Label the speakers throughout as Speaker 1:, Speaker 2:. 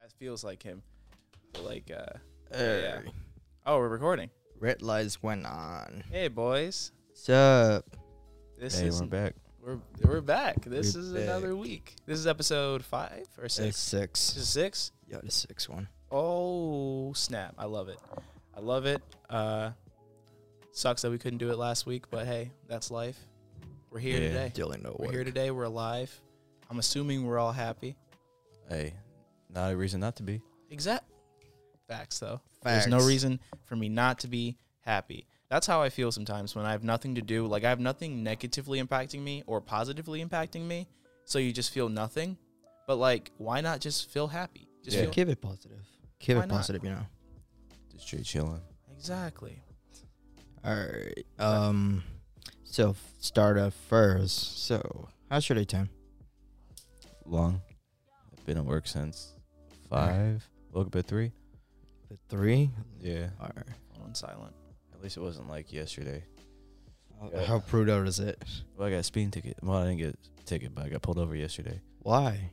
Speaker 1: That feels like him. But like, uh,
Speaker 2: Uh,
Speaker 1: Yeah. oh, we're recording.
Speaker 2: Red lights went on.
Speaker 1: Hey, boys.
Speaker 2: Sup?
Speaker 1: This
Speaker 3: Hey,
Speaker 1: is
Speaker 3: we're back.
Speaker 1: we're we're back. This
Speaker 2: We're
Speaker 1: is
Speaker 2: back.
Speaker 1: another week. This is episode five or
Speaker 2: It's
Speaker 1: six. This
Speaker 2: six.
Speaker 1: is six.
Speaker 2: Yeah, the six one.
Speaker 1: Oh snap! I love it. I love it. Uh, sucks that we couldn't do it last week, but hey, that's life. We're here
Speaker 3: Yeah.
Speaker 1: today.
Speaker 2: Dealing no
Speaker 1: We're here
Speaker 2: work.
Speaker 1: today. We're alive. I'm assuming we're all happy.
Speaker 3: Hey, not a reason not to be.
Speaker 1: Exact facts though. There's no
Speaker 2: Facts.
Speaker 1: reason for me not to be happy. That's how I feel sometimes when I have nothing to do. Like I have nothing negatively impacting me or positively impacting me. So you just feel nothing. But like, why not just feel happy? Just
Speaker 3: Yeah.
Speaker 1: feel
Speaker 2: Keep it positive. Keep
Speaker 1: Why
Speaker 2: it
Speaker 1: not?
Speaker 2: positive, you know.
Speaker 3: Just straight chilling.
Speaker 1: exactly.
Speaker 2: Alright. Um so f- start up first. So how's your day, Tim?
Speaker 3: Long. I've been at work since five. Woke up at three.
Speaker 2: The three?
Speaker 3: Yeah.
Speaker 2: Alright.
Speaker 1: Phone on silent.
Speaker 3: At least it wasn't like yesterday.
Speaker 2: How- How prudo is it?
Speaker 3: Well, I got a speeding ticket. Well, I didn't get a ticket, but I got pulled over yesterday.
Speaker 2: Why?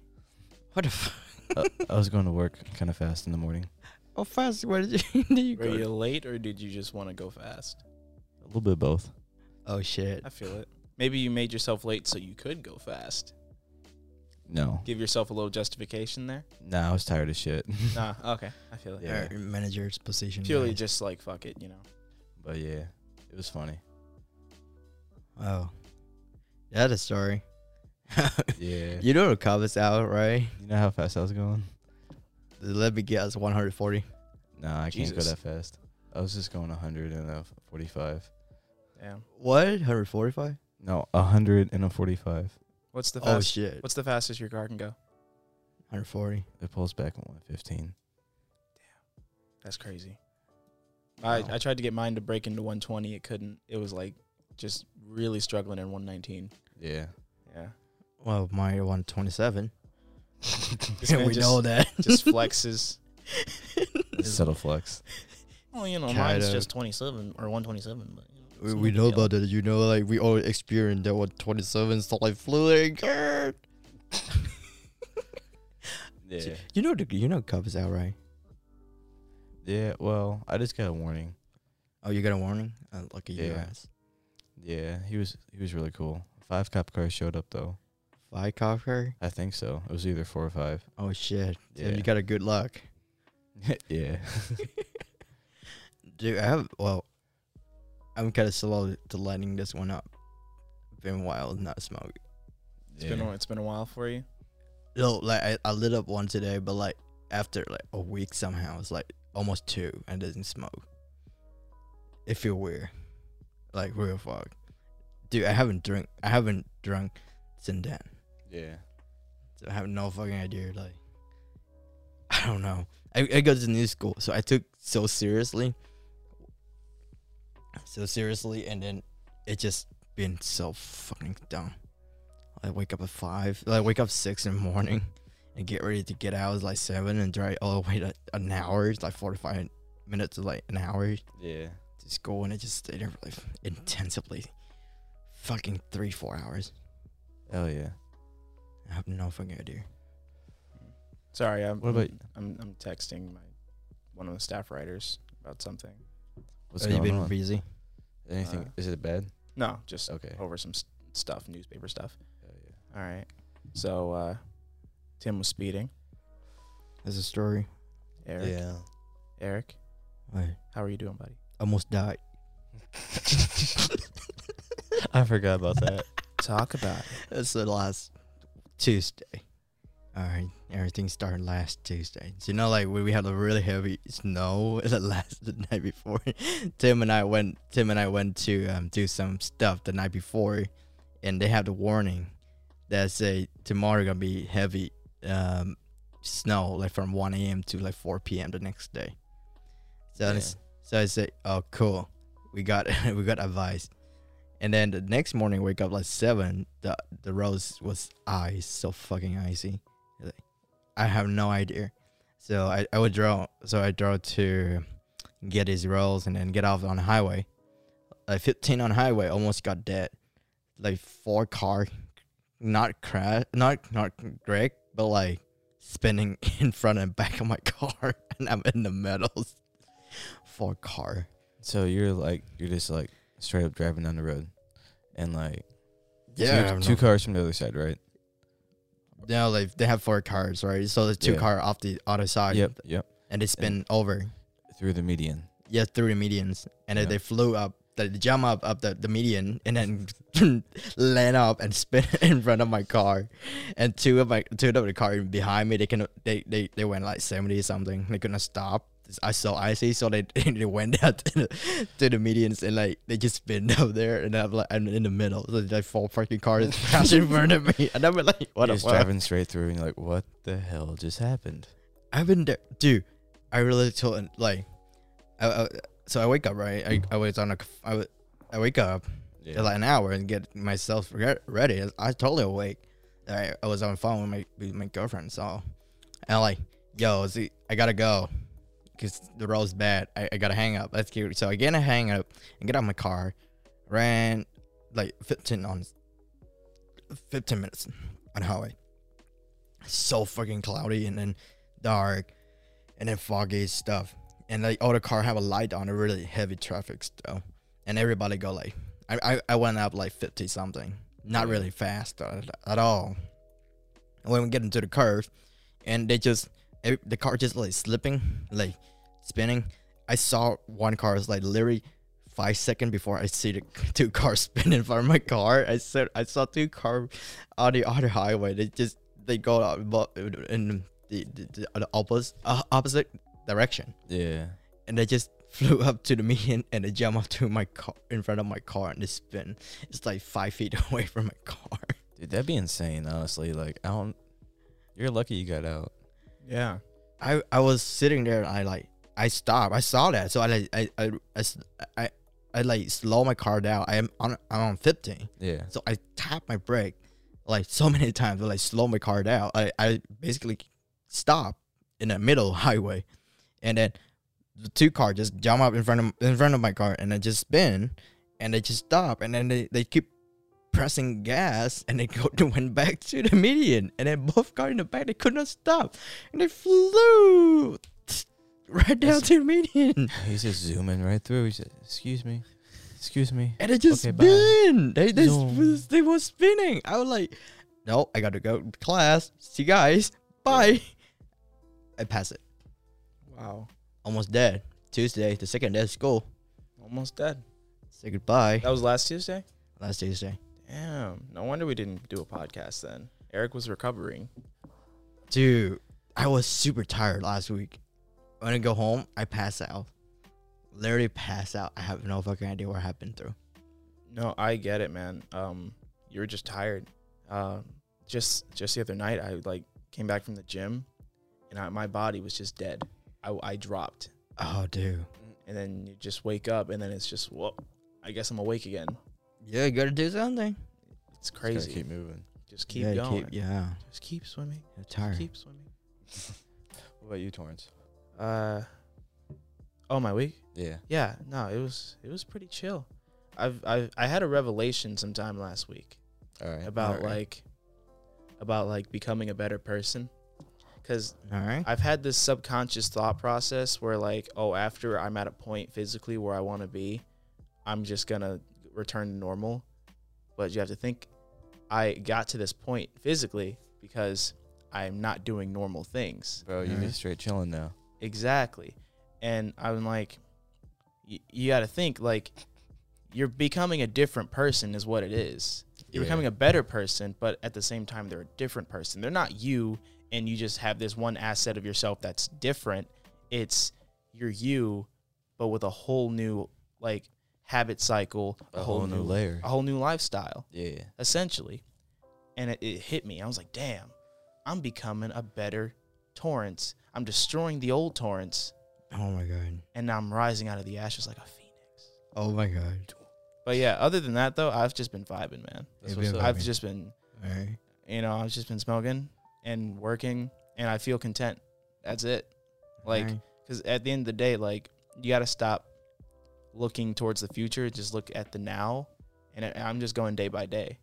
Speaker 2: What the f
Speaker 3: uh, I was going to work kind of fast in the morning.
Speaker 2: how fast where did you, did you
Speaker 1: Were
Speaker 2: go?
Speaker 1: you late or did you just want to go fast?
Speaker 3: A little bit of both.
Speaker 2: Oh shit.
Speaker 1: I feel it. Maybe you made yourself late so you could go fast.
Speaker 3: No.
Speaker 1: Give yourself a little justification there.
Speaker 3: Nah, I was tired of shit.
Speaker 1: Nah, okay. I feel it.
Speaker 3: Yeah.
Speaker 2: Alright, manager's position.
Speaker 1: Purely
Speaker 2: man.
Speaker 1: just like fuck it, you know.
Speaker 3: but yeah, it was funny.
Speaker 2: Oh. That is sorry.
Speaker 3: Yeah.
Speaker 2: you know the comments out, right?
Speaker 3: You know how fast I was going?
Speaker 2: Let me guess, 140.
Speaker 3: Nah, I can't
Speaker 1: Jesus.
Speaker 3: go that fast. I was just going 100 and a 45.
Speaker 1: Damn.
Speaker 2: What? 145?
Speaker 3: No, 100 and a 45.
Speaker 1: What's the
Speaker 2: Oh
Speaker 1: fast?
Speaker 2: shit.
Speaker 1: what's the fastest your car can go?
Speaker 2: 140.
Speaker 3: It pulls back on 115.
Speaker 1: That's crazy. I,
Speaker 2: Wow.
Speaker 1: I tried to get mine to break into 120. It couldn't. It was like just really struggling in 119.
Speaker 3: Yeah.
Speaker 1: Yeah.
Speaker 2: Well, my 127.
Speaker 1: This man
Speaker 2: we
Speaker 1: just-
Speaker 2: know that.
Speaker 1: Just flexes.
Speaker 3: It's subtle flex.
Speaker 1: Well, you know, mine's
Speaker 2: Kinda.
Speaker 1: just 27 or 127. But you know,
Speaker 2: we,
Speaker 1: it's
Speaker 2: we
Speaker 1: no
Speaker 2: know
Speaker 1: big deal.
Speaker 2: about that. You know, like we all experienced that 127 stuff like fluid. grrr.
Speaker 3: Yeah.
Speaker 2: You know, the, you know, cup is out, right?
Speaker 3: Yeah, well, I just got a warning.
Speaker 2: Oh, you got a warning? Uh, lucky you
Speaker 3: Yeah.
Speaker 2: guys.
Speaker 3: Yeah, he was he was really cool. Five cop cars showed up though.
Speaker 2: Five cocker.
Speaker 3: I think so. It was either four or five.
Speaker 2: Oh shit! Tim,
Speaker 3: Yeah.
Speaker 2: you got a good luck,
Speaker 3: yeah.
Speaker 2: dude. I have. Well, I'm kind of slow to lighting this one up. Been wild, not smoke.
Speaker 1: It's been a, it's been a while for you.
Speaker 2: No, like I, I lit up one today, but like after like a week somehow it's like almost two and doesn't smoke. It feel weird. Like real fuck. Dude, I haven't drunk I haven't drunk since then.
Speaker 3: yeah.
Speaker 2: So I have no fucking idea. Like I don't know. I, I go to new school, so I took so seriously. So seriously and then it just been so fucking dumb. I wake up at five, like wake up six in the morning and get ready to get out. It's like seven and drive all the way to an hour, it's like forty five minutes to like an hour
Speaker 3: Yeah.
Speaker 2: to school and I just stayed there for like intensively fucking three, four hours.
Speaker 3: Hell yeah.
Speaker 2: I have no fucking idea.
Speaker 1: Sorry. I'm,
Speaker 3: What about
Speaker 1: I'm, I'm, I'm texting my one of the staff writers about something.
Speaker 3: What's
Speaker 2: Have Oh, you
Speaker 3: going
Speaker 2: been
Speaker 3: on?
Speaker 2: busy?
Speaker 3: Anything?
Speaker 1: Uh, oh,
Speaker 3: is it bad?
Speaker 1: No, just
Speaker 3: Okay.
Speaker 1: over some s stuff, newspaper stuff.
Speaker 3: Hell yeah.
Speaker 1: All right. So uh, Tim was speeding.
Speaker 2: There's a story.
Speaker 1: Eric. Eric,
Speaker 2: I
Speaker 1: how are you doing, buddy?
Speaker 2: almost died.
Speaker 3: I forgot about that.
Speaker 1: Talk about it.
Speaker 2: That's the last Tuesday. All right, everything started last Tuesday. So you know, like when we had a really heavy snow the last the night before. Tim and I went. Tim and I went to um, do some stuff the night before, and they have the warning that say tomorrow gonna be heavy um, snow, like from 1 a.m. to like 4 p.m. the next day. So I
Speaker 3: Yeah.
Speaker 2: s- so I said, oh cool, we got we got advice. And then the next morning, wake up like seven. The the roads was ice, so fucking icy. Like, I have no idea. So I, I would draw. So I drove to get his rolls and then get off on the highway. Like 15 on highway, almost got dead. Like four car, not crash, not not wreck, but like spinning in front and back of my car, and I'm in the middle for a car.
Speaker 3: So you're like you're just like straight up driving down the road, and like
Speaker 2: Yeah,
Speaker 3: two,
Speaker 2: I'm
Speaker 3: two
Speaker 2: not-
Speaker 3: cars from the other side, right?
Speaker 2: No, like they have four cars, right? So the two
Speaker 3: Yeah.
Speaker 2: car off the other side,
Speaker 3: Yep, yep.
Speaker 2: and they spin over,
Speaker 3: Through the median.
Speaker 2: yeah, through the medians, and then
Speaker 3: Yeah.
Speaker 2: they flew up, they jump up up the, the median, and then land up and spin in front of my car, and two of my two of the car behind me, they can they they, they went like seventy or something, they couldn't stop. I saw icy, so they they went out to the, to the medians and like they just spin up there, and I'm like I'm in the middle, so like four fucking cars crash in front of me, and I'm like, what a
Speaker 3: you're just
Speaker 2: fuck?
Speaker 3: driving straight through, and you're like, "What the hell just happened?"
Speaker 2: I've been there, dude. I really told like, I, I, so I wake up right. I, I was on a c- I, wa- I wake up
Speaker 3: Yeah.
Speaker 2: for like an hour and get myself re- ready. I was totally awake. I, I was on the phone with my with my girlfriend, so and I'm like, yo, see, I gotta go because the road's bad. I, I gotta hang up. Let's get so I get in a hang up and get out of my car. Ran like 15 on 15 minutes on the highway. So fucking cloudy and then dark and then foggy stuff. And like all the car have a light on, a really heavy traffic still. And everybody go like I, I, I went up like 50 something. Not really fast at, at all. And when we get into the curve, and they just, ev- the car just like slipping, like spinning. I saw one car is like literally five second before I see the two cars spin in front of my car. I said I saw two car on the other highway. They just they go out bo- in the, the, the opposite uh, opposite direction
Speaker 3: yeah.
Speaker 2: and they just flew up to the median and they jump up to my car in front of my car and they spin. It's like five feet away from my car.
Speaker 3: Dude, that'd be insane, honestly. Like, I don't. You're lucky you got out.
Speaker 1: Yeah.
Speaker 2: I I was sitting there and I like I stopped. I saw that, so I like I I I s- I, I, like slow my car down. I am on I'm on 15,
Speaker 3: Yeah.
Speaker 2: so I tap my brake like so many times. But like slow my car down. I I basically stop in the middle highway, and then the two car just jump up in front of in front of my car and they just spin and they just stop and then they, they keep pressing gas and they go they went back to the median and then both car in the back they could not stop and they flew right down to the median
Speaker 3: He's just zooming right through. He said, "Excuse me, excuse me."
Speaker 2: and they just
Speaker 3: Okay, bye.
Speaker 2: spin they they, sp-
Speaker 3: No.
Speaker 2: they were spinning I was like no I gotta go to class see you guys bye I pass it
Speaker 1: Wow.
Speaker 2: almost dead Tuesday the second day of school
Speaker 1: Almost dead.
Speaker 2: say goodbye
Speaker 1: That was last Tuesday.
Speaker 2: last Tuesday
Speaker 1: Damn. No wonder we didn't do a podcast then. Eric was recovering.
Speaker 2: Dude, I was super tired last week. When I go home, I pass out. Literally pass out. I have no fucking idea what happened through.
Speaker 1: No, I get it, man. Um, you were just tired. Uh, just just the other night, I like came back from the gym, and I, my body was just dead. I, I dropped,
Speaker 2: Oh, dude.
Speaker 1: and then you just wake up, and then it's just whoa. I guess I'm awake again.
Speaker 2: Yeah, you gotta do something.
Speaker 1: It's
Speaker 3: Just gotta
Speaker 1: crazy.
Speaker 3: Keep moving.
Speaker 1: Just keep
Speaker 2: yeah,
Speaker 1: going.
Speaker 2: yeah,
Speaker 1: Just keep swimming.
Speaker 2: I'm tired.
Speaker 1: Keep swimming.
Speaker 3: What about you, Torrance?
Speaker 1: Uh, oh my week.
Speaker 3: Yeah.
Speaker 1: Yeah, no, it was it was pretty chill. I've I I had a revelation sometime last week
Speaker 3: All right.
Speaker 1: about
Speaker 2: Alright.
Speaker 1: like about like becoming a better person cuz
Speaker 2: All
Speaker 3: Mm.
Speaker 2: right.
Speaker 1: I've had this subconscious thought process where like oh after I'm at a point physically where I want to be, I'm just going to return to normal. But you have to think I got to this point physically because I'm not doing normal things.
Speaker 3: Bro, you're
Speaker 2: Alright.
Speaker 3: just straight chilling now.
Speaker 1: Exactly. And I'm like, y- you got to think like you're becoming a different person is what it is. You're
Speaker 3: Yeah.
Speaker 1: becoming a better person, but at the same time, they're a different person. They're not you, and you just have this one asset of yourself that's different. It's you're you, but with a whole new like habit cycle,
Speaker 3: A whole new layer.
Speaker 1: a whole new lifestyle,
Speaker 3: Yeah.
Speaker 1: essentially. And it, it hit me. I was like, damn, I'm becoming a better Torrance. I'm destroying the old Torrance
Speaker 2: Oh my god.
Speaker 1: and now I'm rising out of the ashes like a phoenix.
Speaker 2: Oh my god.
Speaker 1: But yeah, other than that though, I've just been vibing, man.
Speaker 3: That's
Speaker 2: It'd
Speaker 3: what's
Speaker 2: be
Speaker 3: up.
Speaker 2: a
Speaker 1: I've
Speaker 2: mean-
Speaker 1: just been,
Speaker 2: All right.
Speaker 1: you know, I've just been smoking and working, and I feel content. That's it. Like, because at the end of the day, like, you got to stop looking towards the future. Just look at the now, and I- I'm just going day by day.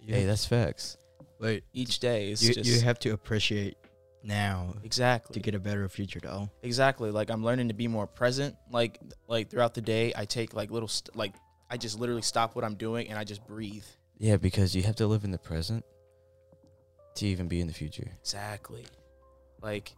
Speaker 3: Hey, that's facts.
Speaker 2: Wait,
Speaker 1: each day is
Speaker 2: you,
Speaker 1: just
Speaker 2: you have to appreciate now
Speaker 1: exactly
Speaker 2: to get a better future, though.
Speaker 1: exactly like i'm learning to be more present like like throughout the day i take like little st- like i just literally stop what i'm doing and i just breathe
Speaker 3: Yeah, because you have to live in the present to even be in the future.
Speaker 1: exactly like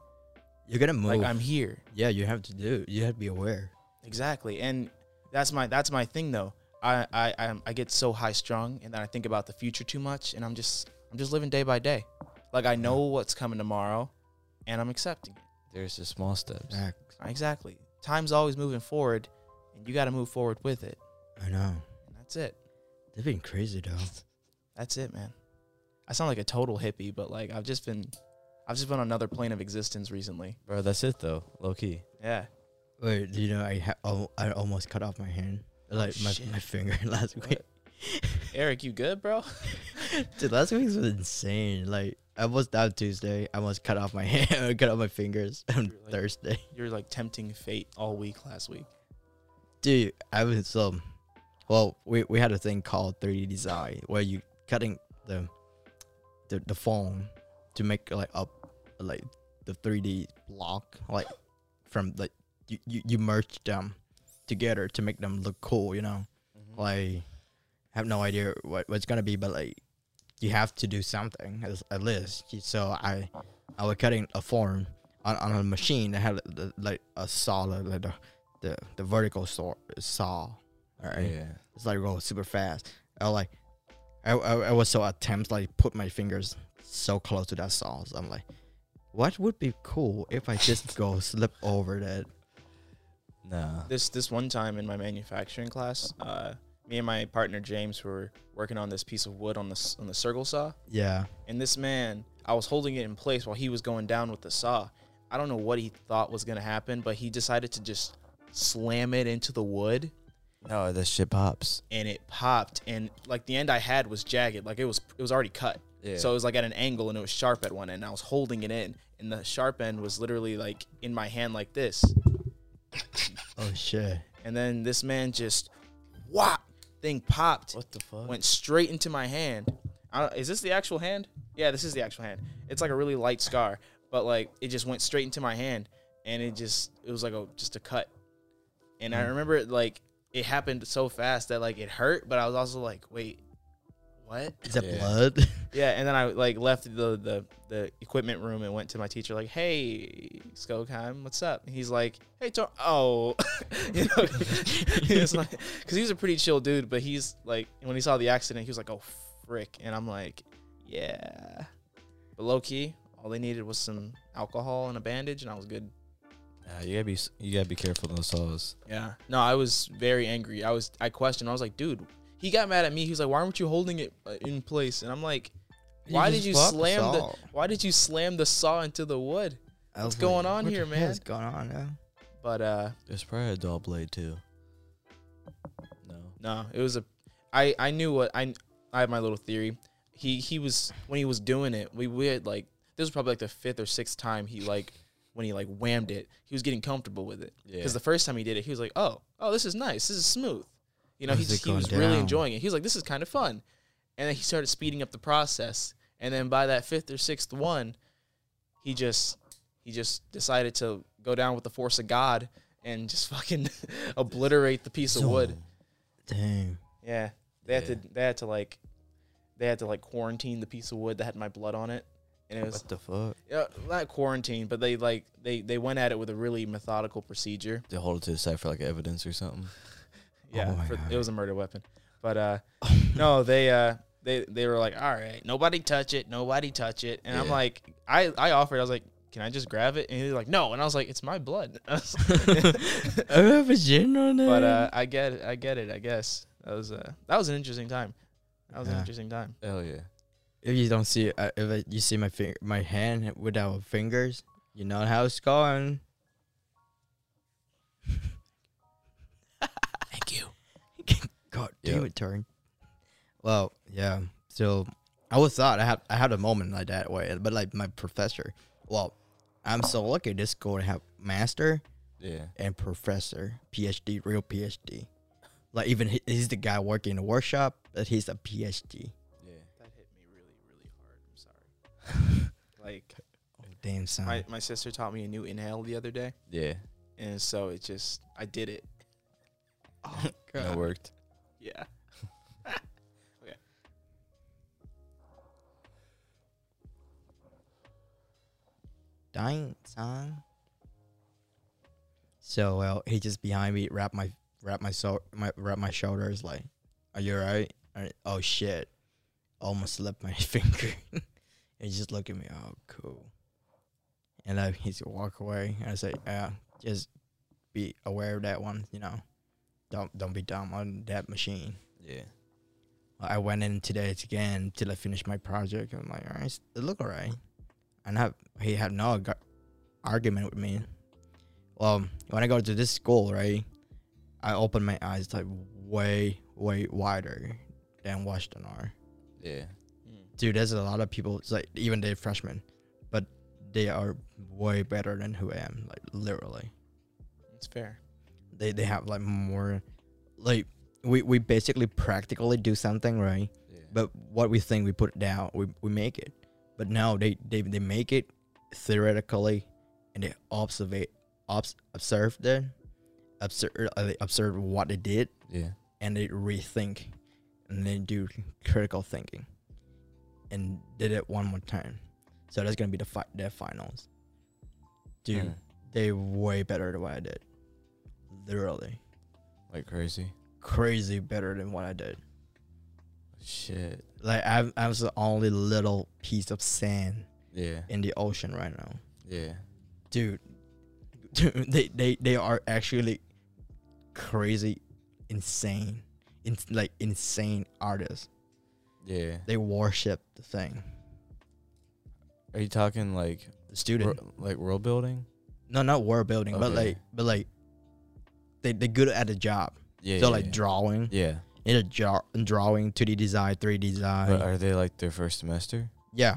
Speaker 2: You're gonna move.
Speaker 1: like i'm here
Speaker 2: yeah, you have to do. You have to be aware.
Speaker 1: exactly and that's my that's my thing though i i I'm, i get so high strung and then i think about the future too much and i'm just i'm just living day by day like i know what's coming tomorrow and i'm accepting it
Speaker 3: There's the small steps.
Speaker 2: Facts.
Speaker 1: exactly time's always moving forward and you got to move forward with it
Speaker 2: I know.
Speaker 1: and that's it
Speaker 2: They've been crazy though.
Speaker 1: That's it, man. I sound like a total hippie, but like I've just been, I've just been on another plane of existence recently.
Speaker 3: Bro, that's it though. Low key.
Speaker 1: Yeah.
Speaker 2: Wait, do you know I ha- oh, I almost cut off my hand, like my,
Speaker 1: Oh, shit.
Speaker 2: my finger last week.
Speaker 1: Eric, you good, bro?
Speaker 2: Dude, last week was insane. Like I was down Tuesday. I almost cut off my hand, cut off my fingers on
Speaker 1: You're like-
Speaker 2: Thursday.
Speaker 1: You're like tempting fate all week last week.
Speaker 2: Dude, I was um, well, we, we had a thing called 3D design where you cutting the the the foam to make like up like the 3D block like from like you you, you merge them together to make them look cool. You know, like I have no idea what what's gonna be, but like you have to do something as at least. So I I was cutting a form on, on a machine that had the, like a saw like the the, the vertical saw saw. All right.
Speaker 3: Yeah.
Speaker 2: It's like going super fast. I like, I, I, I was so attempt like put my fingers so close to that saw. So I'm like, what would be cool if I just go slip over that?
Speaker 3: Nah.
Speaker 1: This this one time in my manufacturing class, uh, me and my partner James were working on this piece of wood on the s- on the circle saw,
Speaker 2: Yeah,
Speaker 1: and this man, I was holding it in place while he was going down with the saw. I don't know what he thought was gonna happen, but he decided to just slam it into the wood.
Speaker 3: No, that shit pops.
Speaker 1: and it popped and like the end I had was jagged like it was it was already cut
Speaker 3: Yeah.
Speaker 1: so it was like at an angle and it was sharp at one end and I was holding it in and the sharp end was literally like in my hand like this
Speaker 2: Oh shit.
Speaker 1: and then this man just whop thing popped
Speaker 3: What the fuck?
Speaker 1: went straight into my hand I don't, is this the actual hand yeah this is the actual hand it's like a really light scar but like it just went straight into my hand and it just it was like a just a cut and I remember it like it happened so fast that like it hurt but I was also like wait what
Speaker 2: Is that
Speaker 3: Yeah.
Speaker 2: blood?
Speaker 1: Yeah, and then I like left the the, the equipment room and went to my teacher like, "Hey, Skokheim, what's up?" And he's like, "Hey, Tor- oh, you know, he was like, because he was a pretty chill dude, but he's like, when he saw the accident, he was like, "Oh, frick," and I'm like, "Yeah," but low key, all they needed was some alcohol and a bandage, and I was good.
Speaker 3: Nah, you gotta be s- you gotta be careful in those saws.
Speaker 1: Yeah, no, I was very angry. I was I questioned. I was like, "Dude," he got mad at me. He was like, "Why weren't you holding it uh, in place?" And I'm like. Why did
Speaker 2: just
Speaker 1: you
Speaker 2: dropped the
Speaker 1: slam the,
Speaker 2: saw.
Speaker 1: Why did you slam the saw into the wood?
Speaker 2: I
Speaker 1: what's
Speaker 2: was
Speaker 1: going on
Speaker 2: what
Speaker 1: here,
Speaker 2: the
Speaker 1: man?
Speaker 2: What's going on? Now?
Speaker 1: But uh
Speaker 3: There's probably a dull blade too. No.
Speaker 1: no, it was a I I knew what I I had my little theory. He he was when he was doing it, we we had like this was probably like the fifth or sixth time he like when he like whammed it, he was getting comfortable with it. Because
Speaker 3: Yeah.
Speaker 1: the first time he did it, he was like, "Oh, oh, this is nice. This is smooth." You know, he
Speaker 2: How's it
Speaker 1: just, he
Speaker 2: going
Speaker 1: was really
Speaker 2: down?
Speaker 1: enjoying it. He was like, "This is kind of fun," and then he started speeding up the process. And then by that fifth or sixth one, he just he just decided to go down with the force of God and just fucking obliterate the piece of wood.
Speaker 2: Damn.
Speaker 1: Yeah, they had
Speaker 3: Yeah.
Speaker 1: to. They had to like, they had to like quarantine the piece of wood that had my blood on it, and it was
Speaker 3: What the fuck?
Speaker 1: yeah, not quarantine, but they like they they went at it with a really methodical procedure.
Speaker 3: They hold it to the side for like evidence or something.
Speaker 1: Yeah,
Speaker 2: my
Speaker 1: for,
Speaker 2: God.
Speaker 1: it was a murder weapon, but uh, no, they uh. They, they were like, all right, nobody touch it, nobody touch it, and I'm
Speaker 3: Yeah.
Speaker 1: like, I, I offered, I was like, can I just grab it? And he's like, no, and I was like, it's my blood.
Speaker 2: I have a gin on it.
Speaker 1: but uh, I get it, I get it, I guess that was uh, that was an interesting time. That was an
Speaker 2: Yeah.
Speaker 1: interesting time.
Speaker 3: Hell yeah.
Speaker 2: if you don't see, uh, if uh, you see my finger, my hand without fingers, you know how it's going.
Speaker 1: Thank you.
Speaker 2: God damn
Speaker 3: Yep.
Speaker 2: it, turn. Well, yeah. So I was thought I had I had a moment like that way, but like my professor. Well, I'm so lucky this school have master
Speaker 3: Yeah.
Speaker 2: and professor, PhD, real PhD. Like even he, he's the guy working in the workshop, but he's a PhD.
Speaker 3: Yeah.
Speaker 1: That hit me really, really hard. I'm Oh.
Speaker 2: Damn son.
Speaker 4: My my sister taught me a new inhale the other day,
Speaker 3: Yeah,
Speaker 4: and so it just I did it.
Speaker 2: oh,
Speaker 3: and it worked.
Speaker 4: Yeah. okay.
Speaker 2: Dying son. So well, he just behind me, wrapped my wrapped my so my wrapped my shoulders like, Are you alright? Alright. Oh shit. Almost slipped my finger. he just looked at me, oh cool. And I he's walk away. I say, Yeah, just be aware of that one, you know. Don't don't be dumb on that machine.
Speaker 3: Yeah,
Speaker 2: I went in today to- again till I finished my project. I'm like, all right, it look all right. And I, he had no ag- argument with me. Well, when I go to this school, right, I open my eyes like way, way wider than Washington are.
Speaker 3: yeah.
Speaker 4: Mm,
Speaker 2: Dude, there's a lot of people, it's like even they freshmen, but they are way better than who I am, like literally
Speaker 4: It's fair.
Speaker 2: they they have like more like we, we basically practically do something right
Speaker 3: Yeah.
Speaker 2: but what we think we put it down we, we make it but now they, they they make it theoretically and they observe obs, observe them observe uh, they observe what they did
Speaker 3: Yeah.
Speaker 2: and they rethink and they do critical thinking and did it one more time so that's gonna be the fi- their finals dude
Speaker 3: Mm.
Speaker 2: they way better than what i did literally
Speaker 3: Like crazy.
Speaker 2: crazy better than what I did.
Speaker 3: Shit.
Speaker 2: Like I, I was the only little piece of sand
Speaker 3: Yeah.
Speaker 2: in the ocean right now,
Speaker 3: Yeah.
Speaker 2: dude. dude they, they, they are actually crazy, insane, in, like insane artists.
Speaker 3: Yeah.
Speaker 2: They worship the thing.
Speaker 3: Are you talking like
Speaker 2: The student,
Speaker 3: wor- like world building?
Speaker 2: no, not world building, but
Speaker 3: Okay.
Speaker 2: like, but like, they they good at the job.
Speaker 3: Yeah.
Speaker 2: so
Speaker 3: yeah,
Speaker 2: like
Speaker 3: yeah.
Speaker 2: drawing,
Speaker 3: Yeah.
Speaker 2: in a draw, drawing, two D design, three D design.
Speaker 3: But are they like their first semester?
Speaker 2: yeah,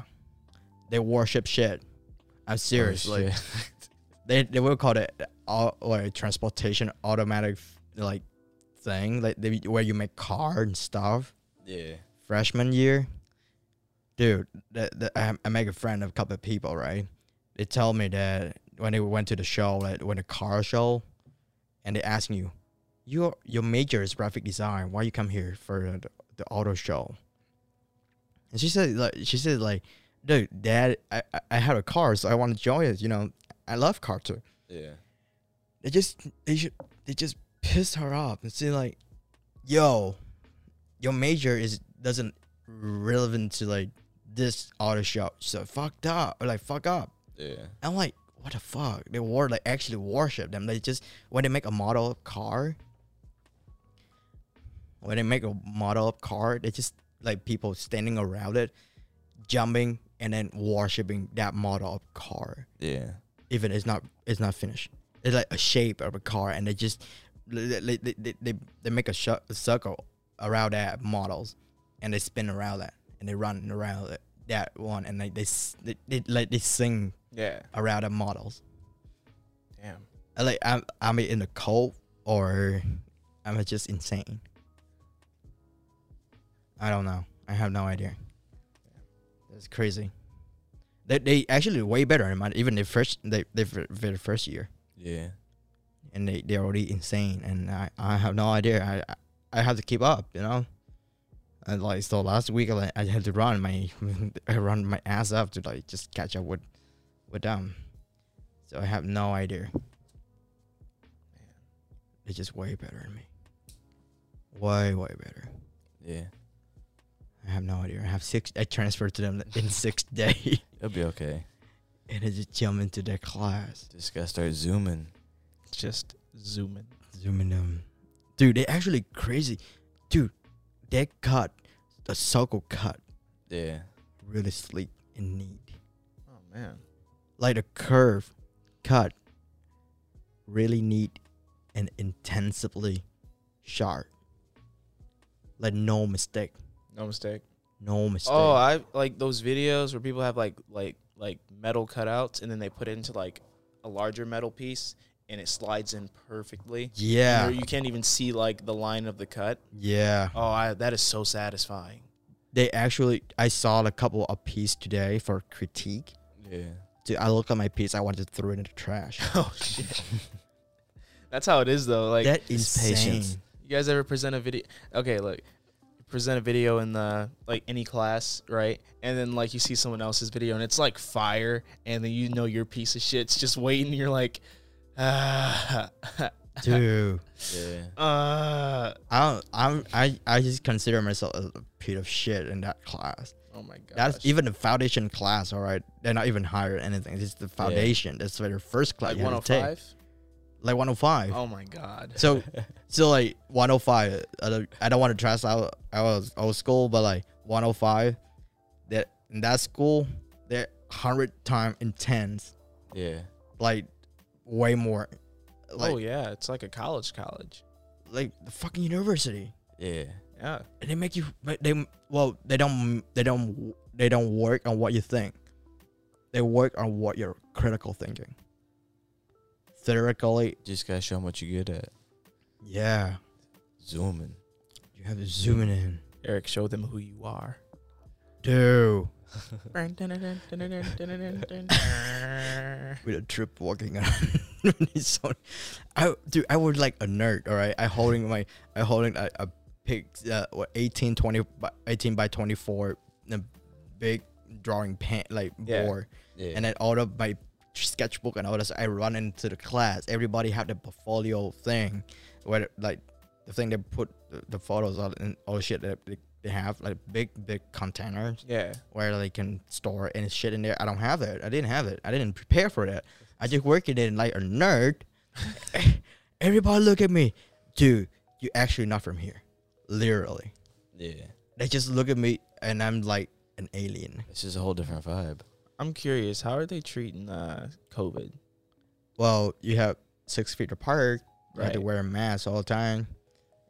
Speaker 2: they worship shit. I'm serious. like,
Speaker 3: Seriously.
Speaker 2: they they will call it all like transportation automatic like thing like they, where you make car and stuff
Speaker 3: yeah.
Speaker 2: freshman year dude the, the, I, I make a friend of a couple of people right they tell me that when they went to the show like when the car show and they ask you your your major is graphic design why you come here for the, the auto show and she said like she said like dude dad i i, I had a car so i want to join it you know i love car too
Speaker 3: Yeah.
Speaker 2: they just they should they just piss her off and say like, "Yo, your major is doesn't relevant to like this auto show, so fucked up or like fuck up."
Speaker 3: Yeah.
Speaker 2: I'm like, "What the fuck?" They were like actually worship them. They just when they make a model of car, when they make a model of car, they just like people standing around it, jumping and then worshiping that model of car
Speaker 3: Yeah.
Speaker 2: even it's not it's not finished. It's like a shape of a car, and they just they they, they, they, they make a, sh- a circle around that models, and they spin around that, and they run around that, that one, and they they, s- they they like they sing
Speaker 4: Yeah.
Speaker 2: around the models.
Speaker 4: Damn.
Speaker 2: I Like I'm I'm in the cult, or I'm just insane. I don't know. I have no idea. That's crazy. They they actually way better than mine. Even the first they they very first year.
Speaker 3: Yeah.
Speaker 2: and they, they're already insane and I, I have no idea I, I have to keep up you know and like so last week like, I had to run my I run my ass up to like just catch up with with them so I have no idea they're just way better than me way way better
Speaker 3: Yeah.
Speaker 2: I have no idea I have six I transferred to them in sixth day
Speaker 3: It'll be okay.
Speaker 2: and I just jump into their class
Speaker 3: Just gotta start zooming.
Speaker 4: Just zooming.
Speaker 2: Zooming them. Dude, they actually crazy. Dude, they cut the circle cut
Speaker 3: Yeah.
Speaker 2: really sleek and neat.
Speaker 4: Oh man.
Speaker 2: Like a curve cut really neat and intensively sharp. Like no mistake.
Speaker 4: No mistake.
Speaker 2: No mistake.
Speaker 4: Oh, I like those videos where people have like like like metal cutouts and then they put it into like a larger metal piece and it slides in perfectly.
Speaker 2: yeah.
Speaker 4: Where you can't even see like the line of the cut.
Speaker 2: Yeah.
Speaker 4: Oh, I, that is so satisfying.
Speaker 2: They actually I saw a couple of piece today for critique.
Speaker 3: Yeah.
Speaker 2: Dude, I looked at my piece. I wanted to throw it in the trash.
Speaker 4: Oh shit. That's how it is though. Like
Speaker 2: that is
Speaker 3: it's patience.
Speaker 2: patience.
Speaker 4: you guys ever present a video? Okay, look, present a video in the like any class, right? And then like you see someone else's video and it's like fire, and then you know your piece of shit's just waiting. You're like, ah,
Speaker 2: Dude,
Speaker 3: Yeah.
Speaker 4: ah.
Speaker 2: I don't, I'm I I just consider myself a pit of shit in that class.
Speaker 4: Oh my god.
Speaker 2: That's even the foundation class. All right, they're not even higher or anything. It's the foundation. That's their first class.
Speaker 4: like
Speaker 2: you have to take.
Speaker 4: 105.
Speaker 2: Like 105.
Speaker 4: Oh my god.
Speaker 2: So, so like 105. I don't, I don't want to trash out our old school, but like 105, that in that school, they're hundred time intense,
Speaker 3: Yeah.
Speaker 2: like way more, like
Speaker 4: oh yeah, it's like a college, college.
Speaker 2: like the fucking university.
Speaker 3: Yeah.
Speaker 4: Yeah.
Speaker 2: And they make you, but they well, they don't, they don't, they don't work on what you think. They work on what you're critical thinking. Theoretically,
Speaker 3: Just gotta show them what you're good at.
Speaker 2: yeah,
Speaker 3: Zooming.
Speaker 2: you have to zoom it in,
Speaker 4: Eric, show them who you are.
Speaker 2: dude.
Speaker 4: That's
Speaker 2: with a trip walking around. with his own- I dude, I was like a nerd. All right, I holding my I holding a, a big uh, what 18, 20 by, 18 by twenty four, a big drawing pen like
Speaker 4: Yeah.
Speaker 2: board,
Speaker 3: Yeah.
Speaker 2: and then all of my sketchbook and all this. I run into the class. Everybody have the portfolio thing, where like the thing they put the, the photos on and all shit that they, they have like big big containers
Speaker 4: yeah.
Speaker 2: where they can store any shit in there. I don't have it. I didn't have it. I didn't prepare for that. I just worked it in like a nerd. Everybody look at me. Dude, you actually not from here. Literally.
Speaker 3: yeah.
Speaker 2: They just look at me and I'm like an alien.
Speaker 3: It's just a whole different vibe.
Speaker 4: I'm curious, how are they treating uh COVID?
Speaker 2: Well, you have six feet apart. You have to
Speaker 4: Right.
Speaker 2: wear a mask all the time.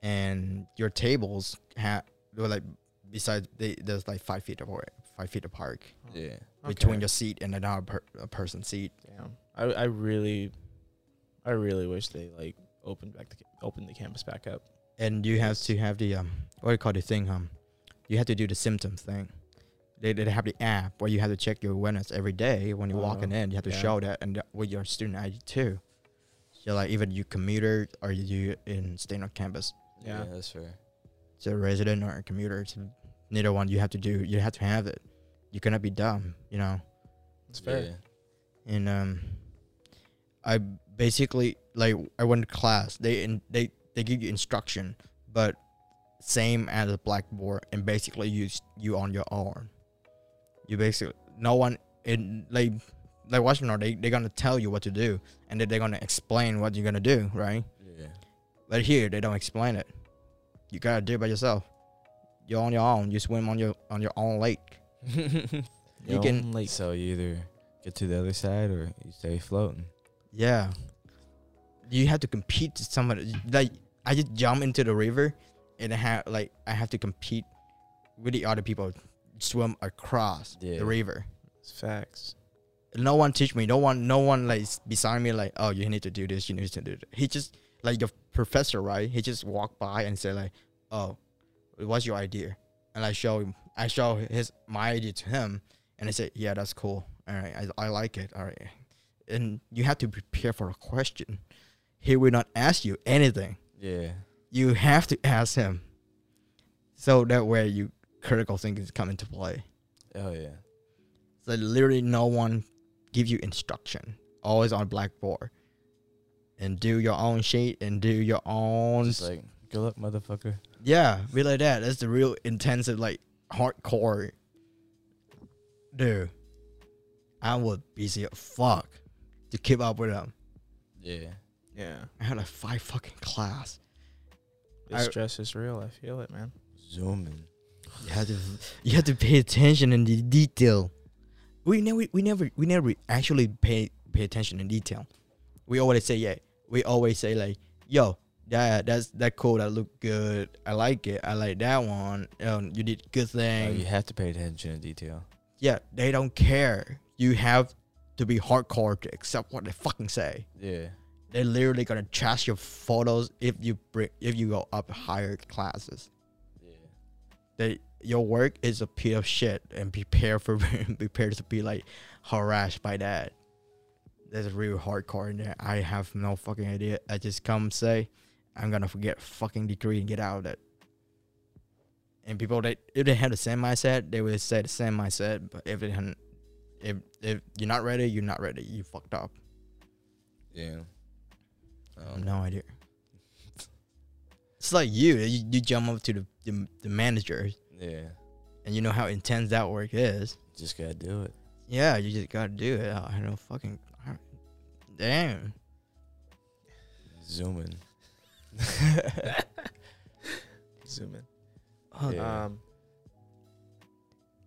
Speaker 2: And your tables have were like besides they there's like five feet apart five feet apart
Speaker 3: Yeah.
Speaker 2: between your seat and another per, a person's seat.
Speaker 4: Damn. I, I really I really wish they like opened back the ca- opened the campus back up.
Speaker 2: and you have to have the um what do you call the thing um you have to do the symptoms thing they, they have the app where you have to check your awareness every day when you're walking
Speaker 4: Oh,
Speaker 2: in you have to
Speaker 4: yeah.
Speaker 2: show that and that with your student id too so like even you commuter or you in staying on campus
Speaker 4: Yeah.
Speaker 3: that's fair.
Speaker 2: so resident or commuter it's neither one you have to do you have to have it you cannot be dumb you know
Speaker 4: It's fair.
Speaker 3: Yeah.
Speaker 2: and um i basically like i went to class they and they they give you instruction but same as a blackboard and basically you s- you on your own you basically no one in like like washington they, they're gonna tell you what to do and then they're gonna explain what you're gonna do right
Speaker 3: Yeah.
Speaker 2: but here they don't explain it you gotta do it by yourself you're on your own you swim on your on your own lake You
Speaker 4: Yo,
Speaker 2: can-
Speaker 4: like
Speaker 3: So you either get to the other side or you stay floating.
Speaker 2: Yeah. You have to compete to someone like I just jump into the river and I have like I have to compete with the other people swim across
Speaker 3: Yeah.
Speaker 2: the river.
Speaker 4: it's facts.
Speaker 2: No one teach me. No one no one like s- beside me like, oh you need to do this, you need to do that. He just like the professor, right? He just walked by and said like, Oh, what's your idea? And I show him I show his my idea to him and I said, Yeah, that's cool. All right, I, I like it. All right. And you have to prepare for a question. He will not ask you anything.
Speaker 3: Yeah.
Speaker 2: You have to ask him. So that way you critical thinking come into play.
Speaker 3: Oh yeah.
Speaker 2: So literally no one give you instruction. Always on blackboard. And do your own shit and do your own
Speaker 3: Just like good luck, motherfucker.
Speaker 2: Yeah, be like that. That's the real intensive, like hardcore. Dude, I was busy as fuck to keep up with them.
Speaker 3: Yeah.
Speaker 4: Yeah.
Speaker 2: I had like five fucking class.
Speaker 4: The
Speaker 2: I-
Speaker 4: stress is real. I feel it, man.
Speaker 3: Zooming.
Speaker 2: You had to, you had to pay attention in the detail. We never, we never, we never actually pay pay attention in detail. We always say yeah. We always say like, yo, that that's that cool. That look good. I like it. I like that one. Um, you did good
Speaker 3: Oh,
Speaker 2: thing.
Speaker 3: you have to pay attention to detail.
Speaker 2: yeah, they don't care. You have to be hardcore to accept what they fucking say.
Speaker 3: Yeah.
Speaker 2: They're literally gonna trash your photos if you bring, if you go up higher classes.
Speaker 3: Yeah.
Speaker 2: They your work is a piece of shit and prepare for prepare to be like harassed by that. That's really hardcore in there. I have no fucking idea. I just come say, I'm gonna forget fucking degree and get out of it. And people that if they have the same mindset, they will say the same mindset. But if they hadn't, if if you're not ready, you're not ready. You fucked up.
Speaker 3: Yeah.
Speaker 2: I
Speaker 3: Um,
Speaker 2: have no idea. It's like you, you, you jump up to the, the the manager,
Speaker 3: Yeah.
Speaker 2: and you know how intense that work is.
Speaker 3: Just gotta do it.
Speaker 2: Yeah, you just gotta do it. I don't fucking. I- damn.
Speaker 3: Zoom in.
Speaker 1: Zoom in.
Speaker 2: Oh,
Speaker 3: Yeah.
Speaker 1: Um,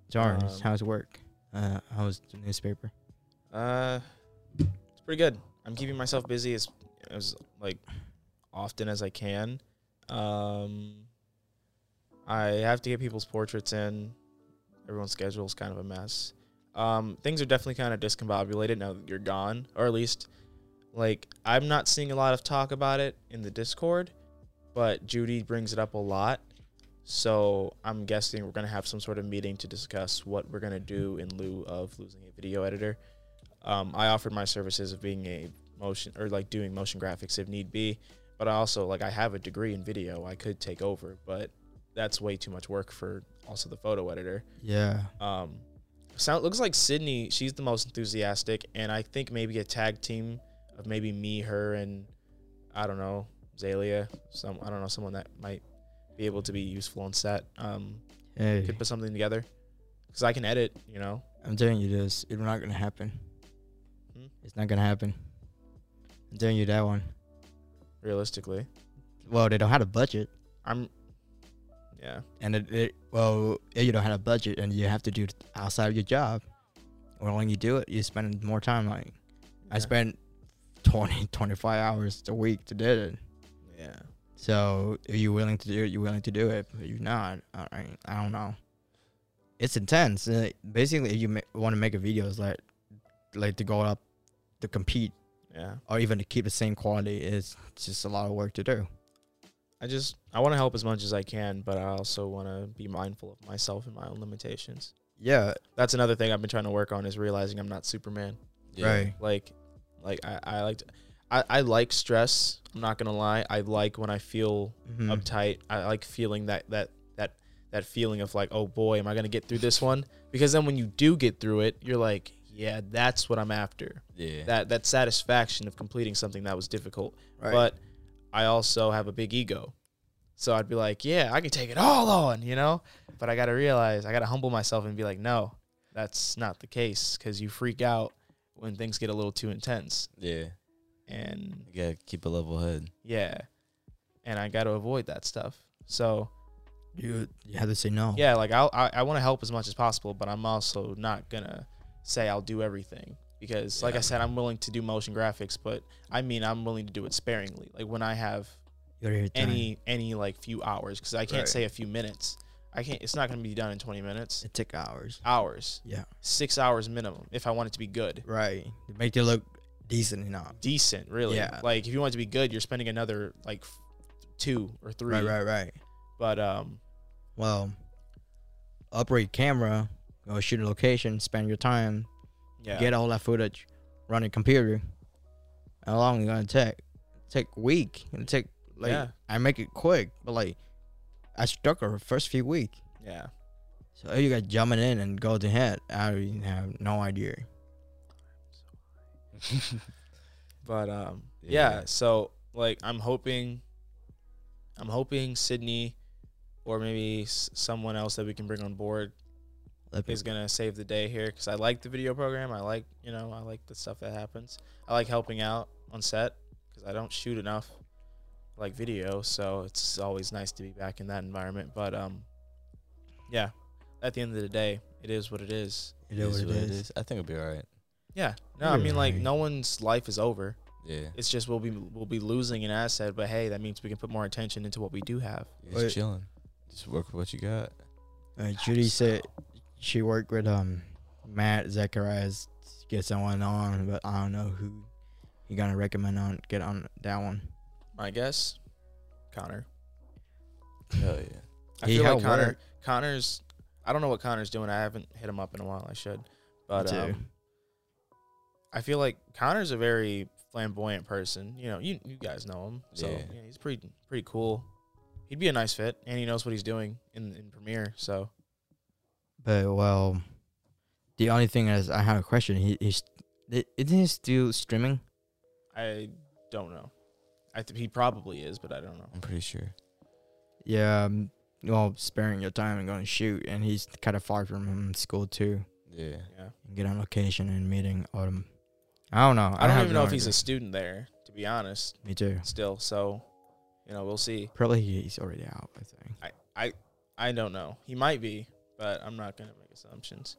Speaker 2: Jarvis,
Speaker 1: um,
Speaker 2: how's work? Uh, how's the newspaper?
Speaker 1: uh, it's pretty good. I'm keeping myself busy as as like often as I can. Um, I have to get people's portraits in. Everyone's schedule is kind of a mess. Um, things are definitely kind of discombobulated now that you're gone, or at least like I'm not seeing a lot of talk about it in the Discord, but Judy brings it up a lot. So I'm guessing we're gonna have some sort of meeting to discuss what we're gonna do in lieu of losing a video editor. Um, I offered my services of being a motion or like doing motion graphics if need be, but I also like I have a degree in video. I could take over, but that's way too much work for also the photo editor.
Speaker 2: Yeah.
Speaker 1: Um, sound looks like Sydney. She's the most enthusiastic, and I think maybe a tag team of maybe me, her, and I don't know Zalia. Some I don't know someone that might be able to be useful on set. Um,
Speaker 2: Hey,
Speaker 1: could put something together because I can edit. You know,
Speaker 2: I'm telling you this. It's not gonna happen.
Speaker 1: Hmm?
Speaker 2: It's not gonna happen. I'm telling you that one.
Speaker 1: realistically,
Speaker 2: Well, they don't have a budget,
Speaker 1: I'm. Yeah,
Speaker 2: and it, it well, if you don't have a budget, and you have to do it outside of your job. Or when you do it, you spend more time. Like I
Speaker 1: Yeah.
Speaker 2: spent 20, 25 hours a week to do it.
Speaker 1: Yeah.
Speaker 2: So if you're willing to do it, you're willing to do it. But you're not. I, I, I don't know. It's intense. Uh, basically, if you ma- want to make a video, it's like like to go up to compete
Speaker 1: Yeah.
Speaker 2: or even to keep the same quality. It's just a lot of work to do.
Speaker 1: I just I want to help as much as I can, but I also want to be mindful of myself and my own limitations.
Speaker 2: Yeah,
Speaker 1: That's another thing I've been trying to work on is realizing I'm not Superman.
Speaker 3: Yeah.
Speaker 2: right.
Speaker 1: like like i i like to- I, I like stress i'm not gonna lie i like when i feel
Speaker 2: Mhm.
Speaker 1: uptight i like feeling that that that that feeling of like oh boy am i gonna get through this one because then when you do get through it you're like yeah that's what i'm after
Speaker 3: Yeah.
Speaker 1: that that satisfaction of completing something that was difficult
Speaker 2: Right.
Speaker 1: but i also have a big ego so i'd be like yeah i can take it all on you know but i gotta realize i gotta humble myself and be like no that's not the case because you freak out when things get a little too intense
Speaker 3: yeah.
Speaker 1: and
Speaker 3: You gotta keep a level head.
Speaker 1: yeah and i got to avoid that stuff so
Speaker 2: you you have to say no.
Speaker 1: yeah like I'll, i i want to help as much as possible but i'm also not gonna say i'll do everything because like
Speaker 3: Yeah.
Speaker 1: i said i'm willing to do motion graphics but i mean i'm willing to do it sparingly like when i have
Speaker 2: You're here
Speaker 1: any any like few hours because i can't
Speaker 2: Right.
Speaker 1: say a few minutes i can't it's not gonna be done in 20 minutes
Speaker 2: It took hours.
Speaker 1: hours
Speaker 2: Yeah.
Speaker 1: six hours minimum if i want it to be good
Speaker 2: Right. To make it look decent enough.
Speaker 1: decent really
Speaker 2: Yeah.
Speaker 1: like if you want it to be good you're spending another like f- two or three
Speaker 2: Right. Right. Right.
Speaker 1: but um
Speaker 2: Well, operate camera, go shoot a location, spend your time,
Speaker 1: yeah
Speaker 2: get all that footage, run a computer. How long it gonna take? Take a week. It take like
Speaker 1: Yeah.
Speaker 2: I make it quick, but like I struggle the first few weeks.
Speaker 1: yeah
Speaker 2: So if you got jumping in and go to head, I have no idea.
Speaker 1: But um,
Speaker 3: Yeah.
Speaker 1: yeah. So like, I'm hoping, I'm hoping Sydney, or maybe s- someone else that we can bring on board
Speaker 2: Let me-
Speaker 1: is gonna save the day here because I like the video program. I like you know I like the stuff that happens. I like helping out on set because I don't shoot enough like video, so it's always nice to be back in that environment. But um, yeah, at the end of the day, it is what it is.
Speaker 2: You know what it is.
Speaker 3: I think it'll be all right.
Speaker 1: Yeah. No, I mean like
Speaker 2: Right.
Speaker 1: no one's life is over.
Speaker 3: Yeah.
Speaker 1: It's just we'll be we'll be losing an asset, but hey, that means we can put more attention into what we do have.
Speaker 3: Just
Speaker 2: Wait.
Speaker 3: chilling. Just work with what you got.
Speaker 2: Uh, Judy said she worked with um Matt Zacharias to get someone on, but I don't know who you gonna recommend on get on that one.
Speaker 1: My guess, Connor.
Speaker 3: Hell yeah.
Speaker 1: I
Speaker 2: He
Speaker 1: feel like
Speaker 2: helped
Speaker 1: Connor.
Speaker 2: work.
Speaker 1: Connor's. I don't know what Connor's doing. I haven't hit him up in a while. I should, but
Speaker 2: too.
Speaker 1: um, I feel like Connor's a very flamboyant person. You know, you you guys know him, so
Speaker 3: Yeah.
Speaker 1: yeah, he's pretty pretty cool. He'd be a nice fit, and he knows what he's doing in in Premiere. So
Speaker 2: But well, the only thing is, I have a question. He, he's i- isn't he still streaming?
Speaker 1: I don't know. I th- he probably is, but I don't know.
Speaker 3: I'm pretty sure.
Speaker 2: Yeah. Um, well, sparing your time and going to shoot, and he's kind of far from him in school too.
Speaker 3: Yeah.
Speaker 1: Yeah,
Speaker 2: Get on location and meeting autumn. I don't know.
Speaker 1: I don't
Speaker 2: have
Speaker 1: even
Speaker 2: no
Speaker 1: know if he's
Speaker 2: idea.
Speaker 1: a student there, to be honest.
Speaker 2: Me too.
Speaker 1: Still, so you know, we'll see.
Speaker 2: Probably he's already out. I think
Speaker 1: I I I don't know. He might be, but I'm not gonna make assumptions.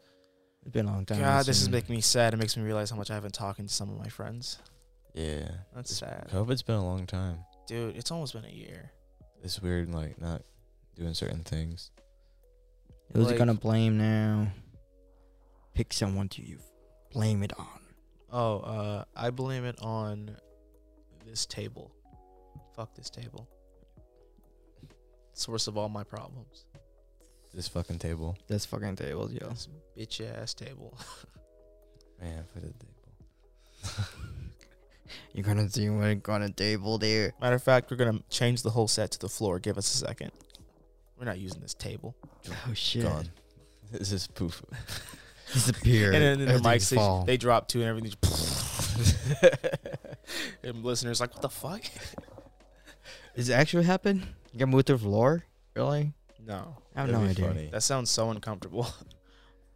Speaker 2: it's been a long time.
Speaker 1: God, this is
Speaker 2: since-
Speaker 1: making me sad. It makes me realize how much I haven't talked to some of my friends.
Speaker 3: Yeah.
Speaker 1: That's
Speaker 3: It's-
Speaker 1: sad,
Speaker 3: COVID's been a long time.
Speaker 1: dude. It's almost been a year.
Speaker 3: It's weird, like not doing certain things.
Speaker 2: Who's he
Speaker 1: like-
Speaker 2: gonna blame now? Pick someone to you. Blame it on.
Speaker 1: Oh, uh, I blame it on this table. Fuck this table. Source of all my problems.
Speaker 3: This fucking table.
Speaker 2: This fucking table, yo.
Speaker 1: This bitch ass table.
Speaker 3: Man, for the table.
Speaker 2: You're gonna see what I'm gonna table there.
Speaker 1: Matter of fact, we're gonna change the whole set to the floor. Give us a second. We're not using this table.
Speaker 2: Oh shit!
Speaker 3: Gone. This is poof.
Speaker 2: Disappear.
Speaker 1: and then the mics
Speaker 2: Everything's
Speaker 1: they,
Speaker 2: fall.
Speaker 1: they drop too, and everything's and listeners like, what the fuck?
Speaker 2: Is it actually happened? You got moved to the floor? Really?
Speaker 1: No,
Speaker 2: I have no idea.
Speaker 1: that sounds so uncomfortable.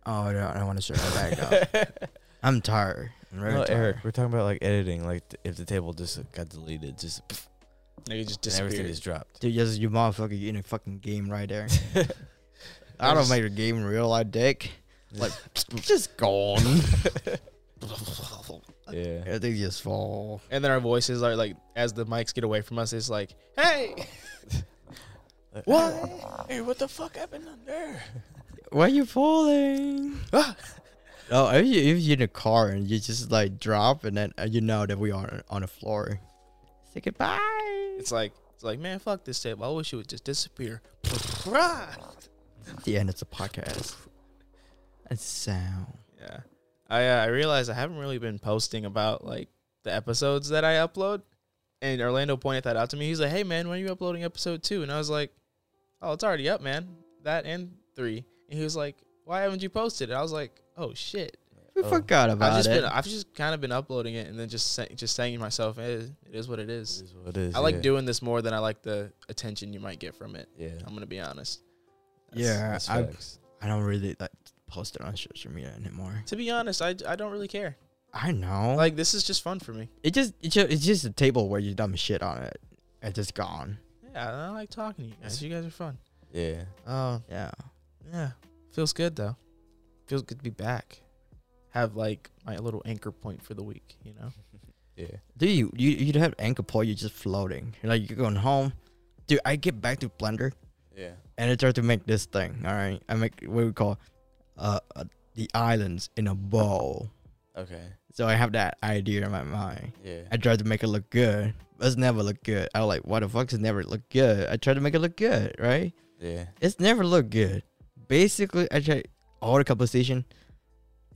Speaker 2: Oh, I don't, I don't want to start that back up. I'm tired. I'm very
Speaker 3: No,
Speaker 2: tired.
Speaker 3: Eric, we're talking about like editing. Like th- if the table just got deleted, just
Speaker 1: Nigga just
Speaker 3: and everything
Speaker 1: disappeared.
Speaker 3: is dropped.
Speaker 2: Dude, yes, you motherfucker, you in a fucking game right there. I don't
Speaker 1: just-
Speaker 2: make a game real, I dick. Like, just gone.
Speaker 3: Yeah.
Speaker 2: Everything just fall.
Speaker 1: and then our voices are like, as the mics get away from us, it's like, hey,
Speaker 3: What? Hey, what the fuck happened on there?
Speaker 2: Why are you falling?
Speaker 1: Ah.
Speaker 2: oh, if, you, if you're in a car and you just like drop and then uh, you know that we are on the floor. Say goodbye.
Speaker 1: it's like, it's like, man, fuck this table. I wish it would just disappear. yeah,
Speaker 2: the end of the podcast. And sound.
Speaker 1: I uh, I realize I haven't really been posting about like the episodes that I upload, and Orlando pointed that out to me. He's like, hey man, when are you uploading episode two? And I was like, oh, it's already up, man. That and three. And he was like, why haven't you posted it? I was like, oh shit.
Speaker 2: We
Speaker 3: Oh.
Speaker 2: forgot
Speaker 1: I've
Speaker 2: about
Speaker 1: just
Speaker 2: it.
Speaker 1: been I've just kind of been uploading it and then just say, just saying to myself, eh, it is what it
Speaker 3: It
Speaker 1: is.
Speaker 3: is what it is.
Speaker 1: I like
Speaker 3: yeah.
Speaker 1: doing this more than I like the attention you might get from it.
Speaker 3: Yeah.
Speaker 1: I'm gonna be honest.
Speaker 2: yeah,
Speaker 3: That's
Speaker 2: I,
Speaker 3: facts.
Speaker 2: I don't really like post it on social media anymore.
Speaker 1: To be honest, I, I don't really care.
Speaker 2: I know. Like
Speaker 1: Like this is just fun for me.
Speaker 2: it just it just it's just a table where you dumb shit on it. It's just gone.
Speaker 1: Yeah, I like talking to you guys. You guys are fun.
Speaker 3: Yeah.
Speaker 1: Um,
Speaker 2: Yeah.
Speaker 1: yeah, feels good though. Feels good to be back. Have like my little anchor point for the week. You know.
Speaker 3: Yeah.
Speaker 2: Dude, you you you don't have anchor point. You're just floating. You're like you're going home. Dude, I get back to Blender
Speaker 3: Yeah.
Speaker 2: and I try to make this thing. All right, I make what we call uh, uh the islands in a bowl.
Speaker 3: Okay.
Speaker 2: So I have that idea in my mind.
Speaker 3: Yeah.
Speaker 2: I tried to make it look good. It's never look good. I was like, why the fuck does it never look good? I tried to make it look good, right?
Speaker 3: yeah.
Speaker 2: It's never looked good. Basically, I tried all the composition.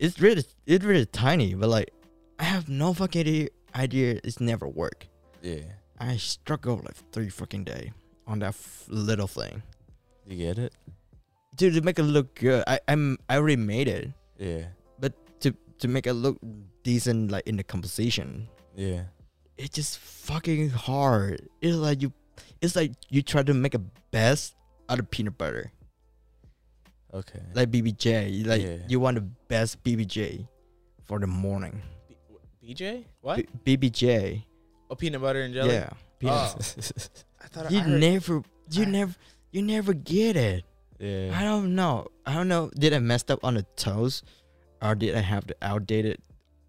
Speaker 2: It's really, it's really tiny, but like, I have no fucking idea. idea. It's never work.
Speaker 3: Yeah.
Speaker 2: I struggled like three fucking day on that f- little thing,
Speaker 3: You get it?
Speaker 2: dude. To make it look good, I I'm I already made it,
Speaker 3: Yeah.
Speaker 2: but to to make it look decent, like in the composition,
Speaker 3: Yeah.
Speaker 2: it's just fucking hard. It's like you, it's like you try to make a best out of peanut butter,
Speaker 3: Okay.
Speaker 2: like BBJ. Like
Speaker 3: Yeah.
Speaker 2: you want the best BBJ for the morning.
Speaker 1: B- BJ, what?
Speaker 2: B- BBJ,
Speaker 1: oh, peanut butter and jelly.
Speaker 2: yeah.
Speaker 1: Oh. I thought
Speaker 2: You
Speaker 1: I heard.
Speaker 2: never, you
Speaker 1: I-
Speaker 2: never, you never get it. I
Speaker 3: yeah.
Speaker 2: don't know. I don't know. Did I messed up on the toast, or did I have the outdated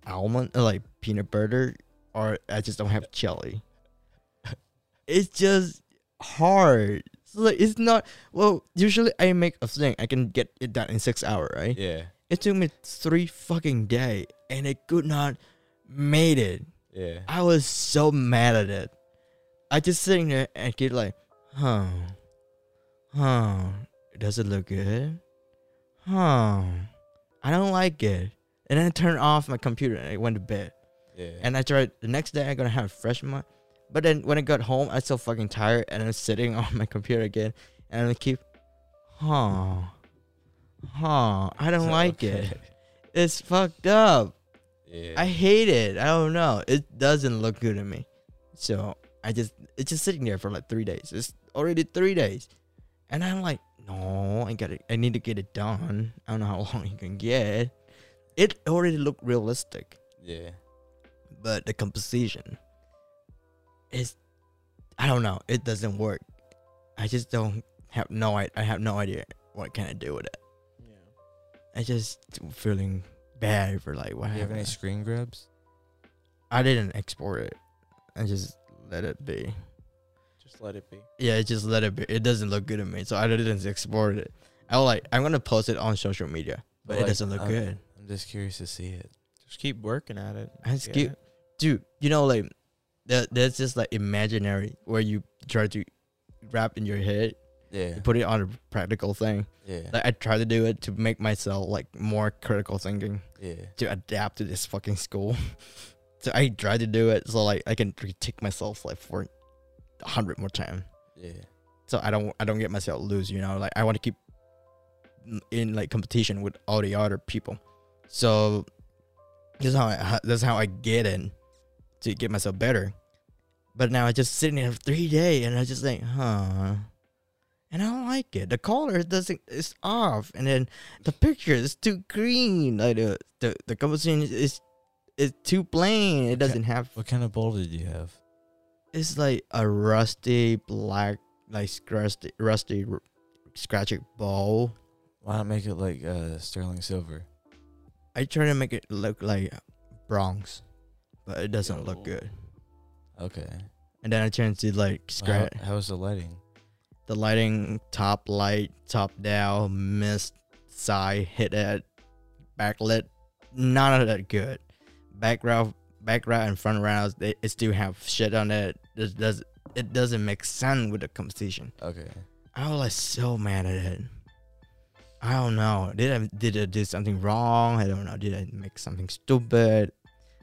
Speaker 2: almond uh, like peanut butter, or I just don't have jelly? it's just hard. So like it's not well. Usually I make a thing. I can get it done in six hour, right?
Speaker 3: Yeah.
Speaker 2: It took me three fucking day, and I could not made it.
Speaker 3: Yeah.
Speaker 2: I was so mad at it. I just sitting there and get like, huh, huh. Does it look good? Huh. I don't like it. And then I turned off my computer and I went to bed.
Speaker 3: Yeah.
Speaker 2: And I tried the next day. I'm gonna have a fresh mind. But then when I got home, I was so fucking tired, and I'm sitting on my computer again, and I keep, huh, huh. I don't like it. It's fucked up.
Speaker 3: Yeah.
Speaker 2: I hate it. I don't know. It doesn't look good to me. So I just it's just sitting there for like three days. It's already three days, and I'm like, no, I got to I need to get it done. I don't know how long it can get. It already looked realistic
Speaker 3: yeah.
Speaker 2: but the composition is I don't know, it doesn't work. I just don't have no I, I have no idea what can I do with it.
Speaker 4: Yeah.
Speaker 2: I just feeling bad for like what
Speaker 3: You have any
Speaker 2: happened.
Speaker 3: screen grabs?
Speaker 2: I didn't export it. I just let it be.
Speaker 4: Just let it be.
Speaker 2: Yeah, I just let it be. It doesn't look good to me, so I didn't export it. I was like, I'm gonna post it on social media, but it
Speaker 3: Like,
Speaker 2: doesn't look
Speaker 3: I'm-
Speaker 2: good.
Speaker 3: I'm just curious to see it.
Speaker 4: Just keep working at it.
Speaker 2: I just
Speaker 4: Get
Speaker 2: keep
Speaker 4: it.
Speaker 2: dude, you know, like that that's just like imaginary where you try to wrap in your head
Speaker 3: Yeah.
Speaker 2: put it on a practical thing.
Speaker 3: Yeah.
Speaker 2: Like I try to do it to make myself like more critical thinking
Speaker 3: yeah.
Speaker 2: to adapt to this fucking school. so I try to do it so like I can critique myself like for a hundred more time.
Speaker 3: Yeah.
Speaker 2: So I don't I don't get myself lose. You know, like I want to keep n- in like competition with all the other people. So this is how I ho- that's how I get in to get myself better. But now I just sitting there for three days and I just think, huh. And I don't like it. The color doesn't it's off, and then the picture is too green. Like the the, the composition is is too plain. It doesn't have
Speaker 3: What kind of boulder do you have?
Speaker 2: it's like a rusty black, like rusty, rusty, r- scratchy bowl.
Speaker 3: Why not make it like uh, sterling silver?
Speaker 2: I try to make it look like bronze, but it doesn't look
Speaker 4: Yo.
Speaker 2: good.
Speaker 3: Okay.
Speaker 2: And then I turned to like
Speaker 3: How,
Speaker 2: scratch
Speaker 3: how's the lighting?
Speaker 2: the lighting, top light, top down, mist, side, hit at, backlit, none of that good. Background, background, and front rounds, they it still have shit on it. It does, it doesn't make sense with the composition.
Speaker 3: Okay.
Speaker 2: I was like so mad at it. I don't know. Did I did I do something wrong? I don't know. Did I make something stupid?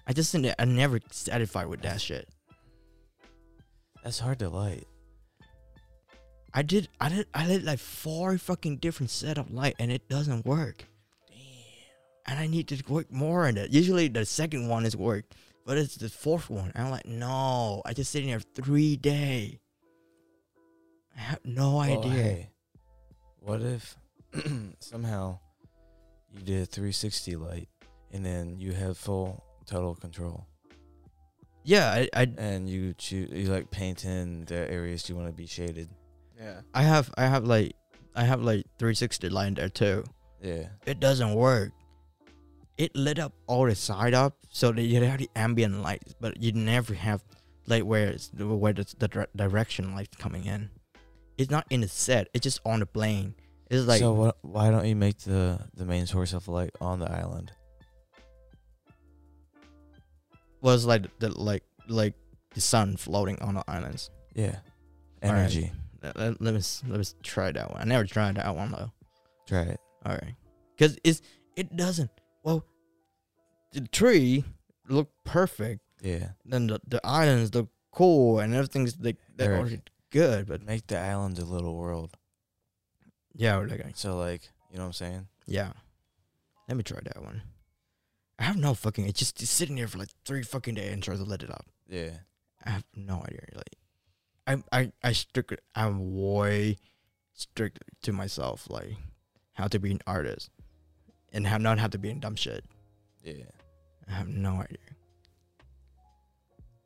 Speaker 2: I just think that I never satisfied with that shit.
Speaker 3: That's hard to light.
Speaker 2: I did I did I did like four fucking different set of light and it doesn't work. And I need to work more on it. Usually the second one is work, but it's the fourth one. I'm like, no, I just sitting there three day. I have no
Speaker 3: Well,
Speaker 2: idea.
Speaker 3: hey, what if somehow you did a 360 light and then you have full total control
Speaker 2: Yeah, I, I
Speaker 3: and you choose you like paint in the areas you want to be shaded.
Speaker 4: Yeah.
Speaker 2: I have I have like I have like 360 line there too.
Speaker 3: Yeah.
Speaker 2: It doesn't work. It lit up all the side up so that you have the ambient lights, but you never have like where it's, where the, the dir- direction light coming in. It's not in the set. It's just on the plane. It's like
Speaker 3: so what, why don't you make the the main source of light on the island?
Speaker 2: was like the like like the sun floating on the islands.
Speaker 3: Yeah.
Speaker 2: All right.
Speaker 3: Energy.
Speaker 2: Let, let, let me s- let me s- try that one. I never tried that one though.
Speaker 3: Try it.
Speaker 2: All right, because it's it doesn't. Well, the tree looked perfect.
Speaker 3: Yeah.
Speaker 2: Then the, the islands look cool and everything's like they're
Speaker 3: Eric.
Speaker 2: already good. But
Speaker 3: Make the island a little world.
Speaker 2: yeah, we're like,
Speaker 3: So like, you know what I'm saying?
Speaker 2: yeah. Let me try that one. I have no fucking. It's just it's sitting there for like three fucking days and try to let it up.
Speaker 3: Yeah.
Speaker 2: I have no idea. Like, I I I strict. I'm way strict to myself. Like, how to be an artist, and how not have to be in dumb shit.
Speaker 3: Yeah.
Speaker 2: I have no idea.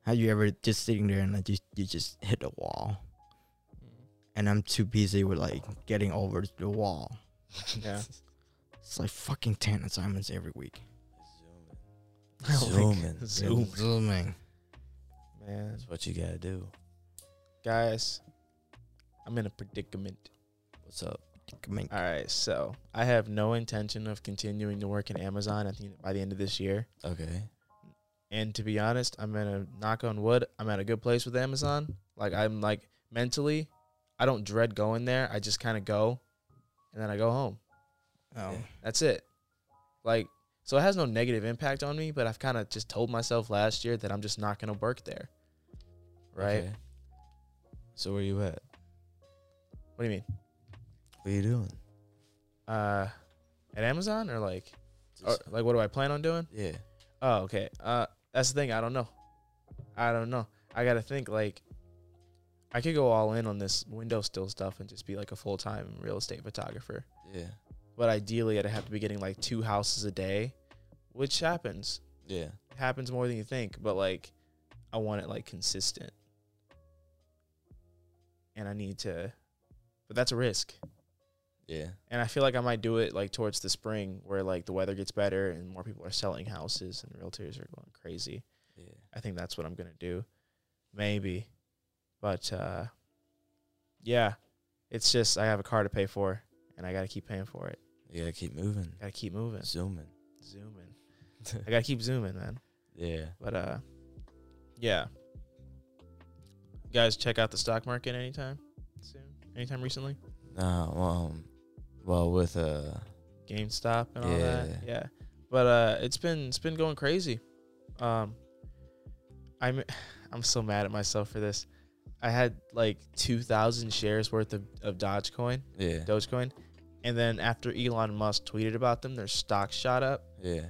Speaker 2: Have you ever just sitting there and like you, you just hit the wall?
Speaker 1: Mm.
Speaker 2: And I'm too busy with like getting over the wall.
Speaker 4: Yeah.
Speaker 2: It's like fucking ten assignments every week.
Speaker 3: Zoom in.
Speaker 4: Zoom.
Speaker 2: Zooming.
Speaker 4: Man.
Speaker 3: That's what you gotta do.
Speaker 4: Guys, I'm in a predicament.
Speaker 3: What's up?
Speaker 2: Come in.
Speaker 4: All right, so I have no intention of continuing to work in Amazon at the, by the end of this year.
Speaker 3: Okay.
Speaker 4: And to be honest, I'm at a knock on wood. I'm at a good place with Amazon. Like I'm like mentally, I don't dread going there. I just kind of go
Speaker 1: and then I go home.
Speaker 2: Oh.
Speaker 1: That's it. Like, so it has no negative impact on me, but I've kind of just told myself last year that I'm just not going to work there. Right?
Speaker 3: Okay. So where you at?
Speaker 1: What do you mean?
Speaker 3: What are you doing?
Speaker 1: Uh, at Amazon or like, or, like what do I plan on doing?
Speaker 3: yeah.
Speaker 1: Oh, okay. Uh, that's the thing. I don't know. I don't know. I gotta think. Like, I could go all in on this window still stuff and just be like a full time real estate photographer.
Speaker 3: Yeah.
Speaker 1: But ideally, I'd have to be getting like two houses a day, which happens.
Speaker 3: Yeah.
Speaker 1: It happens more than you think. But like, I want it like consistent, and I need to. But that's a risk.
Speaker 3: Yeah.
Speaker 1: And I feel like I might do it like towards the spring where like the weather gets better and more people are selling houses and realtors are going crazy.
Speaker 3: Yeah.
Speaker 1: I think that's what I'm gonna do, maybe. But uh, yeah, it's just I have a car to pay for, and I gotta keep paying for it.
Speaker 3: You gotta keep moving.
Speaker 1: Gotta keep moving,
Speaker 3: Zooming.
Speaker 1: zooming. I gotta keep zooming, man.
Speaker 3: yeah.
Speaker 1: But uh, yeah. You guys, check out the stock market anytime soon. Anytime recently,
Speaker 3: Nah. Well, um, well, with uh,
Speaker 1: GameStop and all that.
Speaker 3: Yeah.
Speaker 1: Yeah, but uh, it's been it's been going crazy. Um, I'm I'm so mad at myself for this. I had like two thousand shares worth of, of Dogecoin,
Speaker 3: yeah,
Speaker 1: Dogecoin, and then after Elon Musk tweeted about them, their stock shot up,
Speaker 3: yeah,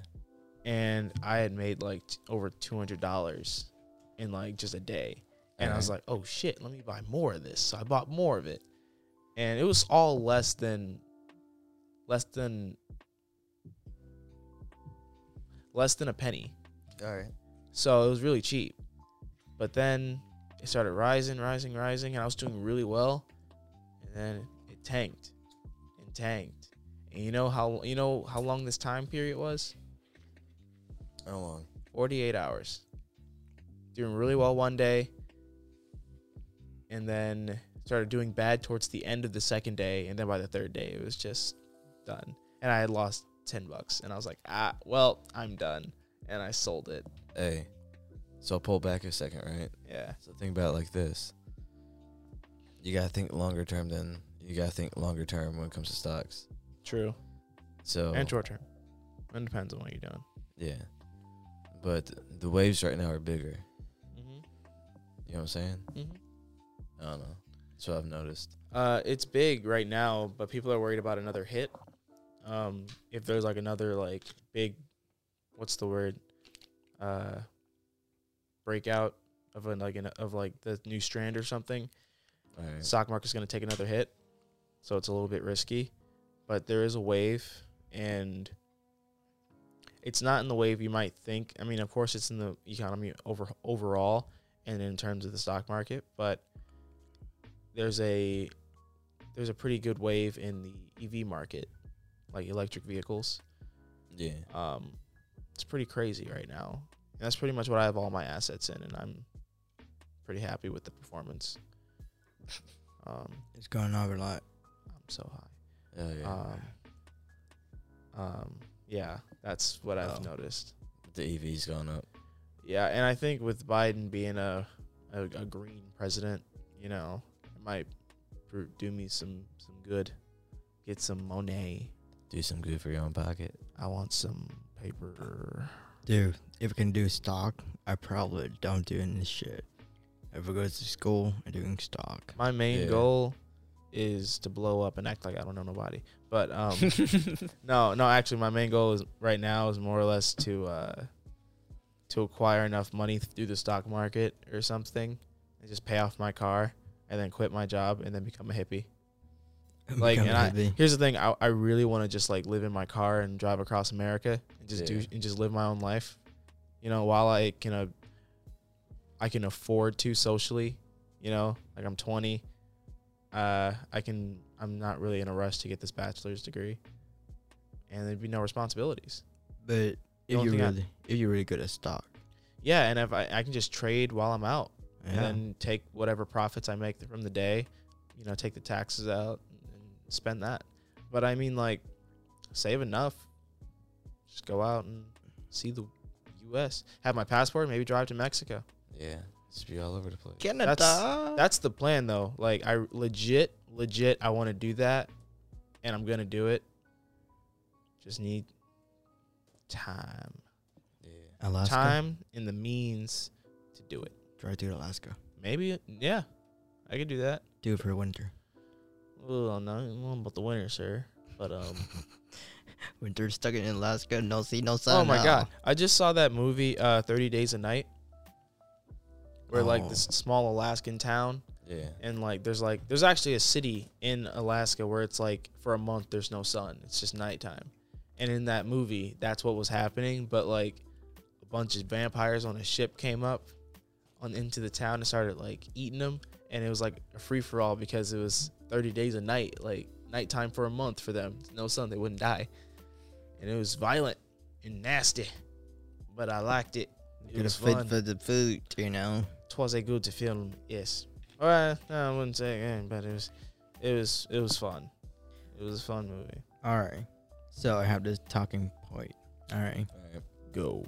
Speaker 1: and I had made like t- over two hundred dollars in like just a day, and I was like, oh shit, let me buy more of this. So I bought more of it, and it was all less than, less than, less than a penny.
Speaker 3: all right.
Speaker 1: So it was really cheap. But then it started rising, rising, rising, and I was doing really well. And then it tanked and tanked. And you know how you know how long this time period was?
Speaker 3: How long?
Speaker 1: 48 hours. Doing really well one day. And then started doing bad towards the end of the second day. And then by the third day, it was just done. And I had lost 10 bucks. And I was like, ah, well, I'm done. And I sold it.
Speaker 3: Hey, so pull back a second, right?
Speaker 1: Yeah.
Speaker 3: So think about it like this. You gotta think longer term than you gotta think longer term when it comes to stocks.
Speaker 1: True.
Speaker 3: So
Speaker 1: and short term. It depends on what you're doing.
Speaker 3: yeah, but the waves right now are bigger.
Speaker 1: Mm-hmm.
Speaker 3: You know what I'm saying?
Speaker 1: Mm-hmm.
Speaker 3: I don't know. That's what I've noticed.
Speaker 1: Uh, it's big right now, but people are worried about another hit. Um, if there's like another like big, what's the word? Uh, breakout of an like an, of like the new strand or something.
Speaker 3: All right.
Speaker 1: Stock market's gonna take another hit, so it's a little bit risky. But there is a wave, and it's not in the wave you might think. I mean, of course, it's in the economy over overall, and in terms of the stock market. But there's a there's a pretty good wave in the EV market, like electric vehicles.
Speaker 3: yeah.
Speaker 1: Um, it's pretty crazy right now, and that's pretty much what I have all my assets in, and I'm pretty happy with the performance. Um,
Speaker 2: It's going up a lot.
Speaker 1: I'm so high.
Speaker 3: Oh, yeah.
Speaker 1: Um, um, yeah, that's what I've
Speaker 2: Oh.
Speaker 1: noticed.
Speaker 3: the EV's gone up.
Speaker 1: Yeah, and I think with Biden being a a, a green president, you know, it might pr- do me some some good. Get some Monet.
Speaker 3: Do some good for your own pocket.
Speaker 1: I want some paper.
Speaker 2: Dude, if I can do stock, I probably don't doing this shit. If I go to school, I'm doing stock.
Speaker 1: My main
Speaker 3: Yeah.
Speaker 1: goal is to blow up and act like I don't know nobody. But um, no, no, actually, my main goal is right now is more or less to uh, to acquire enough money through the stock market or something, and just pay off my car, and then quit my job, and then become a hippie. Like,
Speaker 2: Become
Speaker 1: and I,
Speaker 2: heavy.
Speaker 1: here's the thing: I, I really want to just like live in my car and drive across America and just do
Speaker 3: Yeah.
Speaker 1: and just live my own life. You know, while I can, uh, I can afford to socially. You know, like I'm 20. Uh, I can. I'm not really in a rush to get this bachelor's degree, and there'd be no responsibilities.
Speaker 2: But if
Speaker 1: don't
Speaker 2: you
Speaker 1: think I-
Speaker 2: really, if you're really good at stock,
Speaker 1: Yeah, and if I, I can just trade while I'm out, and
Speaker 2: yeah.
Speaker 1: then take whatever profits I make from the day, you know, take the taxes out and spend that. But I mean, like, save enough, just go out and see the U.S. Have my passport, maybe drive to Mexico.
Speaker 3: Yeah. Just be all over the place.
Speaker 2: Canada.
Speaker 1: That's the plan, though. Like, I legit, legit, I want to do that, and I'm gonna do it. Just need time,
Speaker 3: Yeah.
Speaker 2: Alaska.
Speaker 1: time, and the means to do it.
Speaker 2: Drive to Alaska.
Speaker 1: Maybe, yeah, I could do that.
Speaker 2: Do it for winter.
Speaker 1: Well, no, I don't know about the winter, sir. But um,
Speaker 2: Winter stuck in Alaska. No sea, no sun.
Speaker 1: oh my
Speaker 2: no.
Speaker 1: god, I just saw that movie, uh, Thirty Days a Night, where like
Speaker 2: Oh.
Speaker 1: this small Alaskan town,
Speaker 3: Yeah.
Speaker 1: and like there's like there's actually a city in Alaska where it's like for a month there's no sun, it's just nighttime, and in that movie that's what was happening, but like a bunch of vampires on a ship came up on into the town and started like eating them, and it was like a free for all because it was 30 days a night, like nighttime for a month for them, no sun, they wouldn't die, and it was violent and nasty, but I liked it. It
Speaker 2: Get a
Speaker 1: was
Speaker 2: fit
Speaker 1: fun.
Speaker 2: for the food, you know.
Speaker 1: Twas a good film, yes. All right, no, I wouldn't say again, but it was, it was, it was fun. It was a fun movie.
Speaker 2: All right. So I have this talking point. All right.
Speaker 3: Alright.
Speaker 1: Go.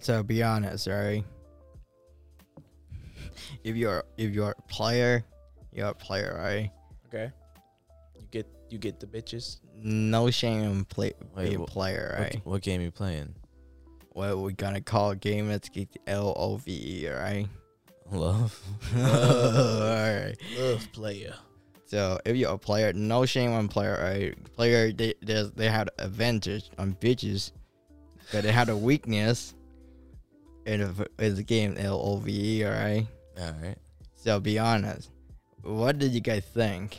Speaker 2: So be honest, all right. If you're if you're a player, you're a player, all right.
Speaker 1: Okay. You get, you get the bitches.
Speaker 2: No shame in play,
Speaker 3: Wait,
Speaker 2: being
Speaker 3: wha-
Speaker 2: player, all
Speaker 3: What,
Speaker 2: right.
Speaker 3: what game you playing?
Speaker 2: What we gonna call a game? Let's get L O V E, all right.
Speaker 3: Love.
Speaker 2: all right.
Speaker 1: Love player.
Speaker 2: So if you're a player, no shame on player, right? Player they there's- they had advantage on bitches, but they had a weakness in the, in the game L O V E, all right.
Speaker 3: All right.
Speaker 2: So be honest, what did you guys think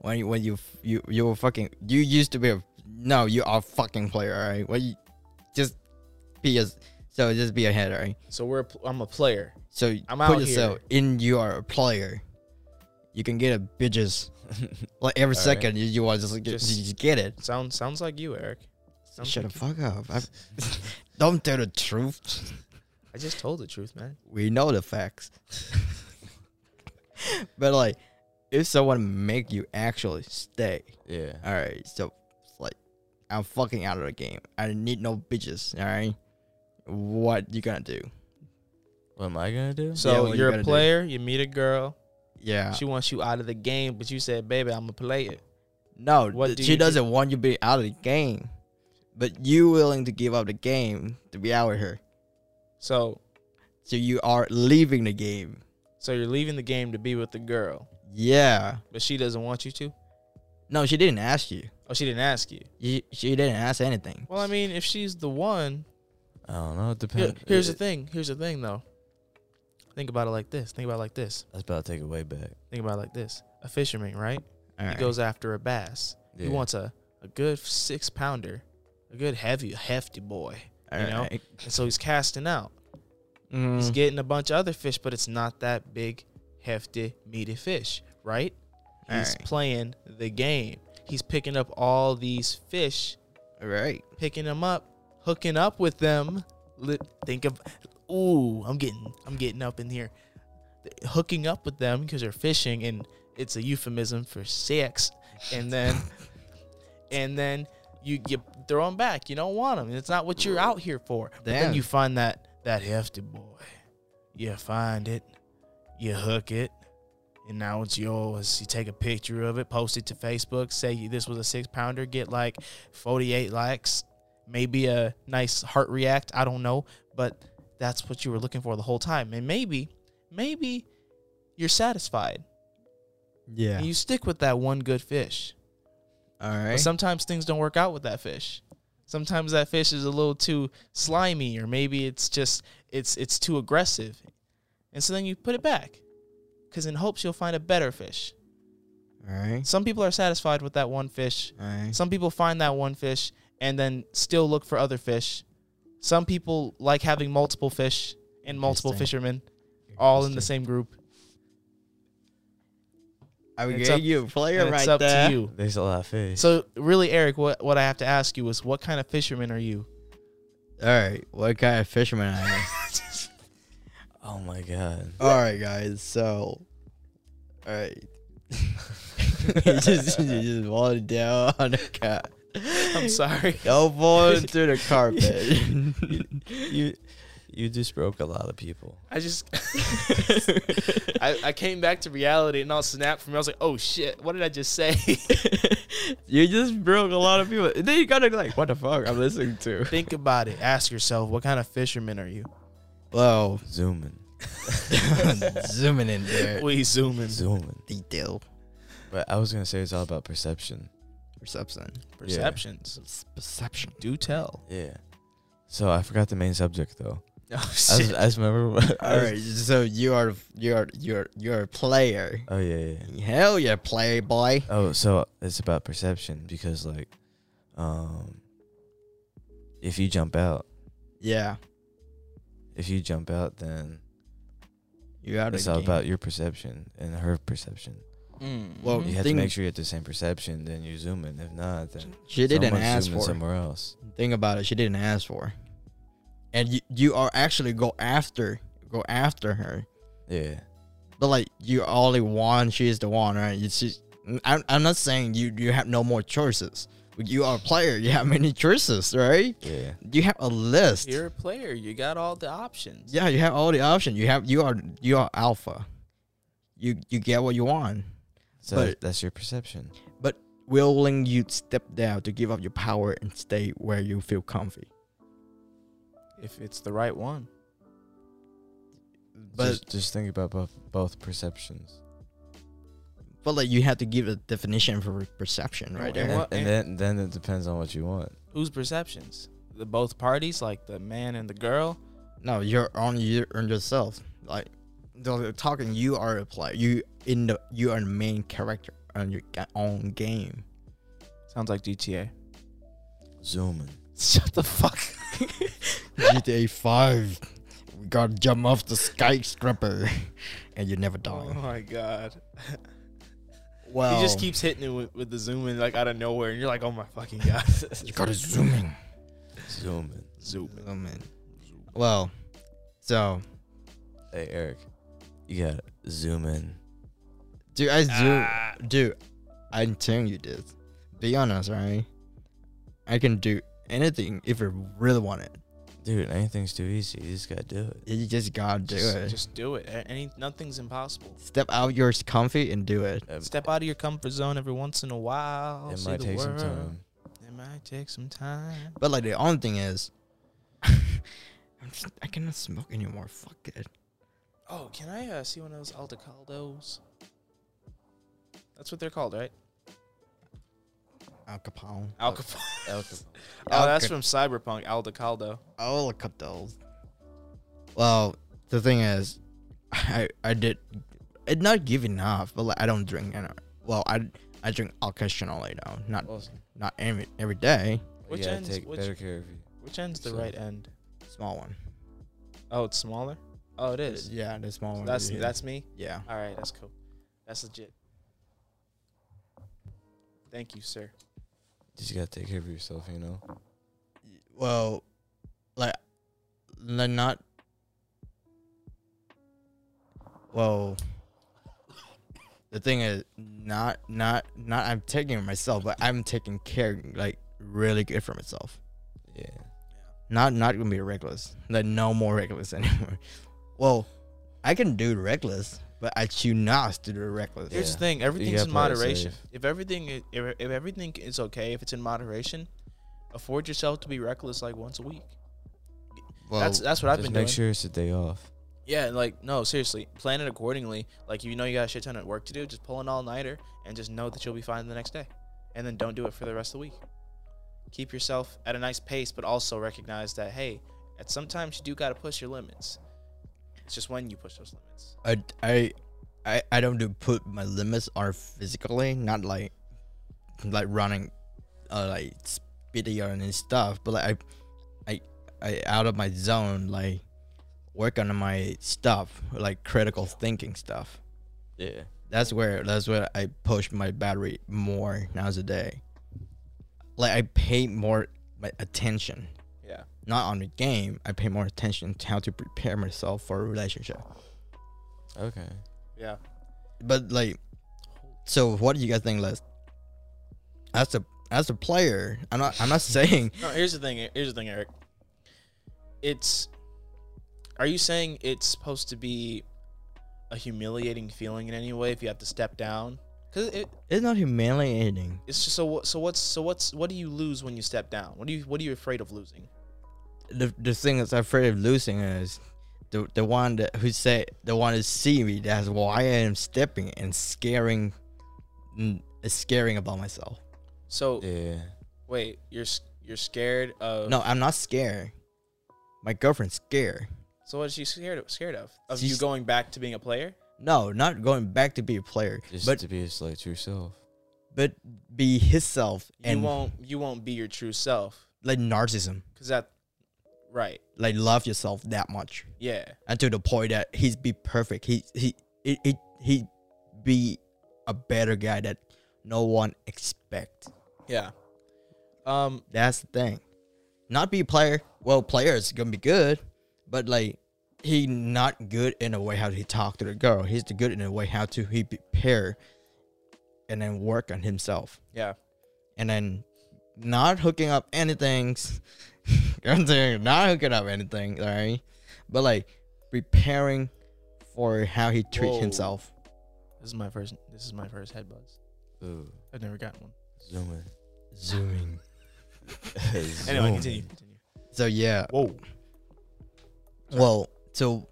Speaker 2: when you when you f- you you were fucking you used to be a no you are a fucking player, all right? Well, you just be as so just be ahead, all right?
Speaker 1: So we're, a pl- I'm a player.
Speaker 2: So
Speaker 1: I'm
Speaker 2: put
Speaker 1: out
Speaker 2: yourself in you are a player. You can get a bitches like every
Speaker 3: All right.
Speaker 2: second you, you are just, like,
Speaker 1: Just-
Speaker 2: you just get it.
Speaker 1: Sounds, sounds like you, Eric. Sounds
Speaker 2: Shut the
Speaker 1: like you.
Speaker 2: fuck up. I, don't tell the truth.
Speaker 1: I just told the truth, man.
Speaker 2: We know the facts. but like if someone make you actually stay,
Speaker 3: yeah.
Speaker 2: alright, so like I'm fucking out of the game. I need no bitches, alright? What you gonna do?
Speaker 3: What am I gonna do?
Speaker 1: So
Speaker 2: what you
Speaker 1: you're
Speaker 2: gotta
Speaker 1: a
Speaker 2: do.
Speaker 1: player. You meet a girl.
Speaker 2: Yeah.
Speaker 1: She wants you out of the game, but you said, "Baby, I'm a player."
Speaker 2: No,
Speaker 1: What
Speaker 2: th-
Speaker 1: do
Speaker 2: she
Speaker 1: you do?
Speaker 2: doesn't want you to be out of the game, but you willing to give up the game to be out with her.
Speaker 1: So,
Speaker 2: So you are leaving the game.
Speaker 1: so you're leaving the game to be with the girl,
Speaker 2: Yeah.
Speaker 1: but she doesn't want you to.
Speaker 2: No, she didn't ask you.
Speaker 1: Oh, she didn't ask you.
Speaker 2: She, she didn't ask anything.
Speaker 1: Well, I mean, if she's the one,
Speaker 3: I don't know. It
Speaker 1: Here-
Speaker 3: depends.
Speaker 1: here's the thing. Here's the thing, though. Think about it like this. Think about it like this.
Speaker 3: I was about to take it way back.
Speaker 1: Think about it like this. A fisherman, right?
Speaker 2: All
Speaker 1: He
Speaker 2: right.
Speaker 1: goes after a bass.
Speaker 3: Yeah.
Speaker 1: He wants a, a good six pounder, a good heavy, hefty boy.
Speaker 2: All
Speaker 1: you know,
Speaker 2: right.
Speaker 1: And so he's casting out.
Speaker 2: Mm.
Speaker 1: He's getting a bunch of other fish, but it's not that big, hefty, meaty fish, right?
Speaker 2: All
Speaker 1: He's
Speaker 2: right.
Speaker 1: playing the game. He's picking up all these fish
Speaker 2: All right.
Speaker 1: picking them up, hooking up with them. Li- Think of, ooh, I'm getting, I'm getting up in here, hooking up with them because they're fishing, and it's a euphemism for sex. And then, and then you you throw them back. You don't want them. It's not what you're out here for. But then
Speaker 2: Damn.
Speaker 1: you find that that hefty boy. You find it, you hook it. And now it's yours. You take a picture of it, post it to Facebook, say you, this was a six pounder, get like 48 likes, maybe a nice heart react. I don't know, but that's what you were looking for the whole time. And maybe, maybe you're satisfied
Speaker 2: Yeah.
Speaker 1: and you stick with that one good fish.
Speaker 2: All right.
Speaker 1: But sometimes things don't work out with that fish. Sometimes that fish is a little too slimy, or maybe it's just it's it's too aggressive, and so then you put it back, because in hopes you'll find a better fish.
Speaker 2: All right.
Speaker 1: Some people are satisfied with that one fish.
Speaker 2: All right.
Speaker 1: Some people find that one fish and then still look for other fish. Some people like having multiple fish and multiple
Speaker 2: Interesting.
Speaker 1: fishermen all in the same group.
Speaker 2: I
Speaker 1: it's
Speaker 2: gave
Speaker 1: up-
Speaker 2: you a player
Speaker 1: and
Speaker 2: right
Speaker 1: it's up
Speaker 2: there.
Speaker 1: to you.
Speaker 3: There's a lot of fish.
Speaker 1: So really, Eric, what, what I have to ask you is what kind of fisherman are you?
Speaker 2: All right. What kind of fisherman I am?
Speaker 3: oh my god.
Speaker 2: All right, guys. So, all right. you just you just wanted down on the cat.
Speaker 1: I'm sorry.
Speaker 2: Elbow into the carpet.
Speaker 3: you you just broke a lot of people.
Speaker 1: I just I, I came back to reality and all snapped from me. I was like, oh shit, what did I just say?
Speaker 2: you just broke a lot of people. Then you gotta like, what the fuck? I'm listening to.
Speaker 5: Think about it. Ask yourself, what kind of fisherman are you?
Speaker 2: Whoa,
Speaker 3: Zooming,
Speaker 2: zooming in there.
Speaker 5: We zooming.
Speaker 3: zooming.
Speaker 2: Detail
Speaker 3: But I was gonna say it's all about perception.
Speaker 2: perception.
Speaker 5: Perceptions.
Speaker 2: Perception.
Speaker 5: Do tell.
Speaker 3: Yeah. So I forgot the main subject though.
Speaker 5: Oh
Speaker 3: I just, I just remember. I
Speaker 2: All
Speaker 3: was-
Speaker 2: right, so you are you are you are you are a player.
Speaker 3: Oh yeah, yeah. yeah.
Speaker 2: Hell yeah, player boy.
Speaker 3: Oh, so it's about perception because like, um, if you jump out,
Speaker 2: Yeah,
Speaker 3: if you jump out, then
Speaker 2: you out of
Speaker 3: it's
Speaker 2: the
Speaker 3: all
Speaker 2: game.
Speaker 3: about your perception and her perception.
Speaker 1: Mm.
Speaker 2: Well,
Speaker 3: You have
Speaker 2: Thing-
Speaker 3: to make sure you have the same perception. Then you zoom in. If not, then
Speaker 2: she didn't
Speaker 3: someone's
Speaker 2: ask
Speaker 3: zooming
Speaker 2: for.
Speaker 3: somewhere else.
Speaker 2: Think about it. She didn't ask for, and you you are actually go after go after her,
Speaker 3: Yeah.
Speaker 2: but like you only one. She is the one, right? You she, I'm I'm not saying you you have no more choices. You are a player. You have many choices, right?
Speaker 3: Yeah.
Speaker 2: You have a list.
Speaker 1: you're a player. You got all the options.
Speaker 2: Yeah, you have all the options. You have you are you are alpha. You you get what you want.
Speaker 3: So
Speaker 2: But-
Speaker 3: that's your perception.
Speaker 2: But willing you step down to give up your power and stay where you feel comfy.
Speaker 1: If it's the right one.
Speaker 2: But
Speaker 3: just, just think about both both perceptions.
Speaker 2: but like you have to give a definition for perception right
Speaker 1: Yeah,
Speaker 3: And,
Speaker 2: there.
Speaker 1: what-
Speaker 3: and then then it depends on what you want.
Speaker 1: Whose perceptions? The both parties, like the man and the girl.
Speaker 2: No, you're on your on yourself. Like they're talking you are a player. You in the you are the main character on your ga- own game.
Speaker 1: Sounds like GTA.
Speaker 3: Zooming.
Speaker 2: Shut the fuck.
Speaker 1: Oh
Speaker 2: GTA Five. We gotta jump off the skyscraper, and you never
Speaker 5: Oh
Speaker 2: die.
Speaker 5: my god.
Speaker 2: Well,
Speaker 5: He
Speaker 2: Oh.
Speaker 5: just keeps hitting it with, with the zoom in like out of nowhere, and you're like, oh my fucking god.
Speaker 2: You gotta zoom in.
Speaker 3: Zooming.
Speaker 5: zoom.
Speaker 2: Zoom in. Well, so
Speaker 3: Hey Eric, you got to zoom in.
Speaker 2: dude, I zoom,
Speaker 1: Ah.
Speaker 2: dude. I'm telling you this. Be honest, right? I can do anything if I really want it.
Speaker 3: Dude, anything's too easy. You just gotta do it.
Speaker 2: You just gotta do
Speaker 1: just,
Speaker 2: it.
Speaker 1: just do it. A- Any nothing's impossible.
Speaker 2: Step out your comfy and do it.
Speaker 3: Um,
Speaker 1: Step out of your comfort zone every once in a while.
Speaker 3: It
Speaker 1: see
Speaker 3: might
Speaker 1: the
Speaker 3: take some
Speaker 1: world.
Speaker 3: time.
Speaker 1: It might take some time.
Speaker 2: But like the only thing is, I'm just, I cannot smoke anymore. Fuck it.
Speaker 1: Oh, can I uh, see one of those Aldecaldos? That's what they're called, right?
Speaker 2: Al Capone.
Speaker 1: Al Capone.
Speaker 3: Alcohol.
Speaker 1: Oh, that's
Speaker 2: Alca-
Speaker 1: from Cyberpunk. Aldecaldo.
Speaker 2: I'll cut those. Well, the thing is, I I did it not giving up, but like, I don't drink. And well, I I drink occasionally though, not
Speaker 3: Awesome.
Speaker 2: not every every day.
Speaker 1: Which
Speaker 3: you gotta
Speaker 1: ends-
Speaker 3: take
Speaker 1: which-
Speaker 3: better care of you.
Speaker 1: Which end's the
Speaker 3: So-
Speaker 1: right end?
Speaker 2: Small one.
Speaker 1: Oh, it's smaller. Oh, it is.
Speaker 2: Yeah, the small
Speaker 1: So
Speaker 2: one.
Speaker 1: that's
Speaker 2: yeah.
Speaker 1: that's me.
Speaker 2: yeah.
Speaker 1: All right, that's cool. That's legit. Thank you, sir.
Speaker 3: Just gotta take care of yourself, you know.
Speaker 2: Well, like, like not. Well, the thing is, not not not I'm taking it myself, but I'm taking care like really good for myself.
Speaker 3: Yeah.
Speaker 2: Not not gonna be reckless. Like no more reckless anymore. Well, I can do reckless, but I choose not to do reckless.
Speaker 1: Here's the
Speaker 3: Yeah.
Speaker 1: thing: everything's
Speaker 3: gotta
Speaker 1: in
Speaker 3: play it
Speaker 1: moderation.
Speaker 3: safe.
Speaker 1: If everything, i- if, if everything is okay, if it's in moderation, afford yourself to be reckless like once a week.
Speaker 2: Well,
Speaker 1: that's that's what I've
Speaker 3: just
Speaker 1: been
Speaker 3: make
Speaker 1: doing.
Speaker 3: sure it's a day off.
Speaker 1: Yeah, like no, seriously, plan it accordingly. Like you know you got a shit ton of work to do, just pull an all nighter and just know that you'll be fine the next day, and then don't do it for the rest of the week. Keep yourself at a nice pace, but also recognize that hey, at sometimes you do gotta push your limits. It's just when you push those limits.
Speaker 2: I I I I don't do put my limits are physically, not like like running uh like speedy or any stuff, but like I I I out of my zone like work on my stuff, like critical thinking stuff.
Speaker 3: Yeah.
Speaker 2: That's where that's where I push my battery more nowadays. Like I pay more my attention.
Speaker 1: Yeah.
Speaker 2: Not on the game, I pay more attention to how to prepare myself for a relationship.
Speaker 3: Okay.
Speaker 1: Yeah.
Speaker 2: But like, so what do you guys think? Let's as a as a player, I'm not I'm not saying
Speaker 1: No, here's the thing. Here's the thing, Eric. It's Are you saying it's supposed to be a humiliating feeling in any way if you have to step down? Because it,
Speaker 2: It's not humiliating.
Speaker 1: it's just so. What, so what's so what's what do you lose when you step down? What do you what are you afraid of losing?
Speaker 2: The the thing that's afraid of losing is the the one that who said the one to see me. That's why I am stepping and scaring, mm, scaring about myself.
Speaker 1: So
Speaker 3: Yeah.
Speaker 1: wait, you're s- you're scared of
Speaker 2: No, I'm not scared. My girlfriend's scared.
Speaker 1: So what is she scared of? Scared of of you
Speaker 2: She's-
Speaker 1: going back to being a player?
Speaker 2: No, not going back to be a player,
Speaker 3: Just
Speaker 2: but
Speaker 3: to be just like to yourself.
Speaker 2: but be himself
Speaker 1: You
Speaker 2: and
Speaker 1: won't you won't be your true self
Speaker 2: like narcissism,
Speaker 1: because that right
Speaker 2: like love yourself that much,
Speaker 1: yeah
Speaker 2: and to the point that he's be perfect. He he he he, he be a better guy that no one expect.
Speaker 1: yeah. Um,
Speaker 2: That's the thing. Not be a player. Well, player is gonna be good, but like he not good in a way how he talk to the girl. He's the good in a way how to he prepare, and then work on himself,
Speaker 1: yeah.
Speaker 2: and then not hooking up anything. I'm saying not hooking up anything, sorry, but like preparing for how he treat
Speaker 1: Whoa.
Speaker 2: himself.
Speaker 4: This is my first. This is my first head buzz.
Speaker 3: Ooh,
Speaker 4: I've never gotten one.
Speaker 3: zoom in.
Speaker 2: Zooming.
Speaker 1: Anyway,
Speaker 3: Zoom.
Speaker 1: continue. Continue.
Speaker 2: So yeah,
Speaker 1: Whoa.
Speaker 2: well, so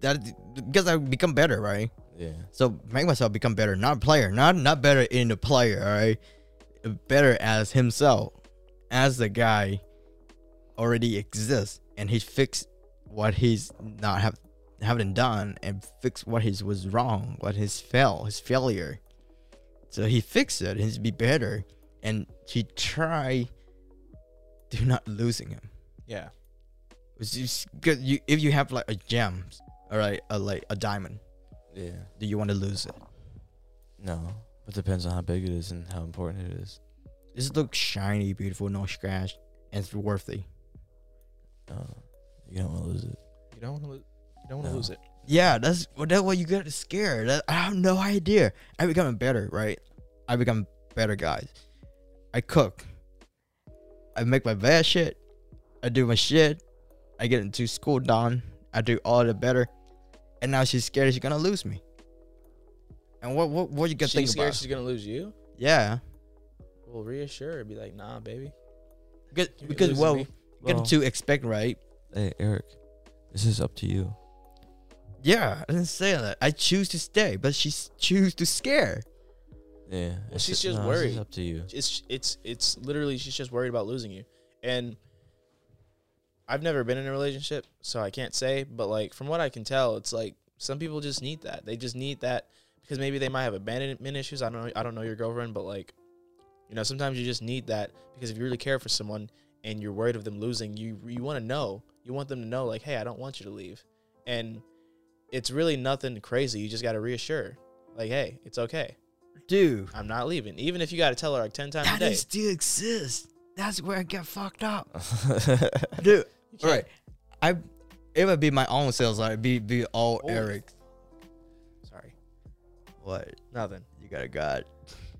Speaker 2: that because I become better, right?
Speaker 3: Yeah.
Speaker 2: So make myself become better, not a player, not not better in the player, all right? Better as himself, as the guy already exists, and he fixed what he's not have haven't done, and fixed what his was wrong, what his fail, his failure. So he fixed it, and he's be better, and he try to not losing him.
Speaker 1: Yeah.
Speaker 2: It's just 'cause you, if you have like a gem, all right, a like a diamond,
Speaker 3: Yeah.
Speaker 2: do you want to lose it?
Speaker 3: No. But depends on how big it is and how important it is.
Speaker 2: This looks shiny, beautiful, no scratch, and it's worthy.
Speaker 3: No. You don't want to lose it.
Speaker 4: You don't want to. You don't want to
Speaker 3: No.
Speaker 4: lose it.
Speaker 2: Yeah, that's well, that's what you get scared. That, I have no idea. I become better, right? I become better, guys. I cook. I make my bad shit. I do my shit. I get into school done. I do all the better, and now she's scared she's gonna lose me. And what what what you gonna
Speaker 1: She's
Speaker 2: think
Speaker 1: scared
Speaker 2: about?
Speaker 1: she's gonna lose you.
Speaker 2: Yeah,
Speaker 1: Well, reassure her. Be like, nah, baby.
Speaker 2: because,
Speaker 1: You
Speaker 2: because
Speaker 1: losing
Speaker 2: well,
Speaker 1: me.
Speaker 2: get to expect right.
Speaker 3: Hey, Eric. This is up to you.
Speaker 2: Yeah, I didn't say that. I choose to stay, but she s- choose to scare.
Speaker 3: Yeah. it's-
Speaker 1: she's just
Speaker 3: no, This
Speaker 1: worried.
Speaker 3: is up to you.
Speaker 1: it's it's it's literally she's just worried about losing you and i've never been in a relationship so i can't say but like from what i can tell it's like some people just need that they just need that because maybe they might have abandonment issues i don't know i don't know your girlfriend but like you know sometimes you just need that because if you really care for someone and you're worried of them losing you you want to know you want them to know like hey i don't want you to leave and it's really nothing crazy you just got to reassure like hey it's okay
Speaker 2: Dude,
Speaker 1: I'm not leaving. Even if you got to tell her like 10 times a
Speaker 2: that
Speaker 1: day.
Speaker 2: it still exists. That's where I get fucked up. Dude, all right. I it would be my own sales, I'd be be all
Speaker 1: Oh.
Speaker 2: Eric.
Speaker 1: Sorry.
Speaker 2: What?
Speaker 1: Nothing.
Speaker 2: You gotta god.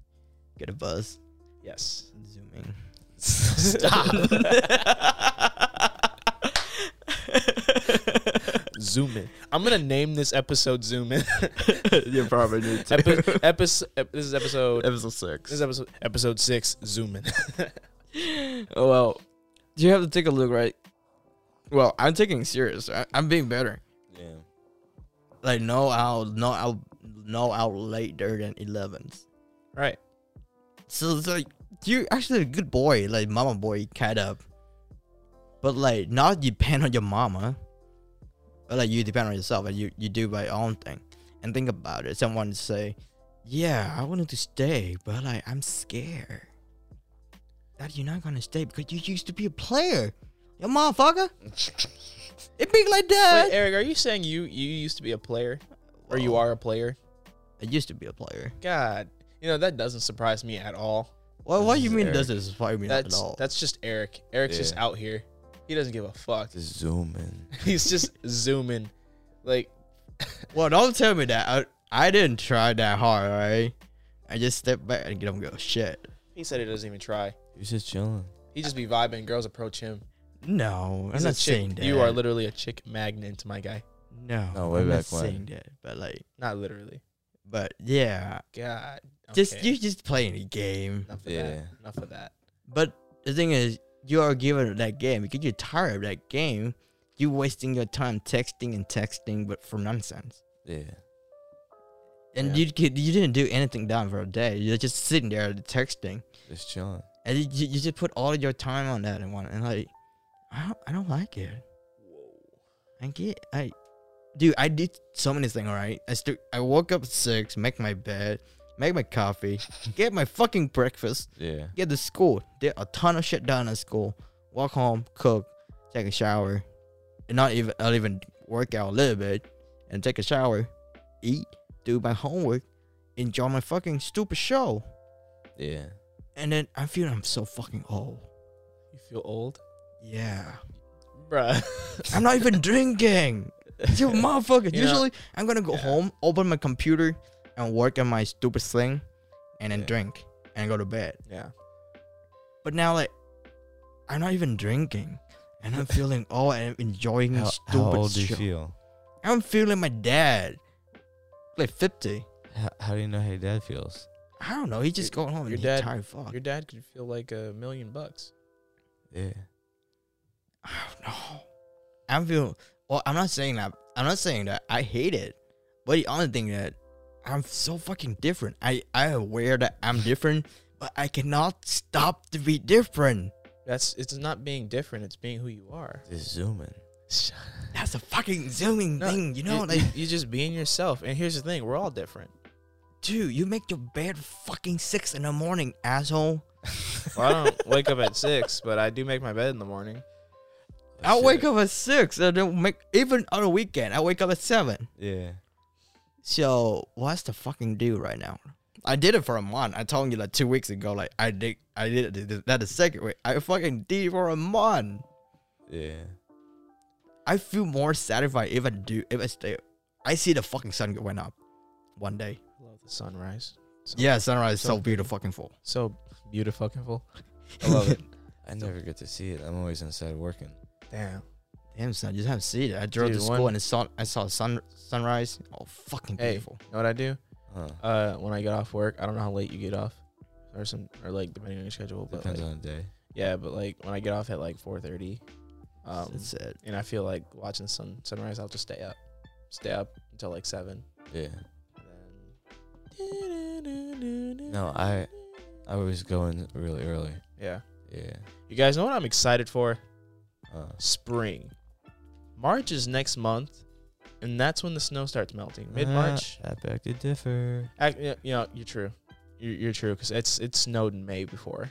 Speaker 2: Get a buzz.
Speaker 1: Yes.
Speaker 2: Zooming.
Speaker 1: Zoom in. I'm going to name this episode Zoom in.
Speaker 2: you probably need
Speaker 1: Epi- episode, this is episode
Speaker 2: Episode
Speaker 1: this is
Speaker 2: six.
Speaker 1: episode episode 6 Zoom in.
Speaker 2: Oh well. You have to take a look, right? Well, I'm taking it serious. I, I'm being better.
Speaker 3: yeah.
Speaker 2: Like no out no out no out later than elevens.
Speaker 1: right.
Speaker 2: So it's like you're actually a good boy, like mama boy kind of. But like not depend on your mama. But like you depend on yourself and you, you do my own thing. And think about it. Someone say, Yeah, I wanted to stay, but like I'm scared. That you're not gonna stay because you used to be a player. You motherfucker. it be like that.
Speaker 1: Wait, Eric, are you saying you you used to be a player or you
Speaker 2: Well,
Speaker 1: are a player?
Speaker 2: I used to be a player.
Speaker 1: God. You know, that doesn't surprise me at all.
Speaker 2: Well, what do
Speaker 3: This
Speaker 2: you
Speaker 3: is
Speaker 2: mean
Speaker 3: Eric.
Speaker 2: doesn't inspire me at
Speaker 1: That's
Speaker 2: all?
Speaker 1: that's just Eric. Eric's just
Speaker 3: Yeah.
Speaker 1: out here. He doesn't give a fuck.
Speaker 3: Just zoom in.
Speaker 1: He's just zooming. Like
Speaker 2: Well, don't tell me that. I, I didn't try that hard, alright? I just stepped back and don't go shit.
Speaker 1: He said he doesn't even try.
Speaker 3: He's just chilling.
Speaker 1: He just be vibing. Girls approach him.
Speaker 2: No, I'm
Speaker 1: He's a
Speaker 2: not
Speaker 1: chick-
Speaker 2: saying that.
Speaker 1: You are literally a chick magnet, my guy.
Speaker 2: No,
Speaker 3: No, way
Speaker 2: I'm
Speaker 3: back
Speaker 2: not
Speaker 3: when.
Speaker 2: saying that. But like,
Speaker 1: Not literally.
Speaker 2: but yeah,
Speaker 1: God.
Speaker 2: just
Speaker 1: okay.
Speaker 2: you're just playing a game.
Speaker 1: Enough of that.
Speaker 3: Yeah.
Speaker 1: Enough of that.
Speaker 2: But the thing is, you are given that game because you're tired of that game. You're wasting your time texting and texting, but for nonsense.
Speaker 3: Yeah.
Speaker 2: And
Speaker 3: Yeah.
Speaker 2: you could, you didn't do anything down for a day. You're just sitting there texting,
Speaker 3: Just chilling.
Speaker 2: and you, you you just put all your time on that and one. And like, I don't, I don't like it. I get, I, dude, I did so many things. All right, I still, I woke up at six, make my bed, make my coffee, get my fucking breakfast,
Speaker 3: Yeah.
Speaker 2: get to school, did a ton of shit done at school, walk home, cook, take a shower, and not even not even work out a little bit, and take a shower, eat, do my homework, enjoy my fucking stupid show,
Speaker 3: Yeah.
Speaker 2: and then I feel I'm so fucking old.
Speaker 1: You feel old?
Speaker 2: Yeah,
Speaker 1: Bruh.
Speaker 2: I'm not even drinking. You motherfucker.
Speaker 1: You know-
Speaker 2: Usually I'm gonna go
Speaker 1: Yeah.
Speaker 2: home, open my computer, and work on my stupid thing, and then
Speaker 3: Yeah.
Speaker 2: drink and go to bed.
Speaker 1: Yeah.
Speaker 2: But now, like, I'm not even drinking. And I'm feeling oh, and I'm enjoying
Speaker 3: How,
Speaker 2: stupid
Speaker 3: how old do you
Speaker 2: shit.
Speaker 3: feel?
Speaker 2: I'm feeling my dad, like 50.
Speaker 3: How, how do you know how your dad feels?
Speaker 2: I don't know. He just going home
Speaker 1: your
Speaker 2: and
Speaker 1: dad-
Speaker 2: he tired fuck.
Speaker 1: Your dad could feel like a million bucks.
Speaker 3: Yeah.
Speaker 2: I don't know. I'm feeling. Well, I'm not saying that. I'm not saying that. I hate it. But the only thing that I'm so fucking different. I I aware that I'm different, but I cannot stop to be different.
Speaker 1: That's it's not being different, it's being who you are.
Speaker 3: Just zooming.
Speaker 2: That's a fucking zooming
Speaker 1: No,
Speaker 2: thing, you know?
Speaker 1: you,
Speaker 2: like,
Speaker 1: you- you just being yourself. And here's the thing, we're all different.
Speaker 2: dude, you make your bed fucking six in the morning, asshole.
Speaker 1: Well, I don't wake up at six, but I do make my bed in the morning.
Speaker 2: I wake up at six. I don't make even on a weekend. I wake up at seven.
Speaker 3: Yeah.
Speaker 2: So what's the fucking deal right now? I did it for a month. I told you like two weeks ago. Like I did, I did it that the second week. I fucking did it for a month.
Speaker 3: Yeah.
Speaker 2: I feel more satisfied if I do. If I stay, I see the fucking sun went up one day.
Speaker 1: I love the sunrise. So,
Speaker 2: Yeah, sunrise is so,
Speaker 1: so
Speaker 2: beautiful. Fucking full.
Speaker 1: So beautiful.
Speaker 3: I love it. I never get to see it. I'm always inside working.
Speaker 1: Damn.
Speaker 2: Damn son, you haven't seen it. I drove
Speaker 1: Dude,
Speaker 2: to school
Speaker 1: one-
Speaker 2: and it saw, I saw sun sunrise. Oh fucking
Speaker 1: Hey.
Speaker 2: beautiful.
Speaker 1: Know what I do?
Speaker 3: Huh.
Speaker 1: Uh when I get off work, I don't know how late you get off. Or some or like depending on your schedule. But
Speaker 3: Depends
Speaker 1: like-
Speaker 3: on the day.
Speaker 1: yeah, but like when I get off at like four thirty, um
Speaker 2: That's it.
Speaker 1: and I feel like watching sun sunrise, I'll just stay up. Stay up until like seven.
Speaker 3: Yeah.
Speaker 1: And then
Speaker 3: No, I I always go in really early.
Speaker 1: Yeah.
Speaker 3: Yeah.
Speaker 1: You guys know what I'm excited for?
Speaker 3: Uh,
Speaker 1: Spring. March is next month, and that's when the snow starts melting.
Speaker 3: Uh,
Speaker 1: Mid March.
Speaker 3: I beg to differ.
Speaker 1: Ac you you know, you're true. You're, you're true because it's it snowed in May before,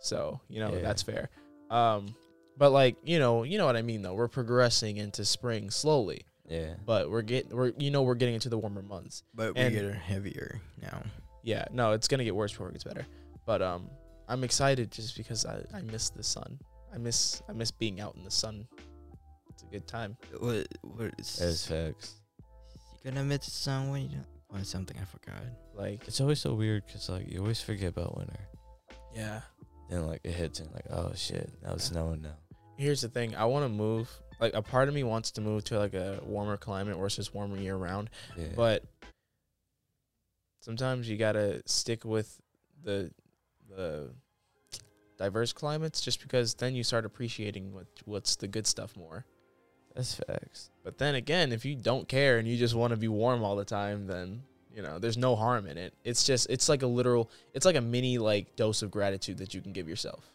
Speaker 1: so you know
Speaker 3: Yeah.
Speaker 1: that's fair. Um, but like you know, you know what I mean though. We're progressing into spring slowly,
Speaker 3: Yeah.
Speaker 1: but we're getting we're you know we're getting into the warmer months.
Speaker 2: But
Speaker 1: And-
Speaker 2: we get heavier now.
Speaker 1: Yeah, no, it's gonna get worse before it gets better. But um, I'm excited just because I I miss the sun. I miss I miss being out in the sun. It's a good time.
Speaker 2: What, what is,
Speaker 3: As facts.
Speaker 2: You gonna miss someone? You don't or something I forgot.
Speaker 1: Like
Speaker 3: It's always so weird because like you always forget about winter.
Speaker 1: yeah.
Speaker 3: Then like it hits and like oh shit now it's snowing now.
Speaker 1: Here's the thing. I want to move. Like a part of me wants to move to like a warmer climate where it's just warmer year round.
Speaker 3: Yeah.
Speaker 1: but sometimes you gotta stick with the the diverse climates just because then you start appreciating what what's the good stuff more
Speaker 3: that's facts.
Speaker 1: but then again if you don't care and you just want to be warm all the time then you know there's no harm in it it's just it's like a literal it's like a mini like dose of gratitude that you can give yourself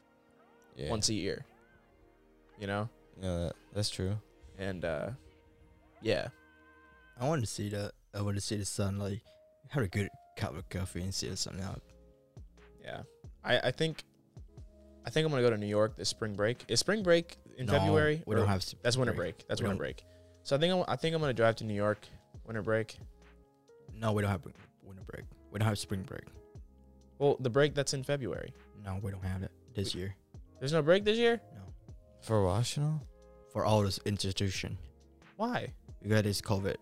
Speaker 3: Yeah.
Speaker 1: once a year you know
Speaker 3: No, that, that's true.
Speaker 1: and uh yeah
Speaker 2: I want to see the I want to see the sun. Like have a good cup of coffee and see the sun out.
Speaker 1: Yeah, I, I think, I think I'm gonna go to New York this spring break. Is spring break in
Speaker 2: No,
Speaker 1: February?
Speaker 2: We
Speaker 1: Or-
Speaker 2: don't have s-
Speaker 1: that's winter break. That's
Speaker 2: We
Speaker 1: winter break. So I think I'm, I think I'm gonna drive to New York winter break.
Speaker 2: No, we don't have winter break. We don't have spring break.
Speaker 1: Well, the break that's in February.
Speaker 2: No, we don't have it this year
Speaker 1: There's no break this year.
Speaker 3: For Washington.
Speaker 2: for all this institution
Speaker 1: Why?
Speaker 2: because it's COVID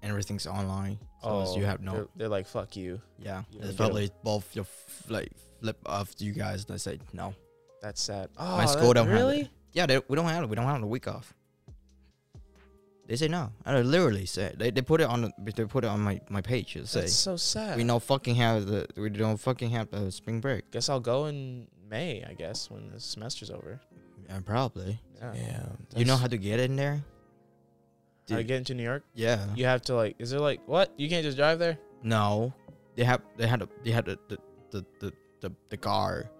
Speaker 2: and everything's online. So it's- you have no.
Speaker 1: They're, they're like fuck you.
Speaker 2: yeah,
Speaker 1: you
Speaker 2: it's
Speaker 1: don't get 'em.
Speaker 2: probably both your f- like flip off to you guys. They say no.
Speaker 1: That's sad. Oh,
Speaker 2: school
Speaker 1: that-
Speaker 2: don't have it.
Speaker 1: really?
Speaker 2: yeah, they, we don't have we don't have a week off. They say no. I literally said they, they put it on the- they put it on my my page. It say
Speaker 1: That's so sad.
Speaker 2: we don't fucking have the we don't fucking have the spring break.
Speaker 1: Guess I'll go in May. I guess when the semester's over.
Speaker 2: Yeah, probably.
Speaker 1: Yeah.
Speaker 3: Yeah.
Speaker 2: you know
Speaker 3: that's-
Speaker 2: how to get in there?
Speaker 1: How to
Speaker 2: Dude.
Speaker 1: get into New York?
Speaker 2: Yeah.
Speaker 1: You have to like. Is there like what? You can't just drive there.
Speaker 2: No, they have they had a, they had a, the, the the the the car.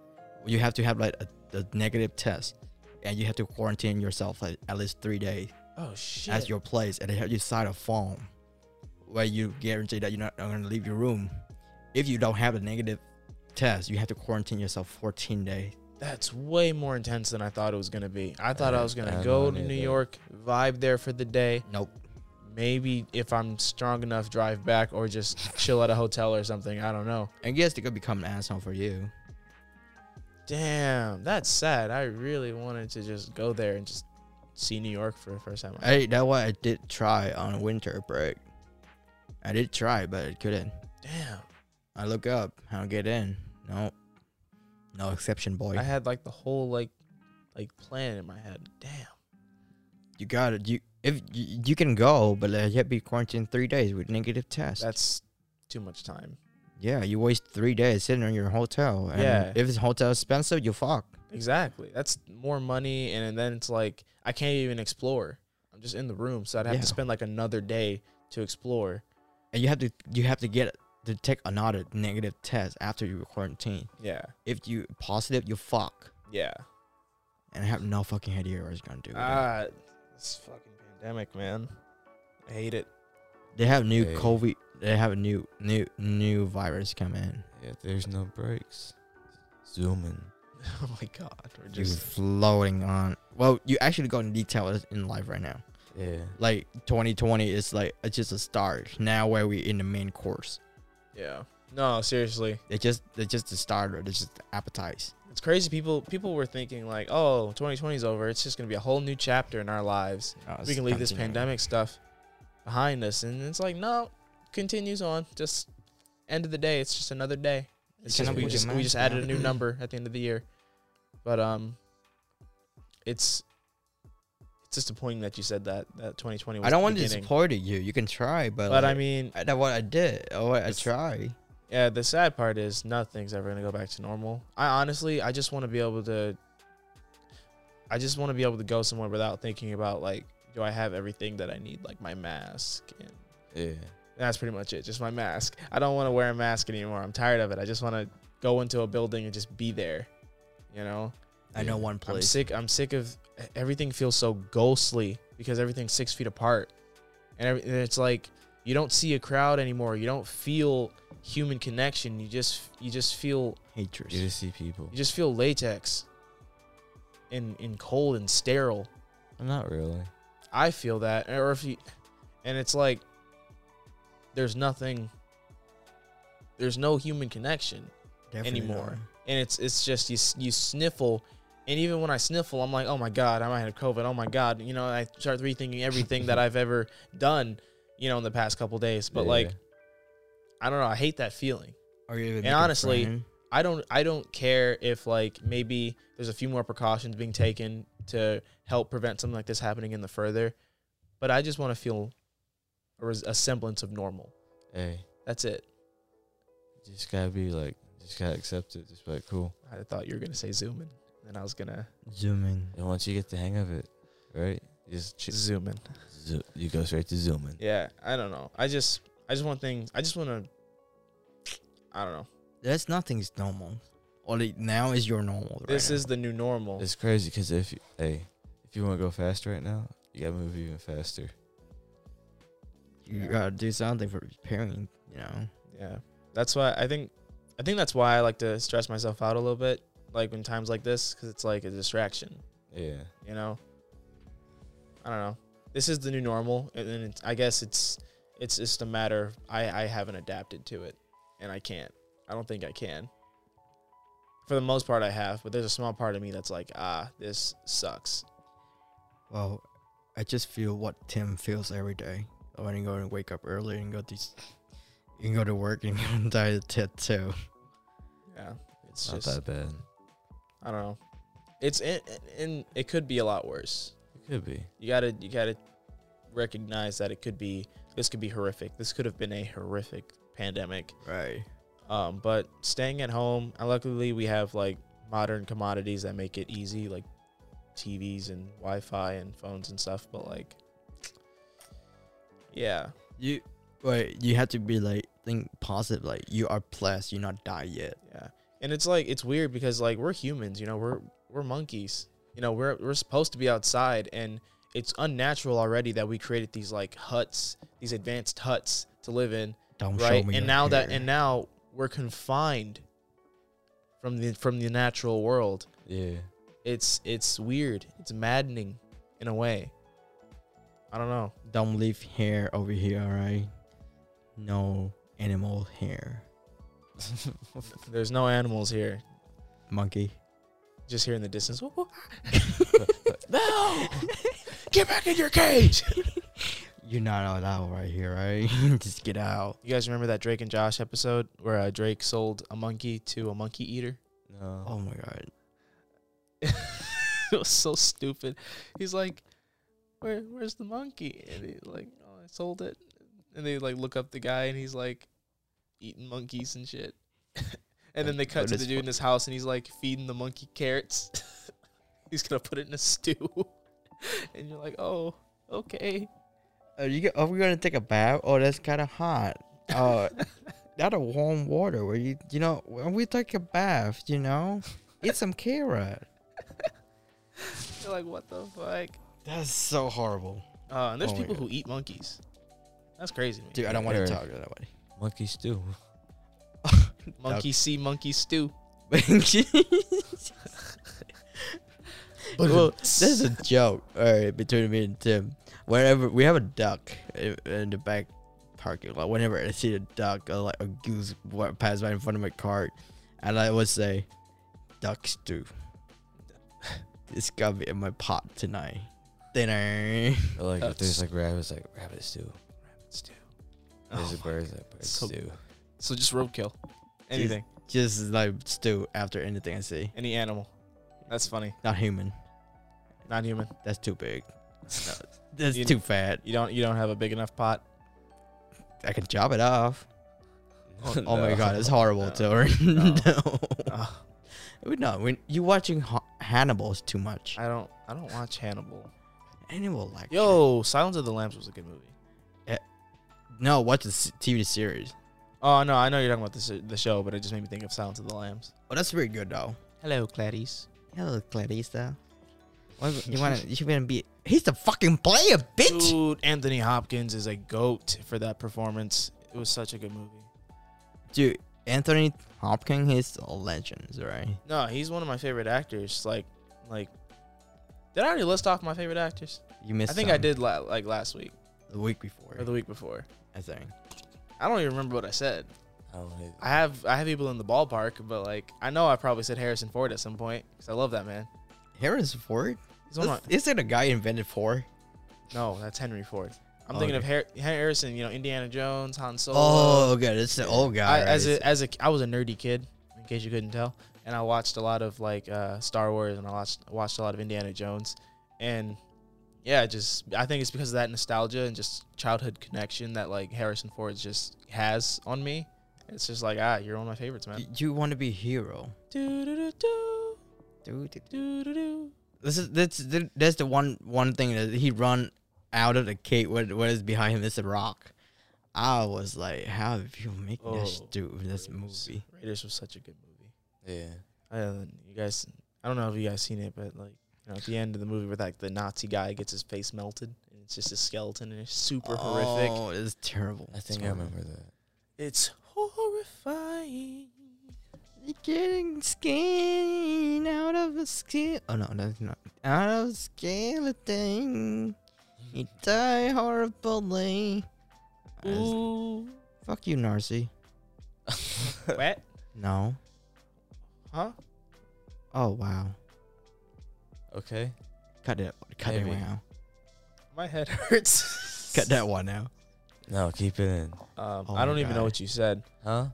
Speaker 2: You have to have like a, a negative test, and you have to quarantine yourself like at least three days
Speaker 1: Oh shit.
Speaker 2: at your place, and they have you sign a form where you guarantee that you're not going to leave your room. If you don't have a negative test, you have to quarantine yourself 14 days.
Speaker 1: That's way more intense than I thought it was gonna be. I thought I
Speaker 3: Uh,
Speaker 1: was
Speaker 3: I
Speaker 1: gonna
Speaker 3: don't
Speaker 1: go
Speaker 3: know
Speaker 1: to New
Speaker 3: neither.
Speaker 1: York, vibe there for the day.
Speaker 2: Nope.
Speaker 1: Maybe if I'm strong enough, drive back or just chill at a hotel or something. I don't know.
Speaker 2: I guess they could become an asshole for you.
Speaker 1: Damn, that's sad. I really wanted to just go there and just see New York for the first time.
Speaker 2: Hey, that's why I did try on winter break. I did try, but I couldn't.
Speaker 1: Damn.
Speaker 2: I look up, I don't get in. No, no exception, boy.
Speaker 1: I had like the whole like like plan in my head. Damn.
Speaker 2: you got it. You if you, you can go, but uh, you have to be quarantined three days with negative test.
Speaker 1: That's too much time.
Speaker 2: yeah, you waste three days sitting in your hotel. And
Speaker 1: Yeah.
Speaker 2: If it's hotel expensive, you fuck.
Speaker 1: Exactly. That's more money and then it's like I can't even explore. I'm just in the room, so I'd have
Speaker 2: Yeah.
Speaker 1: to spend like another day to explore.
Speaker 2: And you have to you have to get to take another negative test after you quarantine.
Speaker 1: Yeah.
Speaker 2: If you positive, you fuck.
Speaker 1: Yeah.
Speaker 2: And I have no fucking idea what I was gonna do. with that.
Speaker 1: Ah, this fucking pandemic, man. I hate it.
Speaker 2: they have new
Speaker 3: Hey.
Speaker 2: COVID. They have a new new new virus come in.
Speaker 3: Yeah, there's no breaks. Zooming.
Speaker 1: oh my god. We're
Speaker 2: Just
Speaker 1: just
Speaker 2: floating on. Well, you actually go in detail in life right now.
Speaker 3: Yeah.
Speaker 2: like 2020 is like it's just a start now where we in the main course
Speaker 1: Yeah. No, seriously.
Speaker 2: it's just it's just the starter it's just the appetizer
Speaker 1: It's crazy. People people were thinking like, oh, 2020's over. It's just gonna be a whole new chapter in our lives.
Speaker 2: Uh, it's
Speaker 1: we can leave this
Speaker 2: continuing.
Speaker 1: pandemic stuff behind us and it's like no continues on just end of the day it's just another day it's
Speaker 2: cannot
Speaker 1: just, we
Speaker 2: put your
Speaker 1: just we
Speaker 2: mask
Speaker 1: just added a
Speaker 2: down.
Speaker 1: new number at the end of the year but um it's it's disappointing that you said that that 2020 was
Speaker 2: i don't
Speaker 1: the
Speaker 2: want to
Speaker 1: beginning.
Speaker 2: disappoint you you can try but
Speaker 1: but i
Speaker 2: like,
Speaker 1: mean
Speaker 2: I- that's what i did oh i
Speaker 1: It's-
Speaker 2: try
Speaker 1: yeah the sad part is nothing's ever going to go back to normal i honestly i just want to be able to i just want to be able to go somewhere without thinking about like do i have everything that i need like my mask and
Speaker 3: Yeah.
Speaker 1: That's pretty much it. Just my mask. I don't want to wear a mask anymore. I'm tired of it. I just want to go into a building and just be there. You know,
Speaker 2: i know one
Speaker 1: I'm
Speaker 2: place
Speaker 1: sick. I'm sick of e, everything feels so ghostly because everything's six feet apart, and, every, and it's like you don't see a crowd anymore. You don't feel human connection. You just you just feel
Speaker 2: hatred
Speaker 3: You just see people.
Speaker 1: you just feel latex and and cold and sterile.
Speaker 3: Not really.
Speaker 1: I feel that, or if you, and it's like, there's nothing, there's no human connection,
Speaker 2: Definitely
Speaker 1: anymore.
Speaker 2: not.
Speaker 1: and it's it's just you s- you sniffle, and even when I sniffle, I'm like, oh my god, I might have COVID. Oh my god, you know, I start rethinking everything that I've ever done, you know, in the past couple days. But
Speaker 3: Yeah.
Speaker 1: like, I don't know, I hate that feeling.
Speaker 2: Are you even
Speaker 1: And
Speaker 2: making
Speaker 1: honestly,
Speaker 2: friend?
Speaker 1: I don't I don't care if like maybe there's a few more precautions being taken to help prevent something like this happening in the further, but I just want to feel a, res- a semblance of normal.
Speaker 3: hey,
Speaker 1: That's it.
Speaker 3: just gotta be like, just gotta accept it. Just be like, cool.
Speaker 1: I thought you were gonna say zoom in, and I was gonna
Speaker 2: zoom in
Speaker 3: And once you get the hang of it, right? Just ch-
Speaker 1: zoom in.
Speaker 3: zo- you go straight to zooming.
Speaker 1: Yeah, I don't know. I just I just want things. I just want to. I don't know.
Speaker 2: that's nothing's normal only now is your normal right
Speaker 1: This
Speaker 2: now.
Speaker 1: is the new normal.
Speaker 3: It's crazy because if you, hey, if you want to go fast right now, you gotta move even faster.
Speaker 2: you gotta do something for preparing you know
Speaker 1: Yeah, that's why I think I think that's why I like to stress myself out a little bit, like in times like this, because it's like a distraction.
Speaker 3: Yeah.
Speaker 1: you know i don't know this is the new normal and then it's, i guess it's it's just a matter of i i haven't adapted to it and i can't i don't think i can for the most part i have but there's a small part of me that's like ah this sucks
Speaker 2: Well, I just feel what Tim feels every day when you go and wake up early and go to you can go to work and you die to tattoo.
Speaker 1: yeah it's
Speaker 3: Not
Speaker 1: just
Speaker 3: that bad.
Speaker 1: i don't know It's and, and it could be a lot worse.
Speaker 3: It could be.
Speaker 1: You gotta you gotta recognize that it could be this could be horrific. This could have been a horrific pandemic.
Speaker 2: Right.
Speaker 1: Um, but staying at home, and luckily we have like modern commodities that make it easy, like TVs and Wi-Fi and phones and stuff. But like, yeah,
Speaker 2: You right. You have to be like think positive. Like you are blessed. You're not die yet.
Speaker 1: yeah, and it's like it's weird because like we're humans, you know, we're we're monkeys, you know, we're we're supposed to be outside, and it's unnatural already that we created these like huts, these advanced huts to live in,
Speaker 2: Don't
Speaker 1: right?
Speaker 2: show me.
Speaker 1: And now that and now we're confined from the from the natural world.
Speaker 3: Yeah.
Speaker 1: it's it's weird. It's maddening in a way. I don't know.
Speaker 2: don't leave hair over here. All right. No animal hair.
Speaker 1: There's no animals here.
Speaker 2: Monkey.
Speaker 1: Just here in the distance. no! Get back in your cage!
Speaker 2: You're not allowed right here. Right. Just get out.
Speaker 1: You guys remember that Drake and Josh episode where uh, Drake sold a monkey to a monkey eater?
Speaker 3: no.
Speaker 2: Oh my god.
Speaker 1: it was so stupid. He's like, "Where, where's the monkey?" And he like, "Oh, I sold it." And they like look up the guy, and he's like, eating monkeys and shit. and then they cut to
Speaker 2: That
Speaker 1: the
Speaker 2: is
Speaker 1: dude in his house, and he's like feeding the monkey carrots. he's gonna put it in a stew, and you're like, "Oh, okay."
Speaker 2: Are Oh, you? go- Are we gonna take a bath? Oh, that's kind of hot. Uh, not a warm water. Where you? You know, when we take a bath, you know, eat some carrot.
Speaker 1: You're like, "What the fuck?"
Speaker 2: That's so horrible,
Speaker 1: Uh, and there's
Speaker 2: Oh my
Speaker 1: people
Speaker 2: God.
Speaker 1: who eat monkeys. That's crazy to me.
Speaker 2: dude. I don't want to
Speaker 3: Eric.
Speaker 2: talk to that way.
Speaker 3: Monkey stew.
Speaker 1: Monkey see, monkey stew.
Speaker 2: well, this is a joke. All right, between me and Tim. Whenever we have a duck i- in the back parking lot, whenever I see a duck or like a goose wa- pass by in front of my cart, and I would say, "Ducks do." It's gotta be in my pot tonight. Dinner.
Speaker 3: Or like if
Speaker 1: That's-
Speaker 3: there's like rabbits, like rabbit stew. Rabbit stew. There's
Speaker 1: Oh
Speaker 3: a bird, like bird
Speaker 1: So-
Speaker 3: stew.
Speaker 1: So just roadkill. Anything,
Speaker 2: Just like stew after anything I see.
Speaker 1: any animal. That's funny.
Speaker 2: Not human.
Speaker 1: Not human.
Speaker 2: That's too big. That's
Speaker 1: You-
Speaker 2: too fat.
Speaker 1: You don't you don't have a big enough pot.
Speaker 2: I can chop it off.
Speaker 3: Oh,
Speaker 2: Oh my
Speaker 3: no.
Speaker 2: god, it's horrible,
Speaker 1: No.
Speaker 2: Tori.
Speaker 1: No.
Speaker 2: No.
Speaker 1: Ugh.
Speaker 2: We- no, when you watching Ho- Hannibal's too much.
Speaker 1: I don't I don't watch Hannibal.
Speaker 2: Hannibal like
Speaker 1: Yo, Silence of the Lambs was a good movie.
Speaker 2: No, watch the s- TV series.
Speaker 1: Oh no, I know you're talking about the s- the show, but it just made me think of Silence of the Lambs.
Speaker 2: Oh, that's pretty good though.
Speaker 1: Hello, Clarice.
Speaker 2: Hello, Clarissa. What, you want to? You want to be? He's the fucking player, bitch.
Speaker 1: Dude, Anthony Hopkins is a goat for that performance. It was such a good movie.
Speaker 2: Dude, Anthony Hopkins, he's a legend, right?
Speaker 1: No, he's one of my favorite actors. Like, like, did I already list off my favorite actors?
Speaker 2: You missed.
Speaker 1: I think I
Speaker 2: some
Speaker 1: did la- like last week
Speaker 2: the week before.
Speaker 1: or the week before.
Speaker 2: I think.
Speaker 1: I don't even remember what I said.
Speaker 3: I don't know.
Speaker 1: I have I have people in the ballpark, but like I know I probably said Harrison Ford at some point because I love that man.
Speaker 2: Harrison Ford.
Speaker 1: He's one of my-
Speaker 2: Is it a guy invented Ford?
Speaker 1: No, that's Henry Ford. I'm
Speaker 2: Oh,
Speaker 1: thinking of Har- Harrison. You know, Indiana Jones, Han Solo.
Speaker 2: Oh, good. It's the old guy.
Speaker 1: I, as
Speaker 2: right?
Speaker 1: a as a I was a nerdy kid, in case you couldn't tell, and I watched a lot of like uh, Star Wars and I watched watched a lot of Indiana Jones, and yeah, just I think it's because of that nostalgia and just childhood connection that like Harrison Ford just has on me. It's just like ah, you're one of my favorites, man.
Speaker 2: Y- you want to be hero.
Speaker 1: Do do do do
Speaker 2: Dude,
Speaker 1: do do do.
Speaker 2: this is that's th- that's the one one thing that he run out of the cave. What what is behind him? It's a rock. I was like, how have you making
Speaker 1: Oh,
Speaker 2: this dude this movie?
Speaker 1: Raiders was such a good movie.
Speaker 3: Yeah.
Speaker 1: Uh, you guys, I don't know if you guys seen it, but like you know, at the end of the movie, where like the Nazi guy gets his face melted, and it's just a skeleton, and it's super horrific.
Speaker 2: Oh, it's terrible.
Speaker 3: I think I
Speaker 2: Sorry.
Speaker 3: remember that.
Speaker 1: It's horrifying.
Speaker 2: You're getting skin out of a skin. Oh no, that's not out of a skeleton. You die horribly. I was-
Speaker 1: Ooh,
Speaker 2: fuck you, Narcy.
Speaker 1: wet?
Speaker 2: No.
Speaker 1: Huh?
Speaker 2: Oh wow.
Speaker 3: Okay.
Speaker 2: Cut it. Cut it
Speaker 3: Maybe.
Speaker 2: out.
Speaker 1: My head hurts.
Speaker 2: Cut that one out.
Speaker 3: No, keep it in.
Speaker 1: Um,
Speaker 2: Oh
Speaker 1: I don't
Speaker 2: my
Speaker 1: even know
Speaker 2: God.
Speaker 1: what you said.
Speaker 3: Huh?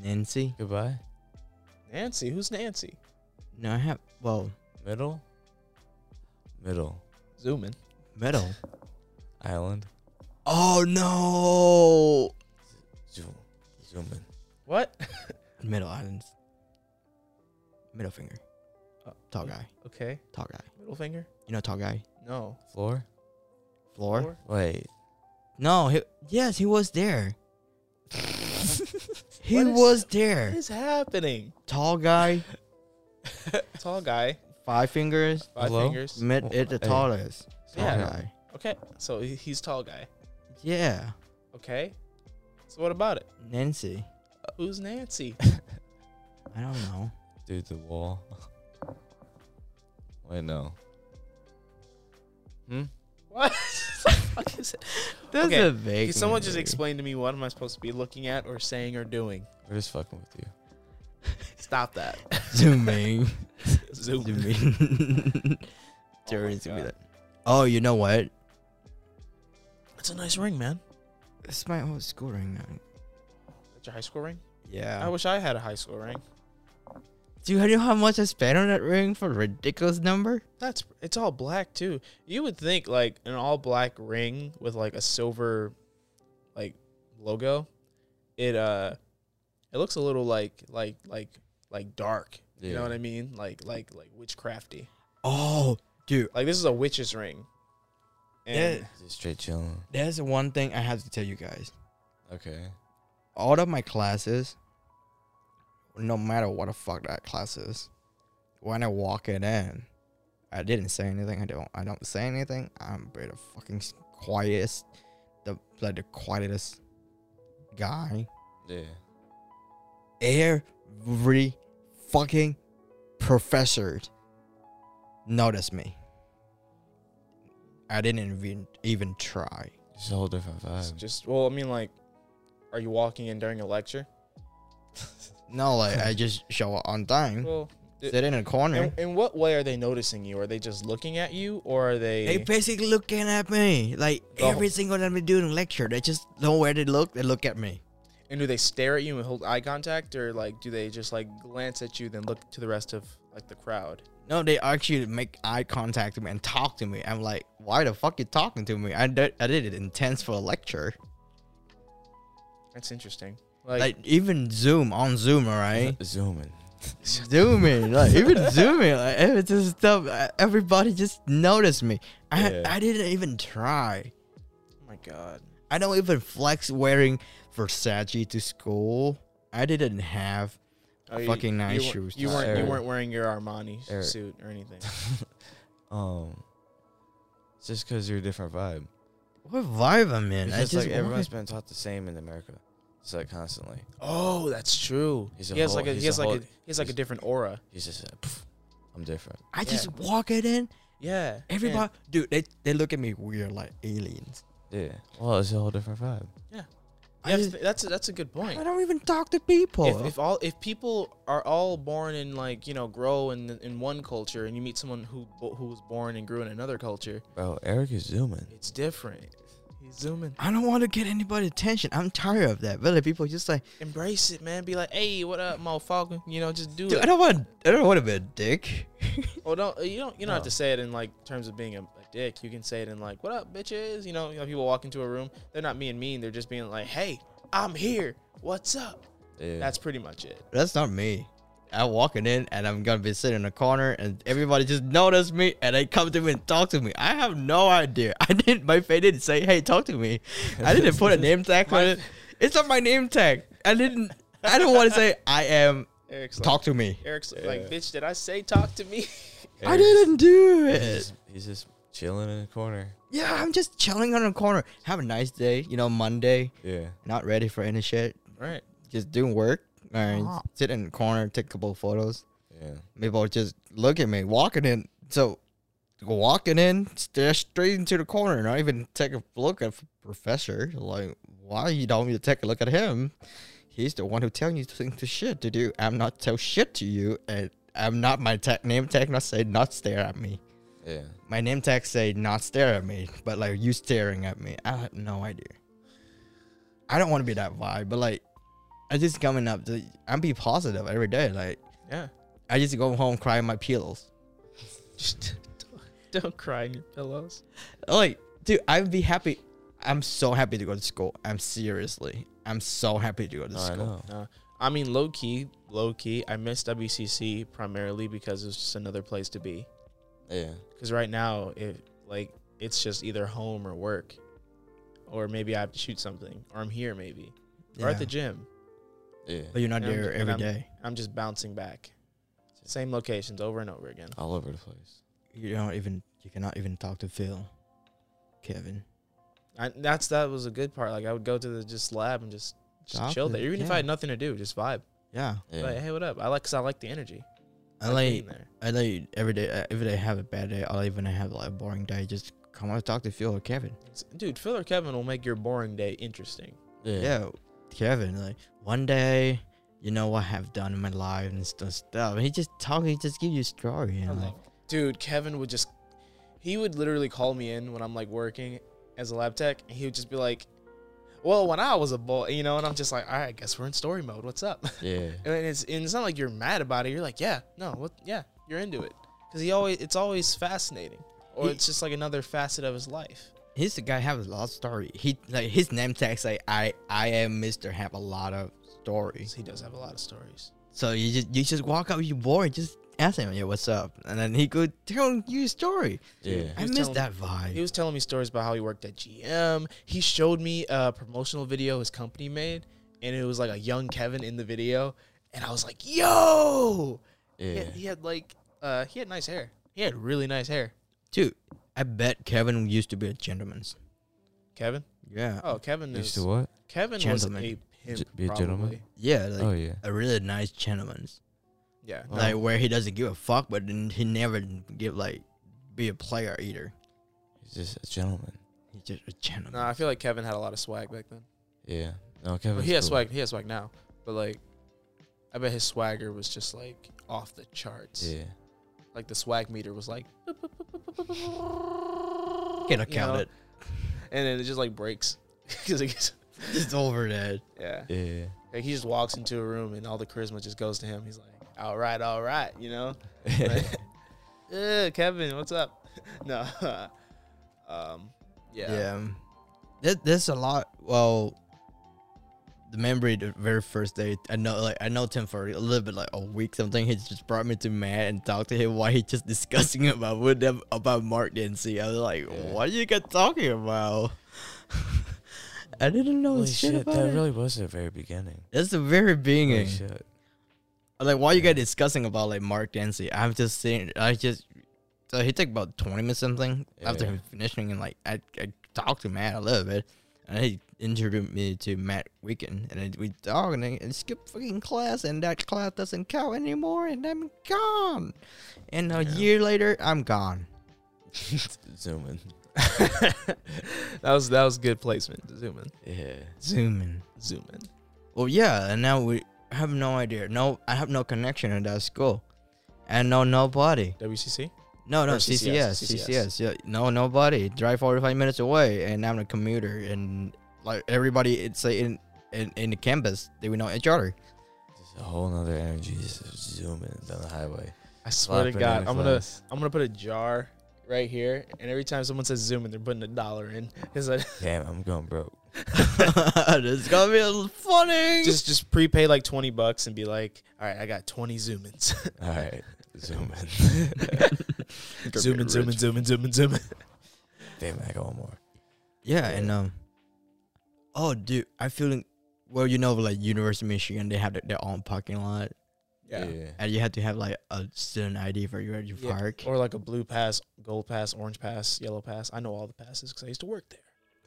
Speaker 2: Nancy.
Speaker 3: Goodbye.
Speaker 1: Nancy, who's Nancy?
Speaker 2: No, I have. Well,
Speaker 3: Middle. Middle.
Speaker 1: Zoom in.
Speaker 2: Metal.
Speaker 3: Island.
Speaker 2: Oh no.
Speaker 3: Zoom. Zoom in.
Speaker 1: What?
Speaker 2: Middle islands. Middle finger. Uh, Tall guy.
Speaker 1: Okay.
Speaker 2: Tall guy.
Speaker 1: Middle finger?
Speaker 2: You know tall guy.
Speaker 1: No.
Speaker 3: Floor.
Speaker 2: Floor.
Speaker 1: Floor?
Speaker 3: Wait.
Speaker 2: No. He, yes, he was there. he
Speaker 1: What is-
Speaker 2: was
Speaker 1: What
Speaker 2: there.
Speaker 1: is happening?
Speaker 2: Tall guy.
Speaker 1: Tall guy.
Speaker 2: Five fingers.
Speaker 1: Five
Speaker 3: Hello?
Speaker 1: fingers.
Speaker 2: Mid. It the
Speaker 3: Hey.
Speaker 2: tallest. Tall
Speaker 1: Yeah.
Speaker 2: guy.
Speaker 1: Okay. So he- he's tall guy.
Speaker 2: Yeah.
Speaker 1: Okay. So what about it? Uh,
Speaker 2: Nancy.
Speaker 1: Who's Nancy?
Speaker 2: I don't know.
Speaker 3: Dude, the wall. Wait, no.
Speaker 4: Hmm?
Speaker 1: What? the fuck is it?
Speaker 2: That's
Speaker 1: Okay,
Speaker 2: a vague.
Speaker 1: Can someone just
Speaker 2: memory.
Speaker 1: explain to me what am I supposed to be looking at or saying or doing?
Speaker 3: We're just fucking with you.
Speaker 1: Stop that.
Speaker 2: Zooming.
Speaker 1: Zoom.
Speaker 2: Zooming.
Speaker 1: Oh my
Speaker 2: During to be
Speaker 1: God.
Speaker 2: that. Oh, you know what?
Speaker 1: That's a nice ring, man.
Speaker 2: It's my old school ring now.
Speaker 1: That's your high school ring?
Speaker 2: Yeah.
Speaker 1: I wish I had a high school ring.
Speaker 2: Do you know how much I spent on that ring for a ridiculous number?
Speaker 1: That's it's all black too. You would think like an all black ring with like a silver like logo. It uh it looks a little like like like like dark. You know what I mean? Like like like witchcrafty.
Speaker 2: Oh, dude,
Speaker 1: Like this is a witch's ring. And
Speaker 2: Yeah.
Speaker 3: Just straight chilling.
Speaker 2: that's the one thing I have to tell you guys.
Speaker 3: Okay.
Speaker 2: All of my classes, no matter what the fuck that class is, when I walk it in, I didn't say anything. I don't. I don't say anything. I'm be the fucking s- quietest, the like the quietest guy.
Speaker 3: Yeah.
Speaker 2: Every fucking professor noticed me. I didn't even even try.
Speaker 3: It's a whole different
Speaker 1: it's
Speaker 3: vibe.
Speaker 1: just well, I mean like are you walking in during a lecture?
Speaker 2: No, like I just show up on time,
Speaker 1: Well, it-
Speaker 2: sit in a
Speaker 1: in,
Speaker 2: corner.
Speaker 1: in what way are they noticing you? Are they just looking at you or are they
Speaker 2: They basically looking at me like
Speaker 1: The whole-
Speaker 2: every single time we do in lecture. They just know where they look. They look at me.
Speaker 1: And do they stare at you and hold eye contact, or like do they just like glance at you then look to the rest of like the crowd?
Speaker 2: No, they actually make eye contact with me and talk to me. I'm like, why the fuck you talking to me? I did, I did it intense for a lecture.
Speaker 1: That's interesting. Like,
Speaker 2: Like even Zoom on Zoom, all right?
Speaker 3: Zooming.
Speaker 2: zooming, like even zooming, like it's just stuff. uh, Everybody just noticed me. I
Speaker 3: Yeah.
Speaker 2: I didn't even try.
Speaker 1: oh my god,
Speaker 2: I don't even flex wearing Versace to school. I didn't have.
Speaker 1: Oh, you-
Speaker 2: Fucking nice
Speaker 1: you, weren't-
Speaker 2: shoes,
Speaker 1: You weren't you
Speaker 3: Eric.
Speaker 1: weren't wearing your Armani
Speaker 3: Eric.
Speaker 1: suit or anything.
Speaker 3: um, it's just because you're a different vibe.
Speaker 2: What vibe I'm in?
Speaker 3: It's
Speaker 2: I
Speaker 3: just
Speaker 2: just
Speaker 3: like
Speaker 2: everyone's
Speaker 3: everyone's been taught the same in America. It's like constantly.
Speaker 1: Oh, that's true.
Speaker 3: He's a
Speaker 1: He has
Speaker 3: whole-
Speaker 1: like a
Speaker 3: he's
Speaker 1: he
Speaker 3: a
Speaker 1: has
Speaker 3: whole-
Speaker 1: like a he has like a
Speaker 3: he's-
Speaker 1: different aura.
Speaker 3: He's just like, "Pff, I'm different.
Speaker 2: I just walk it in.
Speaker 1: Yeah, and-
Speaker 2: Everybody, dude, they, they look at me weird like aliens.
Speaker 3: Yeah. Well, it's a whole different vibe.
Speaker 1: yeah,
Speaker 2: I, just,
Speaker 1: that's that's a good point.
Speaker 2: I don't even talk to people.
Speaker 1: If, if all if people are all born in like you know grow in in one culture and you meet someone who who was born and grew in another culture,
Speaker 3: Bro, Eric is zooming.
Speaker 1: it's different. He's zooming.
Speaker 2: I don't want to get anybody attention. I'm tired of that. But the people just like,
Speaker 1: embrace it, man. Be like, hey, what up, motherfucker? You know, just do
Speaker 2: dude, I
Speaker 1: it.
Speaker 2: don't want. I don't want to be a dick.
Speaker 1: Or don't you don't you don't have
Speaker 3: No.
Speaker 1: to say it in like terms of being a, a dick. You can say it in like, what up, bitches? You know, you know, people walk into a room, they're not being mean. They're just being like, hey, I'm here. What's up?
Speaker 3: Yeah.
Speaker 1: That's pretty much it.
Speaker 2: That's not me. I'm walking in and I'm gonna be sitting in a corner and everybody just notice me and they come to me and talk to me. I have no idea. I didn't. My face didn't say, "Hey, talk to me." I didn't put a name tag on it. It's not my name tag. I didn't. I don't want to say I am.
Speaker 1: Eric's like,
Speaker 2: Talk to me.
Speaker 1: Eric's
Speaker 3: Yeah.
Speaker 1: like, bitch, did I say talk to me?
Speaker 2: I didn't do
Speaker 3: He's
Speaker 2: it.
Speaker 3: just, he's just chilling in the corner.
Speaker 2: Yeah, I'm just chilling on a corner. Have a nice day. You know, Monday.
Speaker 3: Yeah.
Speaker 2: Not ready for any shit.
Speaker 1: right.
Speaker 2: Just doing work. All right. Sit in the corner, take a couple of photos.
Speaker 3: Yeah.
Speaker 2: people just look at me walking in. So walking in, stare straight into the corner, not even take a look at professor. Like, why you don't you take a look at him? He's the one who telling you things to shit to do. I'm not tell shit to you, and I'm not my tag name tag. Not say not stare at me.
Speaker 3: Yeah.
Speaker 2: My name tag say not stare at me, but like you staring at me. I have no idea. I don't want to be that vibe, but like I just coming up. To, I'm be positive every day. Like
Speaker 1: Yeah.
Speaker 2: I just go home crying my pillows.
Speaker 1: Just don't cry in your pillows.
Speaker 2: Like, dude, I'd be happy. I'm so happy to go to school. I'm seriously. I'm so happy to go to
Speaker 3: I
Speaker 2: school.
Speaker 3: know.
Speaker 1: Uh, I mean, low key, low key. I miss WCC primarily because it's just another place to be.
Speaker 3: Yeah.
Speaker 1: Because right now, it like it's just either home or work, or maybe I have to shoot something, or I'm here maybe, or at the
Speaker 2: Yeah.
Speaker 1: gym.
Speaker 3: Yeah.
Speaker 2: But you're not
Speaker 1: And I'm-
Speaker 2: there
Speaker 1: and
Speaker 2: every
Speaker 1: I'm-
Speaker 2: day.
Speaker 1: I'm just bouncing back, same locations over and over again.
Speaker 3: All over the place.
Speaker 2: You don't even. You cannot even talk to Phil, Kevin.
Speaker 1: I, that's that was a good part. Like I would go to the just lab and just, just
Speaker 2: Talk
Speaker 1: chill
Speaker 2: to-
Speaker 1: there, even if
Speaker 2: yeah.
Speaker 1: I had nothing to do, just vibe.
Speaker 2: Yeah,
Speaker 3: Yeah.
Speaker 1: Like hey, what up? I like because I like the energy.
Speaker 2: I
Speaker 1: being
Speaker 2: like.
Speaker 1: there.
Speaker 2: I like every day. uh, If I have a bad day, or even I have like a boring day, just come on, talk to Phil or Kevin.
Speaker 1: It's- Dude, Phil or Kevin will make your boring day interesting.
Speaker 3: yeah.
Speaker 2: yeah, Kevin, like one day, you know what I have done in my life and stuff. stuff. And he just talk, he just give you a story. And like,
Speaker 1: Dude, Kevin would just he would literally call me in when I'm like working as a lab tech, and he would just be like, "Well, when I was a boy, you know," and I'm just like, "All right, I guess we're in story mode. What's up?"
Speaker 3: Yeah.
Speaker 1: and it's and it's not like you're mad about it. You're like, "Yeah, no, what? Yeah, you're into it," because he always it's always fascinating, or
Speaker 2: He-
Speaker 1: it's just like another facet of his life.
Speaker 2: he's the guy have a lot of story. He like his name tag say I I am Mister have a lot of stories.
Speaker 1: He does have a lot of stories.
Speaker 2: So you just you just walk up, you bored, just ask him, yeah, what's up, and then he could tell you a story.
Speaker 3: Yeah.
Speaker 2: I
Speaker 1: was
Speaker 2: miss
Speaker 1: telling-
Speaker 2: that vibe.
Speaker 1: He was telling me stories about how he worked at GM. He showed me a promotional video his company made, and it was like a young Kevin in the video, and I was like, "Yo!" He
Speaker 3: Yeah.
Speaker 1: had, he had like, uh, he had nice hair. He had really nice hair.
Speaker 2: Dude, I bet Kevin used to be a gentleman.
Speaker 1: Kevin.
Speaker 2: Yeah,
Speaker 1: Oh, Kevin
Speaker 3: Used
Speaker 1: is
Speaker 3: to what?
Speaker 1: Kevin
Speaker 2: Gentleman.
Speaker 1: was a pimp,
Speaker 3: G- be a
Speaker 1: probably.
Speaker 3: gentleman?
Speaker 2: yeah, like
Speaker 3: oh yeah.
Speaker 2: a really nice gentleman.
Speaker 1: Yeah.
Speaker 3: Oh.
Speaker 2: like where he doesn't give a fuck, but then he never give like be a player either.
Speaker 3: He's just a gentleman.
Speaker 2: He's just a gentleman.
Speaker 1: No, I feel like Kevin had a lot of swag back then.
Speaker 3: Yeah. No,
Speaker 1: Well,
Speaker 3: Kevin.
Speaker 1: he has swag. He has swag now, but like, I bet his swagger was just like off the charts.
Speaker 3: Yeah.
Speaker 1: Like the swag meter was like,
Speaker 2: Can I
Speaker 1: you know,
Speaker 2: count it?
Speaker 1: and then it just like breaks because it gets.
Speaker 2: It's over that.
Speaker 1: Yeah.
Speaker 3: Yeah.
Speaker 1: Like he just walks into a room and all the charisma just goes to him. He's like, "All right, all right," you know. Like, "Uh, Kevin, what's up? no. um.
Speaker 2: Yeah.
Speaker 1: Yeah.
Speaker 2: There- there's a lot. Well, the memory the very first day, I know like I know Tim for a little bit like a week something. He just brought me to Matt and talked to him while he just discussing about with them about Mark Dempsey. I was like,
Speaker 3: Yeah.
Speaker 2: what are you guys talking about? I didn't know
Speaker 3: Holy
Speaker 2: shit,
Speaker 3: shit!
Speaker 2: about
Speaker 3: That
Speaker 2: it.
Speaker 3: really was the very beginning.
Speaker 2: That's the very
Speaker 3: Holy
Speaker 2: beginning.
Speaker 3: shit.
Speaker 2: I was like, why you guys
Speaker 3: Yeah.
Speaker 2: discussing about like Mark Dempsey? I'm just saying, I just so he took about twenty minutes something after
Speaker 3: Yeah.
Speaker 2: him finishing, and like I, I talked to Matt a little bit, and he introduced me to Matt Weekend, and then we talked and, and skip fucking class, and that class doesn't count anymore, and I'm gone, and a
Speaker 3: Yeah.
Speaker 2: year later I'm gone.
Speaker 3: Zooming.
Speaker 1: that was that was good placement. Zoom in.
Speaker 3: Yeah.
Speaker 2: Zooming.
Speaker 1: Zoom in.
Speaker 2: Well, yeah, and now we I have no idea. No, I have no connection in that school, and no nobody.
Speaker 1: WCC.
Speaker 2: No, no,
Speaker 1: Or
Speaker 2: CCS,
Speaker 1: CCS,
Speaker 2: CCS,
Speaker 1: CCS.
Speaker 2: Yeah, no, nobody. Drive forty-five minutes away, and I'm a commuter, and like everybody, it's like in in, in the campus, they would know each other.
Speaker 3: Just a whole nother energy. Just zooming down the highway.
Speaker 1: I swear to
Speaker 3: Slapping
Speaker 1: God,
Speaker 3: in
Speaker 1: I'm gonna
Speaker 3: class.
Speaker 1: I'm gonna put a jar right here, and every time someone says Zoom in, they're putting a dollar in. It's like
Speaker 3: Damn, I'm going broke.
Speaker 2: it's gonna be funny.
Speaker 1: just just prepay like twenty bucks and be like, "All right, I got twenty Zoom ins.
Speaker 3: All right. Zooming.
Speaker 1: zoom in, zoom in, zoom in, zoom in, zoom in."
Speaker 3: Damn, I got one more.
Speaker 2: yeah, and um, oh, dude, I feel well. You know, like University of Michigan, they have their, their own parking lot, and you have to have like a student ID for your you
Speaker 1: Yeah.
Speaker 2: park.
Speaker 1: Or like a blue pass, gold pass, orange pass, yellow pass. I know all the passes because I used to work there.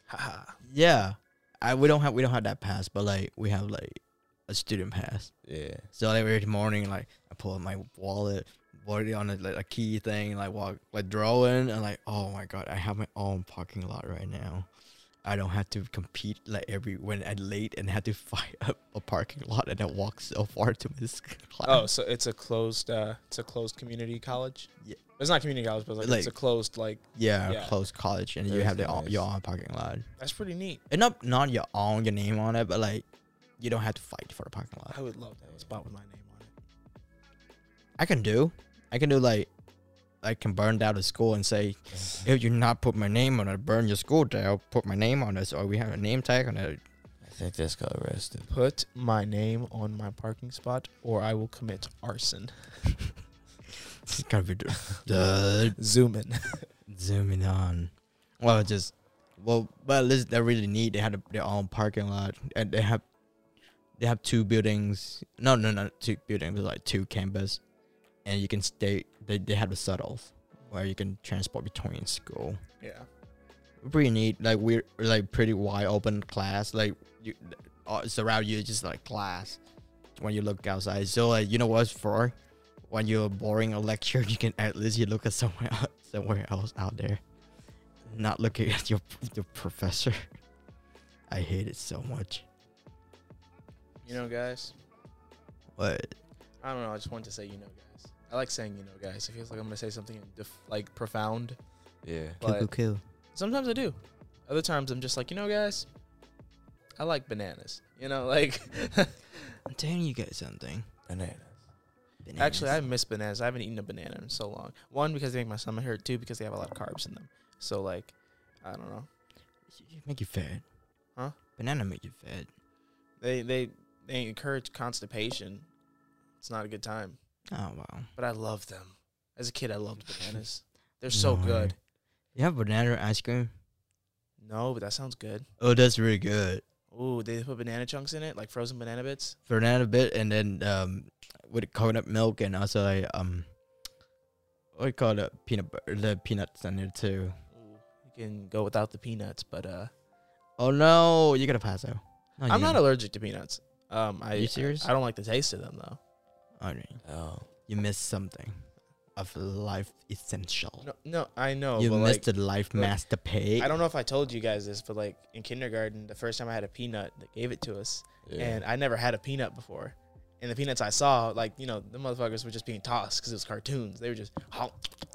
Speaker 1: Haha.
Speaker 2: Yeah, I we don't have we don't have that pass, but like we have like a student pass.
Speaker 3: Yeah.
Speaker 2: So like every morning, like I pull out my wallet, put it on a, like a key thing, like walk, like drawing, and like oh my god, I have my own parking lot right now. I don't have to compete like every when I'm late and have to fight a, a parking lot and I walk so far to this class.
Speaker 1: Oh, so it's a closed, uh, it's a closed community college.
Speaker 2: Yeah.
Speaker 1: it's not community college, but like, it's a
Speaker 2: Like-
Speaker 1: closed. Like
Speaker 2: yeah,
Speaker 1: yeah.
Speaker 2: close college and you
Speaker 3: That's
Speaker 2: have the own
Speaker 3: nice.
Speaker 2: your own parking lot
Speaker 1: that's pretty neat.
Speaker 2: and not not your own your name on it, but like you don't have to fight for a parking lot.
Speaker 1: I would love to have a spot with my name on it.
Speaker 2: I can do. I can do like I can burn down the school and say, if you not put my name on it, burn your school down. Put my name on it, so we have a name tag on it.
Speaker 3: I think this got arrested.
Speaker 1: Put my name on my parking spot, or I will commit arson.
Speaker 2: It's gotta be the, the
Speaker 1: Zoom in.
Speaker 2: zooming on. Well, it just well, but at least they really neat. They had a, their own parking lot, and they have they have two buildings. No, no, not two buildings. But like two campus, and you can stay. They they have a set off where you can transport between school.
Speaker 1: Yeah.
Speaker 2: Pretty neat. Like we're like pretty wide open class. Like you, uh, it's around you. It's just like class when you look outside. So like you know what's for when you're boring a lecture, you can at least you look at somewhere else, somewhere else out there, not looking at your your professor. I hate it so much.
Speaker 1: You know, guys.
Speaker 2: But
Speaker 1: I don't know. I just wanted to say, you know, guys. I like saying, you know, guys. It feels like I'm gonna say something def- like profound,
Speaker 3: Yeah.
Speaker 2: cool, cool,
Speaker 1: but
Speaker 2: cool.
Speaker 1: sometimes I do. Other times I'm just like, you know, guys. I like bananas. You know, like
Speaker 2: I'm telling you guys something.
Speaker 3: Banana.
Speaker 1: Actually, I miss bananas. I haven't eaten a banana in so long. One because they make my stomach hurt. Two because they have a lot of carbs in them. So like, I don't know.
Speaker 2: make you fat.
Speaker 1: Huh?
Speaker 2: Banana make you fat.
Speaker 1: They they they encourage constipation. It's not a good time.
Speaker 2: Oh wow.
Speaker 1: But I love them. As a kid, I loved bananas. They're so
Speaker 2: No.
Speaker 1: good.
Speaker 2: You have banana ice cream.
Speaker 1: No, but that sounds good.
Speaker 2: Oh, that's really good.
Speaker 1: Ooh, they put banana chunks in it, like frozen banana bits.
Speaker 2: Banana bit, and then um, with coconut milk, and also like um, what do you call it? Peanut butter, the peanuts in there too.
Speaker 1: Ooh, you can go without the peanuts, but uh,
Speaker 2: Oh no, you gotta pass out.
Speaker 1: I'm
Speaker 2: No, you
Speaker 1: not
Speaker 2: gotta-
Speaker 1: allergic to peanuts. Um, I
Speaker 2: Are you serious?
Speaker 1: I don't like the taste of them though.
Speaker 2: Oh, no.
Speaker 3: Oh.
Speaker 2: You missed something of life essential.
Speaker 1: No, no, I know.
Speaker 2: you
Speaker 1: but like,
Speaker 2: missed the life
Speaker 1: but
Speaker 2: master pay.
Speaker 1: I don't know if I told you guys this, but like in kindergarten, the first time I had a peanut, they gave it to us,
Speaker 3: Yeah.
Speaker 1: and I never had a peanut before. And the peanuts I saw, like you know, the motherfuckers were just being tossed because it was cartoons. They were just hump,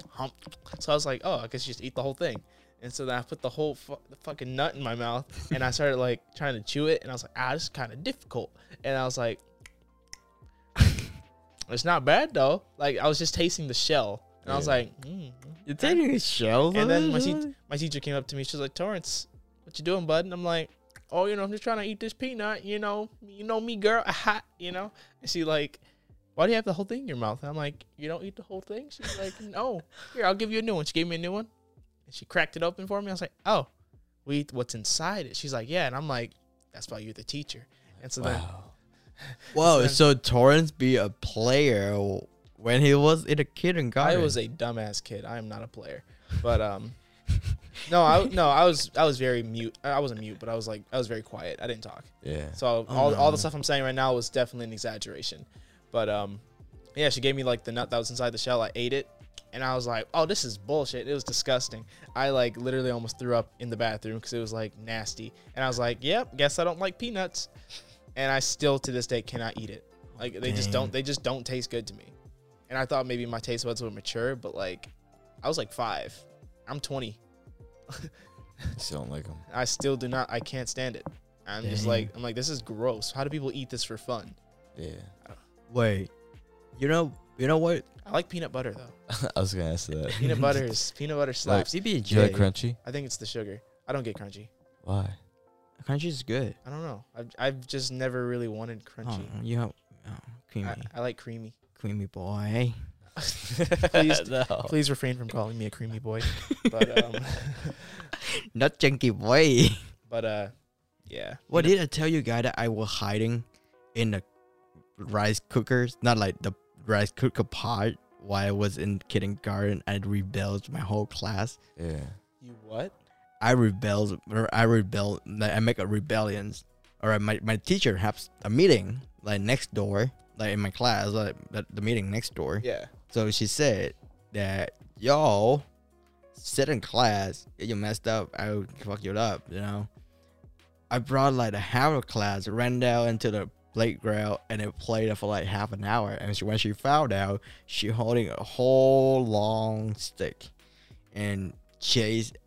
Speaker 1: hump. So I was like, oh, I guess you just eat the whole thing. And so then I put the whole fu- the fucking nut in my mouth, and I started like trying to chew it, and I was like, ah, this is kind of difficult. And I was like, it's not bad though. Like I was just tasting the shell, and I was
Speaker 3: Yeah.
Speaker 1: like, mm,
Speaker 2: You're taking a shell.
Speaker 1: and then my, teach my teacher came up to me. She's like, Torrance, what you doing, bud? And I'm like, oh, you know, I'm just trying to eat this peanut. You know, you know me, girl. Aha, you know. And she like, why do you have the whole thing in your mouth? And I'm like, you don't eat the whole thing. She's like, no. Here, I'll give you a new one. She gave me a new one, and she cracked it open for me. I was like, oh, we eat what's inside it. She's like, yeah. And I'm like, that's why you're the teacher. And so then,
Speaker 3: wow.
Speaker 2: Whoa,
Speaker 1: then-
Speaker 2: so Torrance be a player w- when he was in a
Speaker 1: I
Speaker 2: kindergarten.
Speaker 1: was a dumbass kid. I am not a player, but um, no, I no, I was I was very mute. I wasn't mute, but I was like I was very quiet. I didn't talk.
Speaker 3: Yeah.
Speaker 1: So
Speaker 2: Oh,
Speaker 1: all, all the
Speaker 2: no.
Speaker 1: stuff I'm saying right now was definitely an exaggeration, but um, yeah, she gave me like the nut that was inside the shell. I ate it, and I was like, oh, this is bullshit. It was disgusting. I like literally almost threw up in the bathroom because it was like nasty. And I was like, yep, guess I don't like peanuts, and I still to this day cannot eat it. Like they just
Speaker 2: Dang.
Speaker 1: don't they just don't taste good to me. And I thought maybe my taste buds would mature, but like I was like five. I'm 20.
Speaker 3: Still don't like them.
Speaker 1: I still do not. I can't stand it. I'm just
Speaker 2: Dang.
Speaker 1: like I'm like this is gross. How do people eat this for fun?
Speaker 3: Yeah.
Speaker 2: Wait, you know, you know what?
Speaker 1: I like peanut butter though.
Speaker 3: I was gonna ask that.
Speaker 1: Peanut butter is peanut butter slaps.
Speaker 3: Do you
Speaker 2: CBJ
Speaker 3: like crunchy?
Speaker 1: I think it's the sugar. I don't get crunchy.
Speaker 3: Why?
Speaker 2: crunchy is good.
Speaker 1: I don't know. I've, I've just never really wanted crunchy.
Speaker 2: Oh, you have oh, creamy,
Speaker 1: I, I like creamy.
Speaker 2: creamy boy.
Speaker 1: Please,
Speaker 2: Oh.
Speaker 1: please refrain from calling me a creamy boy. But um,
Speaker 2: Not chunky boy.
Speaker 1: but uh, yeah.
Speaker 2: What did I tell you, guy, that I was hiding in the rice cookers? Not like the rice cooker pot. While I was in kindergarten, I rebelled my whole class.
Speaker 3: Yeah.
Speaker 1: You what?
Speaker 2: I rebelled. Or I rebelled. Like I make a rebellions. Or my my teacher has a meeting like next door, like in my class, like at the meeting next door.
Speaker 1: Yeah.
Speaker 2: So she said that y'all sit in class. If you messed up, I would fuck you up. You know. I brought like a half of class, ran down into the playground, and it played for like half an hour. And she, when she found out, she holding a whole long stick, and chased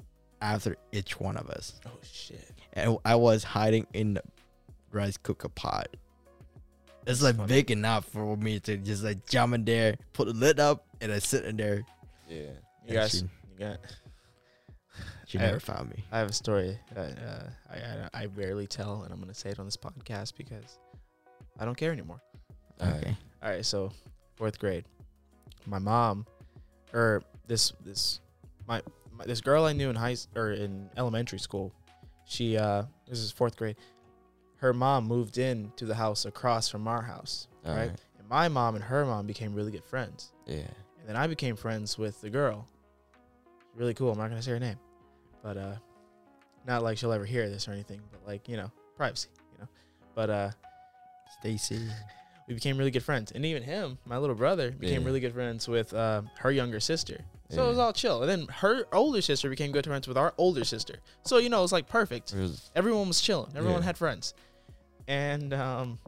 Speaker 2: after each one of us.
Speaker 1: Oh shit.
Speaker 2: And I was hiding in the rice cooker pot. It's like big enough for me to just like jump in there, put the lid up, and I sit in there
Speaker 3: Yeah.
Speaker 1: You guys,
Speaker 2: She,
Speaker 1: you got.
Speaker 2: she
Speaker 1: I-
Speaker 2: never found me.
Speaker 1: I have a story that uh, I, I I rarely tell, and I'm gonna say it on this podcast because I don't care anymore.
Speaker 2: Okay.
Speaker 1: All right, so fourth grade, my mom, or this this my, my this girl I knew in high s- or in elementary school, she uh this is fourth grade. Her mom moved in to the house across from our house,
Speaker 3: All
Speaker 1: right? And my mom and her mom became really good friends.
Speaker 3: Yeah.
Speaker 1: And then I became friends with the girl. Really cool. I'm not gonna say her name, but uh, not like she'll ever hear this or anything. But like you know, privacy. You know, but uh,
Speaker 2: Stacy.
Speaker 1: we became really good friends. And even him, my little brother, became
Speaker 3: Yeah.
Speaker 1: really good friends with uh, her younger sister. So it was
Speaker 3: Yeah.
Speaker 1: all chill. And then her older sister became good friends with our older sister. So you know, it was like perfect.
Speaker 3: It was-
Speaker 1: Everyone was chilling. Everyone
Speaker 3: Yeah.
Speaker 1: had friends. And um,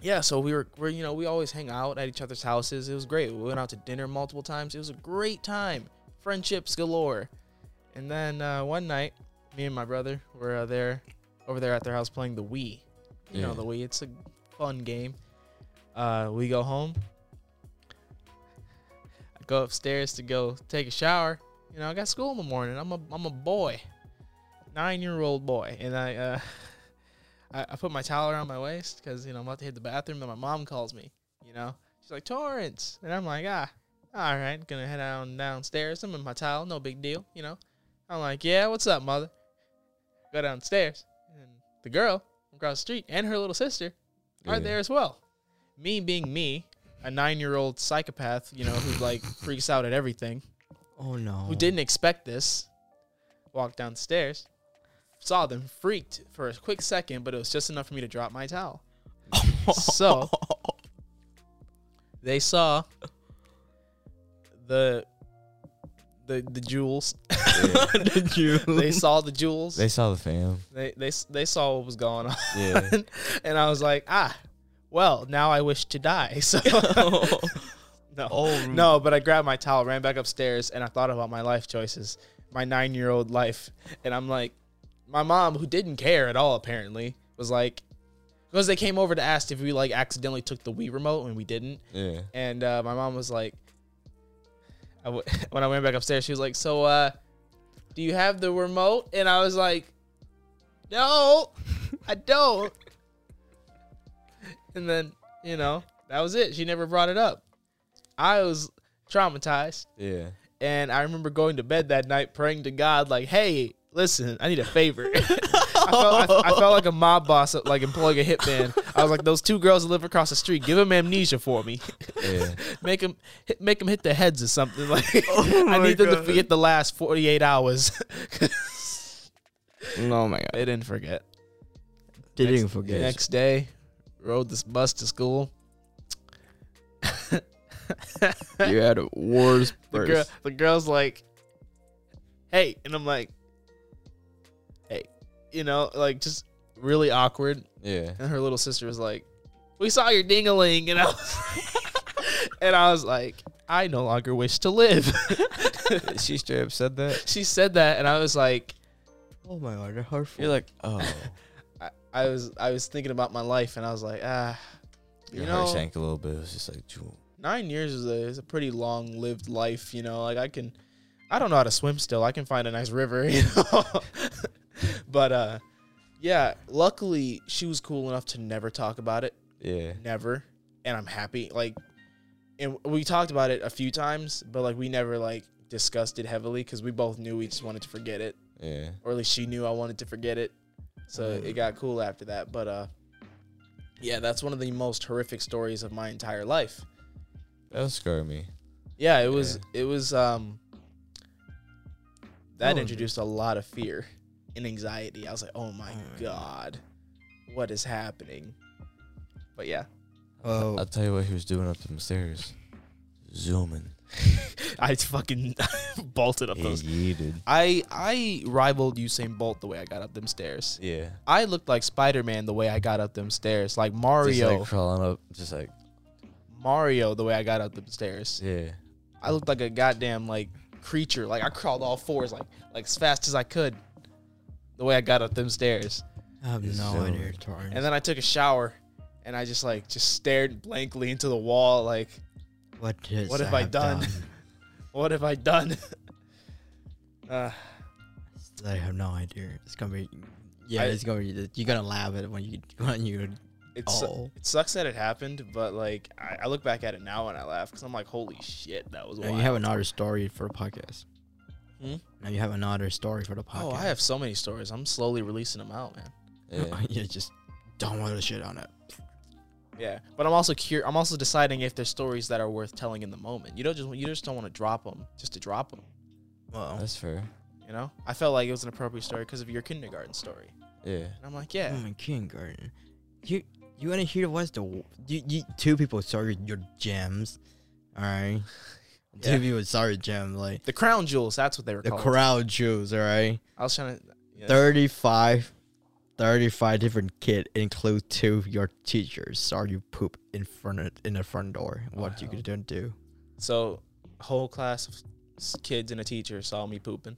Speaker 1: yeah, so we were, we're, you know, we always hang out at each other's houses. It was great. We went out to dinner multiple times. It was a great time. Friendships galore. And then uh, one night, me and my brother were uh, there, over there at their house playing the Wii. You know
Speaker 3: Yeah.
Speaker 1: the Wii. It's a fun game. Uh, we go home. I go upstairs to go take a shower. You know, I got school in the morning. I'm a I'm a boy, nine year old boy, and I uh, I, I put my towel around my waist because you know I'm about to hit the bathroom. Then my mom calls me. You know, she's like Torrance, and I'm like ah, all right, gonna head on downstairs. I'm in my towel, no big deal. You know, I'm like yeah, what's up, mother? Go downstairs, and the girl across the street and her little sister are
Speaker 3: Yeah.
Speaker 1: there as well. Me being me, a nine year old psychopath, you know, who like freaks out at everything,
Speaker 2: Oh no.
Speaker 3: Uh-huh.
Speaker 1: who didn't expect this, walked downstairs, saw them, freaked for a quick second, but it was just enough for me to drop my towel. so they saw the the the jewels.
Speaker 2: Did you?
Speaker 1: they saw the jewels.
Speaker 3: They saw the fam.
Speaker 1: They they they saw what was going on.
Speaker 3: Yeah.
Speaker 1: and I was like, ah, well, now I wish to die. So no,
Speaker 2: oh
Speaker 1: no, but I grabbed my towel, ran back upstairs, and I thought about my life choices, my nine-year-old life, and I'm like, my mom, who didn't care at all apparently, was like, because they came over to ask if we like accidentally took the Wii remote and we didn't,
Speaker 3: yeah.
Speaker 1: and uh, my mom was like, I w- when I went back upstairs, she was like, so uh, do you have the remote? And I was like, no, I don't. and then, you know, that was it. She never brought it up. I was traumatized.
Speaker 3: Yeah.
Speaker 1: And I remember going to bed that night praying to God, like, hey, listen, I need a favor. I, felt, I, I felt like a mob boss, like employing a hitman. I was like, those two girls that live across the street, give them amnesia for me.
Speaker 3: Yeah.
Speaker 1: make them, hit, make them hit their heads or something. Like, I
Speaker 2: Oh my
Speaker 1: need them to
Speaker 2: God.
Speaker 1: forget the last 48 hours.
Speaker 2: no, oh my god.
Speaker 1: they didn't forget.
Speaker 2: They
Speaker 1: Next-
Speaker 2: didn't forget.
Speaker 1: Next day, rode this bus to school.
Speaker 2: You had a worst
Speaker 1: The, girl,
Speaker 2: burst.
Speaker 1: the girl's like, hey. And I'm like, hey. You know, like just really awkward.
Speaker 3: Yeah.
Speaker 1: And her little sister was like, we saw your ding-a-ling. And I was, and I was like, I no longer wish to live.
Speaker 3: she straight up said that.
Speaker 1: she said that. And I was like,
Speaker 2: Oh my god, they're hurtful.
Speaker 3: You're like, oh,
Speaker 1: I, I was I was thinking about my life. And I was like, ah. You
Speaker 3: your
Speaker 1: know,
Speaker 3: heart sank a little bit. It was just like, choo.
Speaker 1: nine years is a, is a pretty long lived life you know like i can i don't know how to swim still i can find a nice river you know but uh yeah luckily she was cool enough to never talk about it
Speaker 3: yeah,
Speaker 1: never and i'm happy like and we talked about it a few times but like we never like discussed it heavily because we both knew we just wanted to forget it
Speaker 3: yeah,
Speaker 1: or at least she knew I wanted to forget it. So it got cool after that. But uh yeah, that's one of the most horrific stories of my entire life.
Speaker 3: that'll scar me.
Speaker 1: Yeah, it was it was um
Speaker 2: That
Speaker 1: that
Speaker 2: was-
Speaker 1: introduced a lot of fear and anxiety. I was like, "Oh my god. What is happening?" But yeah,
Speaker 2: oh,
Speaker 3: I'll tell you what he was doing up them stairs, zooming.
Speaker 1: I fucking bolted up
Speaker 3: He
Speaker 1: those.
Speaker 3: yeeted.
Speaker 1: I I rivaled Usain Bolt the way I got up them stairs.
Speaker 3: Yeah,
Speaker 1: I looked like Spider-Man the way I got up them stairs, like
Speaker 3: just
Speaker 1: Mario.
Speaker 3: like crawling up, just like
Speaker 1: Mario the way I got up the stairs.
Speaker 3: yeah,
Speaker 1: I looked like a goddamn like creature. Like I crawled all fours like like as fast as I could. The way I got up them stairs.
Speaker 2: I have
Speaker 3: It's
Speaker 2: no
Speaker 3: so-
Speaker 2: idea. Torrance.
Speaker 1: And then I took a shower and I just like just stared blankly into the wall like
Speaker 2: what, is
Speaker 1: what have I done? What have I done? uh,
Speaker 2: I have no idea. It's gonna be, yeah,
Speaker 1: I-
Speaker 2: it's gonna be. You're gonna laugh at it when you when you.
Speaker 1: it's
Speaker 2: Oh,
Speaker 1: it sucks that it happened, but like I, I look back at it now and I laugh because I'm like, holy shit, that was
Speaker 2: Now
Speaker 1: wild.
Speaker 2: you have another story for the podcast.
Speaker 1: Hmm?
Speaker 2: Now you have another story for the podcast.
Speaker 1: oh, I have so many stories. I'm slowly releasing them out, man.
Speaker 3: Yeah.
Speaker 2: yeah, just don't want to shit on it.
Speaker 1: Yeah, but I'm also cur- I'm also deciding if there's stories that are worth telling in the moment. You don't just you just don't want to drop them just to drop them.
Speaker 2: Well,
Speaker 3: That's fair.
Speaker 1: You know, I felt like it was an appropriate story because of your kindergarten story,
Speaker 3: Yeah.
Speaker 1: and I'm like, yeah,
Speaker 2: I'm in kindergarten. You you wanna hear what's the w- you, you two people sorry your gems, all right?
Speaker 1: Yeah.
Speaker 2: Two people sorry gem like
Speaker 1: the crown jewels. That's what they were
Speaker 2: the
Speaker 1: called.
Speaker 2: crowd Jews, all right?
Speaker 1: I was trying to. yeah.
Speaker 2: 35, 35 different kid include two of your teachers. Sorry you poop in front of in the front door. What you
Speaker 1: hell.
Speaker 2: gonna do?
Speaker 1: So, whole class of s- kids and a teacher saw me pooping.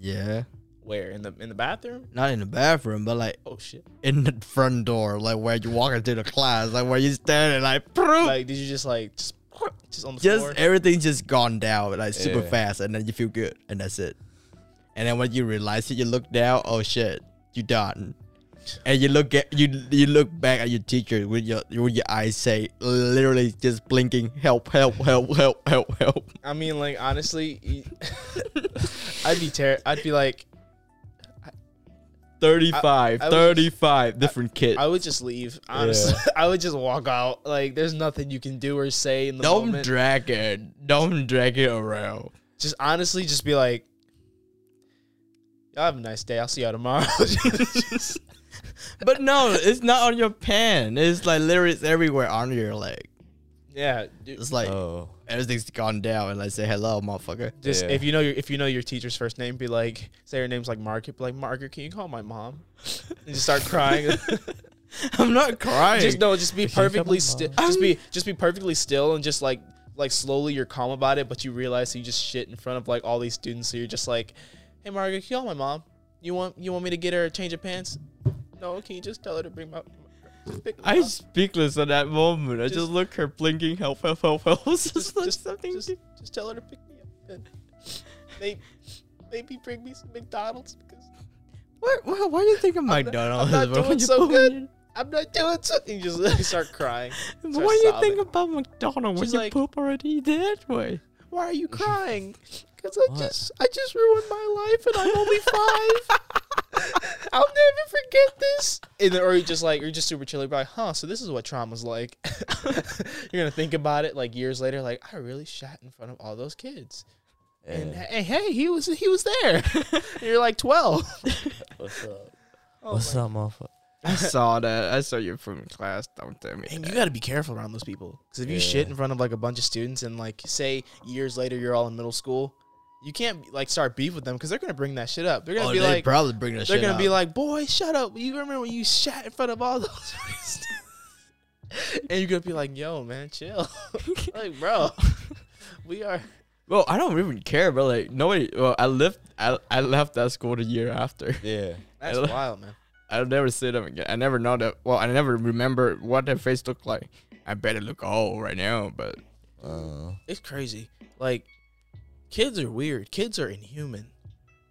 Speaker 2: Yeah,
Speaker 1: Where in the in the bathroom?
Speaker 2: not in the bathroom, but like
Speaker 1: Oh shit!
Speaker 2: in the front door, like where you walk into the class, like where you standing, like poop.
Speaker 1: Like, did you just like just, just on the
Speaker 2: just
Speaker 1: floor?
Speaker 2: everything's just gone down like super
Speaker 3: Yeah.
Speaker 2: fast, and then you feel good, and that's it. And then when you realize it, you look down. Oh shit, you done. And you look at you you look back at your teacher with your with your eyes say literally just blinking help help help help help help.
Speaker 1: I mean, like honestly, y- I'd be ter- I'd be like,
Speaker 2: 35,
Speaker 1: I was-
Speaker 2: 35 different kids.
Speaker 1: I would just leave. Honestly, I would just walk out. Like, there's nothing you can do or say in the
Speaker 2: don't
Speaker 1: moment.
Speaker 2: drag it. Don't drag it around.
Speaker 1: just honestly, just be like, "Y'all have a nice day. I'll see y'all tomorrow." Just-
Speaker 2: But no, it's not on your pen. It's like literally it's everywhere on your leg.
Speaker 1: yeah, dude.
Speaker 2: It's like
Speaker 3: Oh.
Speaker 2: everything's gone down, and I say hello, motherfucker.
Speaker 1: Just
Speaker 3: Yeah.
Speaker 1: if you know your if you know your teacher's first name, be like, say her name's like Margaret. Be like, Margaret, can you call my mom? And just start crying.
Speaker 2: I'm not crying.
Speaker 1: just no, just be
Speaker 3: you call my
Speaker 1: perfectly still. Just
Speaker 2: I'm-
Speaker 1: be just be perfectly still and just like like slowly you're calm about it, but you realize you just shit in front of like all these students. So you're just like, hey, Margaret, can you call my mom? You want you want me to get her a change of pants? No, can you just tell her to bring my. just pick my
Speaker 2: I
Speaker 1: mom?"
Speaker 2: speechless at that moment. I just,
Speaker 1: Just-
Speaker 2: look her blinking help help help help. It's just, like
Speaker 1: just-
Speaker 2: something.
Speaker 1: Just, just tell her to pick me up and maybe, maybe bring me some McDonald's because
Speaker 2: what, what, why do you think of McDonald's?
Speaker 1: not
Speaker 2: bro?
Speaker 1: doing
Speaker 2: When you
Speaker 1: so
Speaker 2: put-
Speaker 1: good. I'm not doing something. You just start crying. Start
Speaker 2: Why do you
Speaker 1: sobbing.
Speaker 2: think about McDonald's when
Speaker 1: She's
Speaker 2: you
Speaker 1: like-
Speaker 2: poop already that way?
Speaker 1: Why are you crying? Because I
Speaker 3: What?
Speaker 1: just I just ruined my life and I'm only five. I'll never forget this. And then, or you just like you're just super chilly, like, huh? So this is what trauma's like. you're gonna think about it like years later, like I really shat in front of all those kids. And
Speaker 3: Yeah.
Speaker 1: hey, hey, he was he was there. you're like twelve.
Speaker 3: What's up?
Speaker 1: Oh
Speaker 3: What's up, motherfucker?
Speaker 2: I saw that. I saw you from class. Don't tell me.
Speaker 1: And you got to be careful around those people. Because if you shit
Speaker 3: Yeah.
Speaker 1: in front of like a bunch of students and like say years later you're all in middle school, you can't like start beef with them because they're gonna bring that shit up. They're gonna
Speaker 2: Oh,
Speaker 1: be
Speaker 2: they
Speaker 1: like,
Speaker 2: probably bring that
Speaker 1: they're
Speaker 2: shit
Speaker 1: gonna be
Speaker 2: up.
Speaker 1: like, boy, shut up. You remember when you shat in front of all those? and you're gonna be like, yo, man, chill. like, bro, we are.
Speaker 2: well, I don't even care, but like nobody. Well, I left. I, I left that school the year after.
Speaker 3: Yeah.
Speaker 1: That's
Speaker 2: I lo-
Speaker 1: wild, man.
Speaker 2: I'll never see them again. I never know that. Well, I never remember what their face looked like. I bet it look old right now, but
Speaker 3: Uh,
Speaker 1: It's crazy. Like, kids are weird. Kids are inhuman.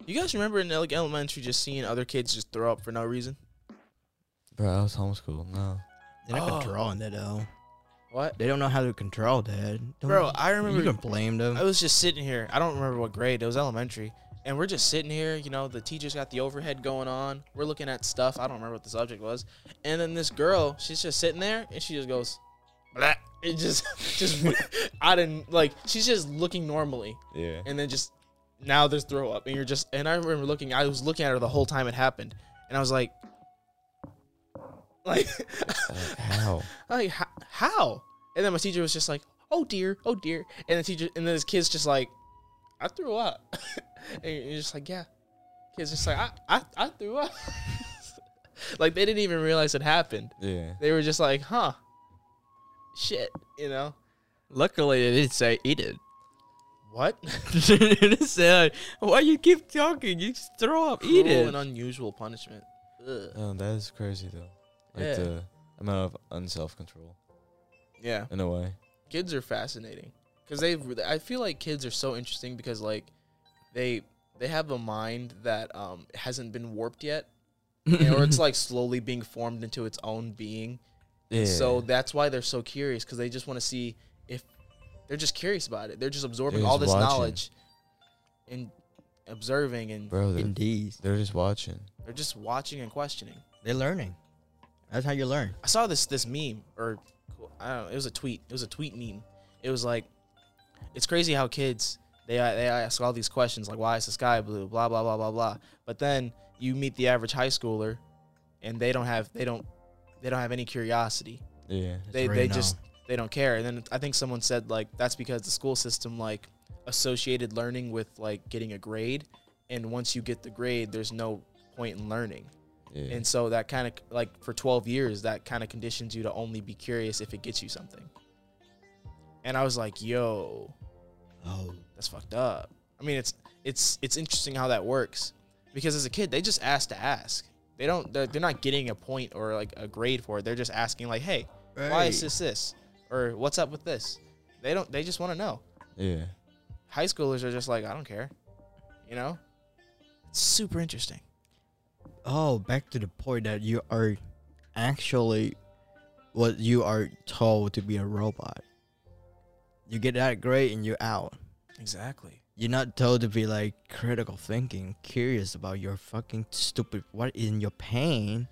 Speaker 1: You guys remember in like elementary just seeing other kids just throw up for no reason?
Speaker 3: bro, I was homeschooled. No.
Speaker 2: they're not
Speaker 1: Oh.
Speaker 2: controlling that though.
Speaker 1: What?
Speaker 2: They don't know how to control that. Don't
Speaker 1: Bro, I
Speaker 2: you
Speaker 1: remember
Speaker 2: can blame them.
Speaker 1: I was just sitting here. I don't remember what grade. It was elementary. And we're just sitting here, you know, the teacher's got the overhead going on. We're looking at stuff. I don't remember what the subject was. And then this girl, she's just sitting there and she just goes, Blah. It just, just, I didn't, like, she's just looking normally.
Speaker 3: Yeah.
Speaker 1: And then just, now there's throw up. And you're just, and I remember looking, I was looking at her the whole time it happened. And I was like, like,
Speaker 3: Like, how?
Speaker 1: like "Ho- how? And then my teacher was just like, "Oh dear, oh dear." And the teacher, and then this kid's just like, "I threw up," and you're just like, "Yeah." Kids just like, "I, I, I threw up." like they didn't even realize it happened.
Speaker 3: Yeah.
Speaker 1: They were just like, "Huh, shit," you know
Speaker 2: Luckily, they didn't say eat it.
Speaker 1: what?
Speaker 2: they didn't say like, why you keep talking? You just throw up, eat
Speaker 1: Cruel
Speaker 2: it.
Speaker 1: and unusual punishment. Ugh.
Speaker 3: No, Oh, that is crazy though. Like
Speaker 1: Yeah.
Speaker 3: the amount of unself control
Speaker 1: Yeah,
Speaker 3: in a way.
Speaker 1: kids are fascinating. because they i feel like kids are so interesting because like they they have a mind that um hasn't been warped yet and- or it's like slowly being formed into its own being
Speaker 3: Yeah.
Speaker 1: so that's why they're so curious because they just want to see if they're just curious about it they're just absorbing
Speaker 3: They're
Speaker 1: all this
Speaker 3: just watching.
Speaker 1: knowledge and observing and
Speaker 3: bro, they're,
Speaker 2: Indeed,
Speaker 3: they're just watching.
Speaker 1: they're just watching and questioning
Speaker 2: they're learning. That's how you learn.
Speaker 1: I saw this this meme or I don't know. It was a tweet. It was a tweet meme. It was like, it's crazy how kids they they ask all these questions like, why is the sky blue? Blah blah blah blah blah. But then you meet the average high schooler, and they don't have they don't they don't have any curiosity.
Speaker 3: Yeah.
Speaker 1: They
Speaker 2: right
Speaker 1: they
Speaker 2: now.
Speaker 1: just they don't care. And then I think someone said like that's because the school system like associated learning with like getting a grade, and once you get the grade, there's no point in learning.
Speaker 3: Yeah.
Speaker 1: And so that kind of like for 12 years, that kind of conditions you to only be curious if it gets you something. And I was like, yo,
Speaker 2: Oh,
Speaker 1: that's fucked up. I mean, it's it's it's interesting how that works because as a kid, they just ask to ask. They don't they're, they're not getting a point or like a grade for it. They're just asking like, hey, why is this this or what's up with this? They don't they just want to know.
Speaker 3: yeah.
Speaker 1: High schoolers are just like, I don't care, you know. It's super interesting.
Speaker 2: Oh, back to the point that you are actually what you are told to be a robot. You get that grade and you're out.
Speaker 1: Exactly.
Speaker 2: You're not told to be like critical thinking, curious about your fucking stupid what is in your pain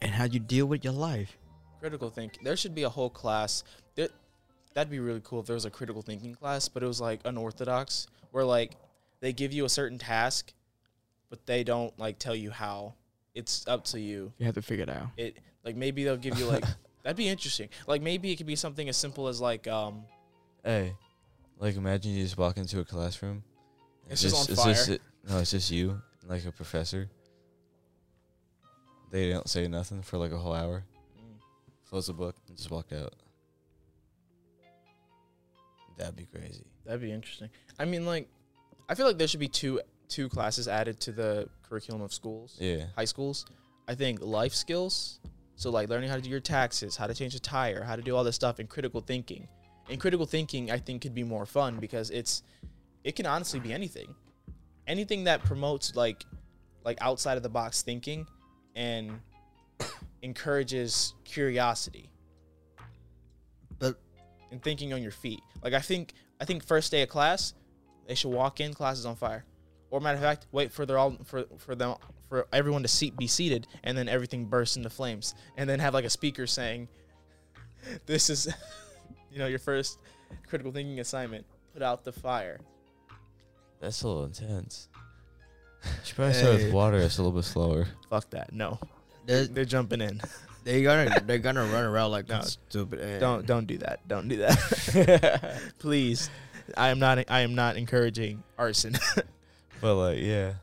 Speaker 2: and how you deal with your life.
Speaker 1: critical think there should be a whole class that that'd be really cool if there was a critical thinking class but it was like unorthodox where like they give you a certain task but they don't like tell you how it's up to you
Speaker 6: You have to figure it out.
Speaker 1: it like maybe they'll give you like that'd be interesting like maybe it could be something as simple as like um
Speaker 3: Hey, like imagine you just walk into a classroom. and
Speaker 1: It's just on
Speaker 3: It's
Speaker 1: fire.
Speaker 3: just, no, it's just you, and, like a professor. They don't say nothing for like a whole hour.
Speaker 1: mm,
Speaker 3: Close the book and just walk out. That'd be crazy.
Speaker 1: that'd be interesting i mean like i feel like there should be two two classes added to the curriculum of schools
Speaker 3: Yeah.
Speaker 1: high schools. I think life skills, so like learning how to do your taxes, how to change a tire, how to do all this stuff, and critical thinking. And critical thinking, I think, could be more fun because it's it can honestly be anything, anything that promotes like like outside of the box thinking and encourages curiosity
Speaker 2: But
Speaker 1: and thinking on your feet. Like I think I think first day of class, they should walk in, classes on fire. Or matter of fact, wait for their all for for them for everyone to seat be seated and then everything bursts into flames. And then have like a speaker saying, This is you know, your first critical thinking assignment. Put out the fire.
Speaker 3: That's a little intense. Should probably start with
Speaker 2: Hey.
Speaker 3: water. It's a little bit slower.
Speaker 1: Fuck that. No.
Speaker 2: they
Speaker 1: They're jumping in.
Speaker 2: they gonna they're gonna run around like
Speaker 1: No,
Speaker 2: stupid eh.
Speaker 1: Don't don't do that. Don't do that. Please. I am not I am not encouraging arson.
Speaker 3: But like, yeah.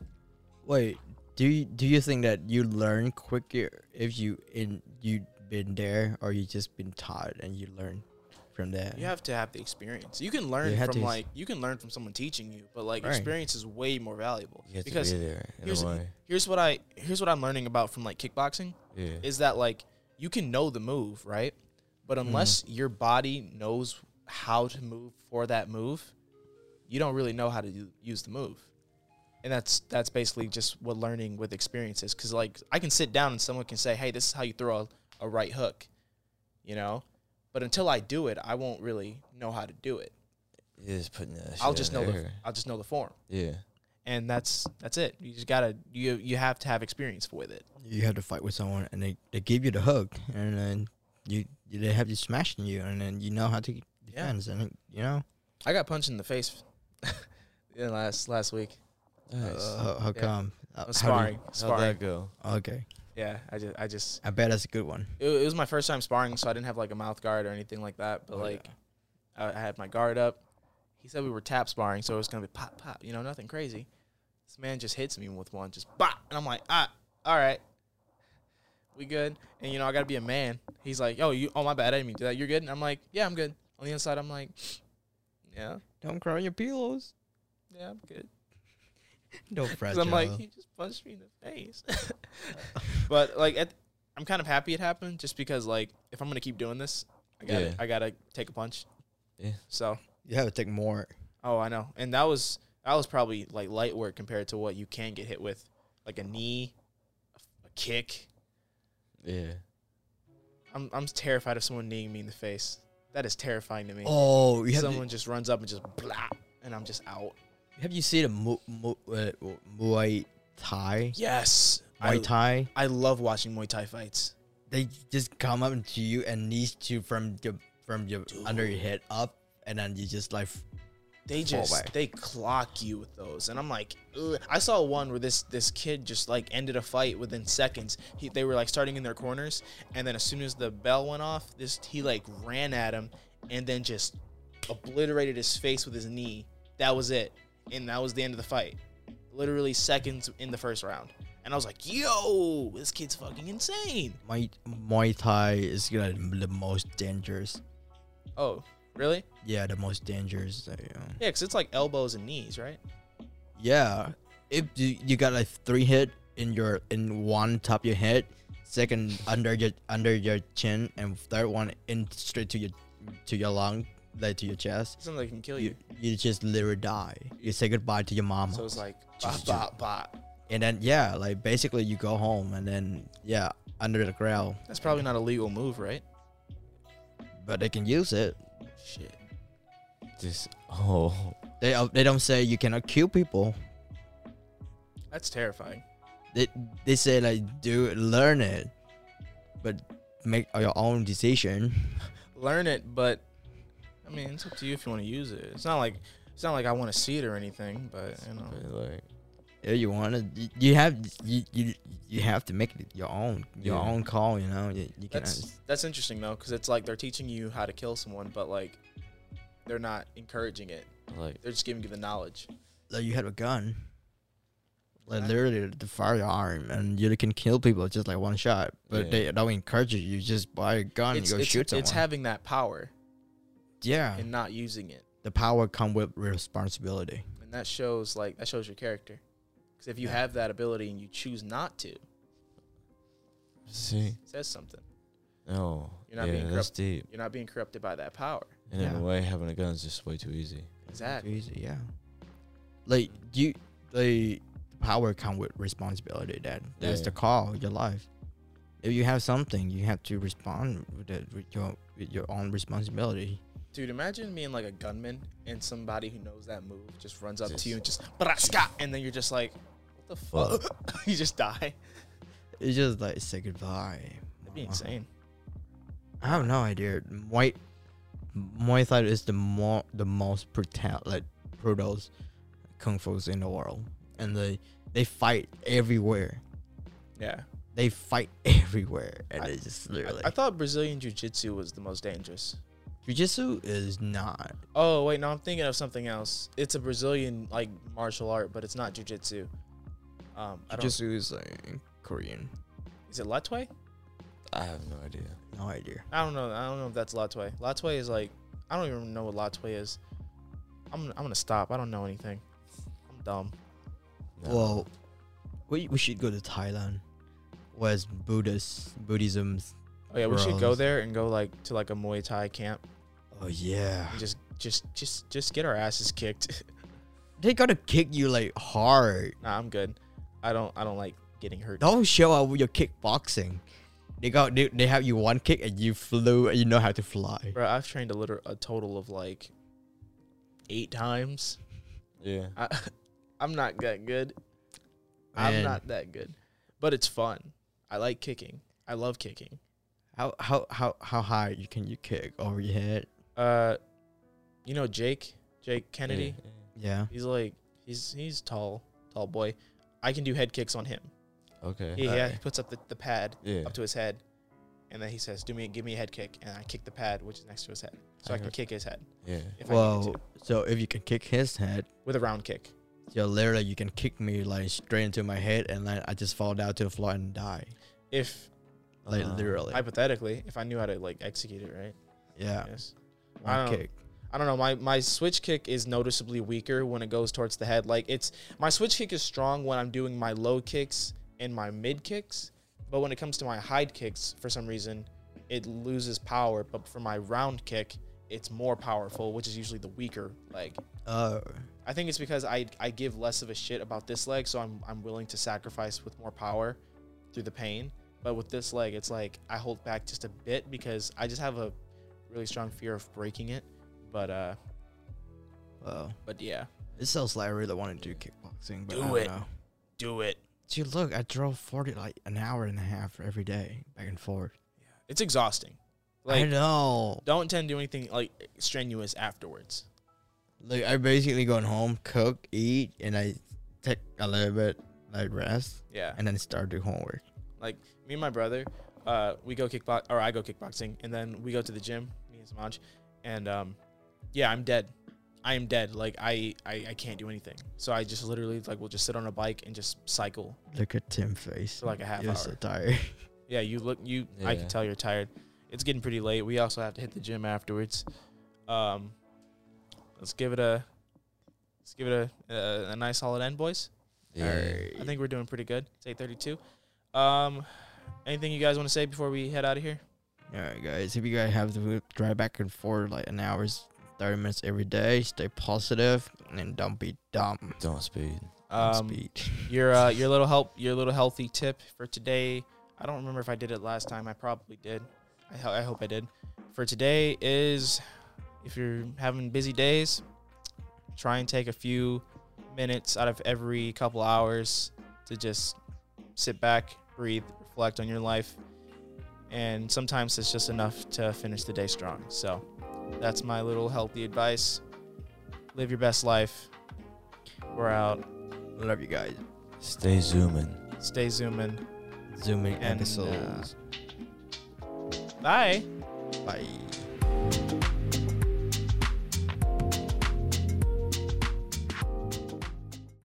Speaker 2: Wait, do you do you think that you learn quicker if you in you been there or you just been taught and you learn from that?
Speaker 1: You have to have the experience. You can learn
Speaker 2: You have
Speaker 1: from
Speaker 2: to-
Speaker 1: like you can learn from someone teaching you, but like
Speaker 2: Right.
Speaker 1: experience is way more valuable.
Speaker 3: You have
Speaker 1: Because
Speaker 3: to be there in
Speaker 1: here's-
Speaker 3: a way.
Speaker 1: here's what I here's what I'm learning about from like kickboxing
Speaker 3: Yeah.
Speaker 1: is that like you can know the move, right? But unless your body knows how to move for that move, you don't really know how to u- use the move. And that's that's basically just what learning with experience is cuz like I can sit down and someone can say, "Hey, this is how you throw a, a right hook." You know? But until I do it, I won't really know how to do it.
Speaker 3: You're just putting that shit
Speaker 1: I'll just
Speaker 3: in
Speaker 1: know the
Speaker 3: there.
Speaker 1: I'll just know the form.
Speaker 3: Yeah.
Speaker 1: And that's that's it. You just got to you you have to have experience with it.
Speaker 2: You have to fight with someone and they, they give you the hook and then you they have you smashing you and then you know how to defend and it- you know
Speaker 1: I got punched in the face in last last week.
Speaker 3: Nice.
Speaker 2: uh, how, how
Speaker 1: Yeah.
Speaker 2: come Uh,
Speaker 1: I was
Speaker 2: how do you-
Speaker 1: sparring,
Speaker 3: How'd
Speaker 1: sparring.
Speaker 3: that go?
Speaker 2: okay,
Speaker 1: Yeah, I just I just
Speaker 2: I bet that's a good one.
Speaker 1: it, it was my first time sparring, so I didn't have like a mouth guard or anything like that. But
Speaker 2: Oh,
Speaker 1: like, I, I had my guard up. He said we were tap sparring, so it was gonna be pop pop. You know, nothing crazy. This man just hits me with one, just bop, and I'm like, ah, all right, we good. And you know, I gotta be a man. He's like, oh, you, oh my bad, I didn't mean to do that. You're good. And I'm like, yeah, I'm good. On the inside, I'm like, yeah,
Speaker 6: Don't cry on your pillows.
Speaker 1: yeah, I'm good.
Speaker 2: No
Speaker 1: 'Cause
Speaker 2: fragile.
Speaker 1: I'm like, he just punched me in the face. but like, at, I'm kind of happy it happened, just because like, if I'm gonna keep doing this, I gotta,
Speaker 3: Yeah.
Speaker 1: I gotta take a punch.
Speaker 3: Yeah.
Speaker 1: So
Speaker 2: You have to take more.
Speaker 1: oh, I know, and that was that was probably like light work compared to what you can get hit with, like a knee, a kick.
Speaker 3: Yeah.
Speaker 1: I'm I'm terrified of someone kneeing me in the face. That is terrifying to me.
Speaker 2: Oh, you have to-
Speaker 1: someone just runs up and just blah, and I'm just out.
Speaker 2: Have you seen a mu- mu- uh, Muay Thai?
Speaker 1: Yes, I
Speaker 2: Muay Thai?
Speaker 1: I love watching Muay Thai fights.
Speaker 2: They just come up to you and knees you from your from your under your head up, and then you just like
Speaker 1: they
Speaker 2: fall
Speaker 1: just
Speaker 2: back.
Speaker 1: they clock you with those and i'm like Ugh. i saw one where this this kid just like ended a fight within seconds he, they were like starting in their corners and then as soon as the bell went off this he like ran at him and then just obliterated his face with his knee that was it and that was the end of the fight literally seconds in the first round and i was like yo this kid's fucking insane
Speaker 2: Muay Muay Thai is gonna be the most dangerous.
Speaker 1: oh really
Speaker 2: Yeah, the most dangerous. uh, yeah.
Speaker 1: yeah because it's like elbows and knees right
Speaker 2: Yeah, if you, you got like three hit in your in one top your head, second under your under your chin, and third one in straight to your to your lung, like to your chest.
Speaker 1: something that can kill you
Speaker 2: You, you just literally die. You say goodbye to your mama,
Speaker 1: so it's like bop
Speaker 2: Just-
Speaker 1: bop bop
Speaker 2: and then yeah, like basically you go home, and then yeah, under the ground.
Speaker 1: That's probably not a legal move, right?
Speaker 2: But they can use it.
Speaker 1: Shit.
Speaker 3: This. Oh.
Speaker 2: They uh, they don't say you cannot kill people.
Speaker 1: That's terrifying.
Speaker 2: they they say like do learn it, but make your own decision.
Speaker 1: Learn it, but I mean, it's up to you if you want to use it. It's not like it's not like I want to see it or anything, but you know.
Speaker 3: but, Like.
Speaker 2: If you want to, you have you, you you have to make it your own your
Speaker 3: Yeah.
Speaker 2: own call. You know, you, you can.
Speaker 1: That's that's interesting though cuz it's like they're teaching you how to kill someone, but like they're not encouraging it.
Speaker 3: Like.
Speaker 1: They're just giving you the knowledge.
Speaker 2: Like you have a gun, like
Speaker 1: Yeah.
Speaker 2: literally the firearm, and you can kill people just like one shot. But
Speaker 3: Yeah.
Speaker 2: they don't encourage you. You just buy a gun,
Speaker 1: It's
Speaker 2: you go
Speaker 1: it's,
Speaker 2: shoot someone.
Speaker 1: it's having that power
Speaker 2: yeah,
Speaker 1: and not using it.
Speaker 2: the power come with responsibility.
Speaker 1: And that shows like that shows your character. Cuz if you
Speaker 2: Yeah.
Speaker 1: have that ability and you choose not to, it
Speaker 2: Hmm.
Speaker 3: See.
Speaker 1: says something.
Speaker 3: No.
Speaker 1: You're not
Speaker 3: yeah,
Speaker 1: being
Speaker 3: that's deep.
Speaker 1: You're not being corrupted by that power.
Speaker 3: And in
Speaker 2: Yeah.
Speaker 3: a way, having a gun is just way too easy.
Speaker 1: Exactly.
Speaker 2: Crazy, yeah. Like you, the power come with responsibility. That that's
Speaker 3: Yeah.
Speaker 2: the call of your life. If you have something, you have to respond with it with your with your own responsibility.
Speaker 1: Dude, imagine being like a gunman and somebody who knows that move just runs up
Speaker 3: Just-
Speaker 1: to you and just braska, and then you're just like, what the fuck? you just die.
Speaker 2: It's just like say goodbye.
Speaker 1: That'd be
Speaker 2: mama.
Speaker 1: insane.
Speaker 2: I have no idea. Muay Muay Thai is the more the most brutal like brutal kung fu's in the world, and they they fight everywhere.
Speaker 1: Yeah.
Speaker 2: They fight everywhere, and
Speaker 1: I-
Speaker 2: it's just literally.
Speaker 1: I thought Brazilian Jiu Jitsu was the most dangerous.
Speaker 2: Jujitsu is not.
Speaker 1: Oh, wait, no, I'm thinking of something else. It's a Brazilian like martial art, but it's not Jiu Jitsu. Um, I don't,
Speaker 2: Jujitsu is like Korean.
Speaker 1: is it Latwe?
Speaker 3: I have no idea.
Speaker 2: No idea.
Speaker 1: I don't know. I don't know if that's Latwe. Latwe is like, I don't even know what Latwe is. I'm, I'm going to stop. I don't know anything. I'm dumb.
Speaker 3: No.
Speaker 2: Well, we, we should go to Thailand. Where's Buddhist Buddhism?
Speaker 1: Oh, yeah, we should go
Speaker 2: Bros.
Speaker 1: there and go like to like a Muay Thai camp.
Speaker 2: Oh yeah,
Speaker 1: and just just just just get our asses kicked.
Speaker 2: they gotta kick you like hard.
Speaker 1: nah, I'm good. I don't I don't like getting hurt.
Speaker 2: Don't show up with your kickboxing. They got they, they have you one kick and you flew and you know how to fly.
Speaker 1: Bro, I've trained a liter- a total of like eight times.
Speaker 3: yeah.
Speaker 1: I I'm not that good. I'm
Speaker 2: Man,
Speaker 1: not that good. But it's fun. I like kicking. I love kicking.
Speaker 2: How how how how high you can you kick over your head?
Speaker 1: Uh you know Jake, Jake Kennedy?
Speaker 3: Yeah,
Speaker 2: Yeah.
Speaker 1: He's like he's he's tall, tall boy. I can do head kicks on him.
Speaker 3: yeah. Okay.
Speaker 1: Yeah, yeah.
Speaker 2: Alright.
Speaker 1: He puts up the, the pad
Speaker 3: Yeah.
Speaker 1: up to his head, and then he says, "Do me, give me a head kick," and I kick the pad, which is next to his head, so I,
Speaker 3: I
Speaker 1: can
Speaker 3: heard-
Speaker 1: kick his head
Speaker 3: Yeah.
Speaker 1: if I
Speaker 2: Well,
Speaker 1: needed to
Speaker 2: so if you can kick his head,
Speaker 1: with a round kick.
Speaker 2: So literally, you can kick me like straight into my head, and like I just fall down to the floor and die.
Speaker 1: If
Speaker 2: Like
Speaker 3: Uh-huh.
Speaker 2: literally,
Speaker 1: hypothetically, if I knew how to like execute it right,
Speaker 2: yeah,
Speaker 1: yes. I
Speaker 2: one
Speaker 1: don't-
Speaker 2: kick.
Speaker 1: I don't know. My my switch kick is noticeably weaker when it goes towards the head. Like it's my switch kick is strong when I'm doing my low kicks and my mid kicks, but when it comes to my high kicks, for some reason, it loses power. But for my round kick, it's more powerful, which is usually the weaker leg.
Speaker 2: Oh,
Speaker 1: I think it's because I I give less of a shit about this leg, so I'm I'm willing to sacrifice with more power through the pain. But with this leg, it's like I hold back just a bit because I just have a really strong fear of breaking it. But uh,
Speaker 2: well,
Speaker 1: but yeah,
Speaker 2: it sounds like I really want to do kickboxing, but
Speaker 1: Do
Speaker 2: I don't
Speaker 1: it.
Speaker 2: know.
Speaker 1: do it.
Speaker 2: Dude, look, I drove forty like an hour and a half every day back and forth.
Speaker 1: It's exhausting.
Speaker 2: I
Speaker 1: Like
Speaker 2: know.
Speaker 1: don't intend to do anything like strenuous afterwards.
Speaker 2: Like I basically going home, cook, eat, and I take a little bit like rest,
Speaker 1: Yeah.
Speaker 2: and then start do homework.
Speaker 1: Like me and my brother, uh, we go kickbox or I go kickboxing, and then we go to the gym, me and Samaj, and um, yeah, I'm dead. I am dead. Like I, I, I can't do anything. So I just literally like will just sit on a bike and just cycle
Speaker 2: Look at Tim's face.
Speaker 1: for like a half
Speaker 2: You're
Speaker 1: hour.
Speaker 2: so tired.
Speaker 1: Yeah, you look you. I
Speaker 3: Yeah.
Speaker 1: can tell you're tired. It's getting pretty late. We also have to hit the gym afterwards. Um, let's give it a, let's give it a a, a nice solid end, boys. I think we're doing pretty good. It's eight thirty-two. Um, anything you guys want to say before we head out of here?
Speaker 2: All right, guys. If you guys have to drive back and forth like an hour's thirty minutes every day, stay positive and don't be dumb.
Speaker 3: Don't speed.
Speaker 2: Don't
Speaker 1: Um,
Speaker 2: speed.
Speaker 1: your uh, your little help, your little healthy tip for today. I don't remember if I did it last time. I probably did. I, ho- I hope I did. For today is, if you're having busy days, try and take a few minutes out of every couple hours to just sit back, breathe, reflect on your life, and sometimes it's just enough to finish the day strong. So, that's my little healthy advice. Live your best life. We're out.
Speaker 2: Love you guys.
Speaker 3: Stay zooming.
Speaker 1: Stay zooming.
Speaker 2: Zooming
Speaker 1: uh, And, uh,
Speaker 2: episodes.
Speaker 1: Bye.
Speaker 2: Bye.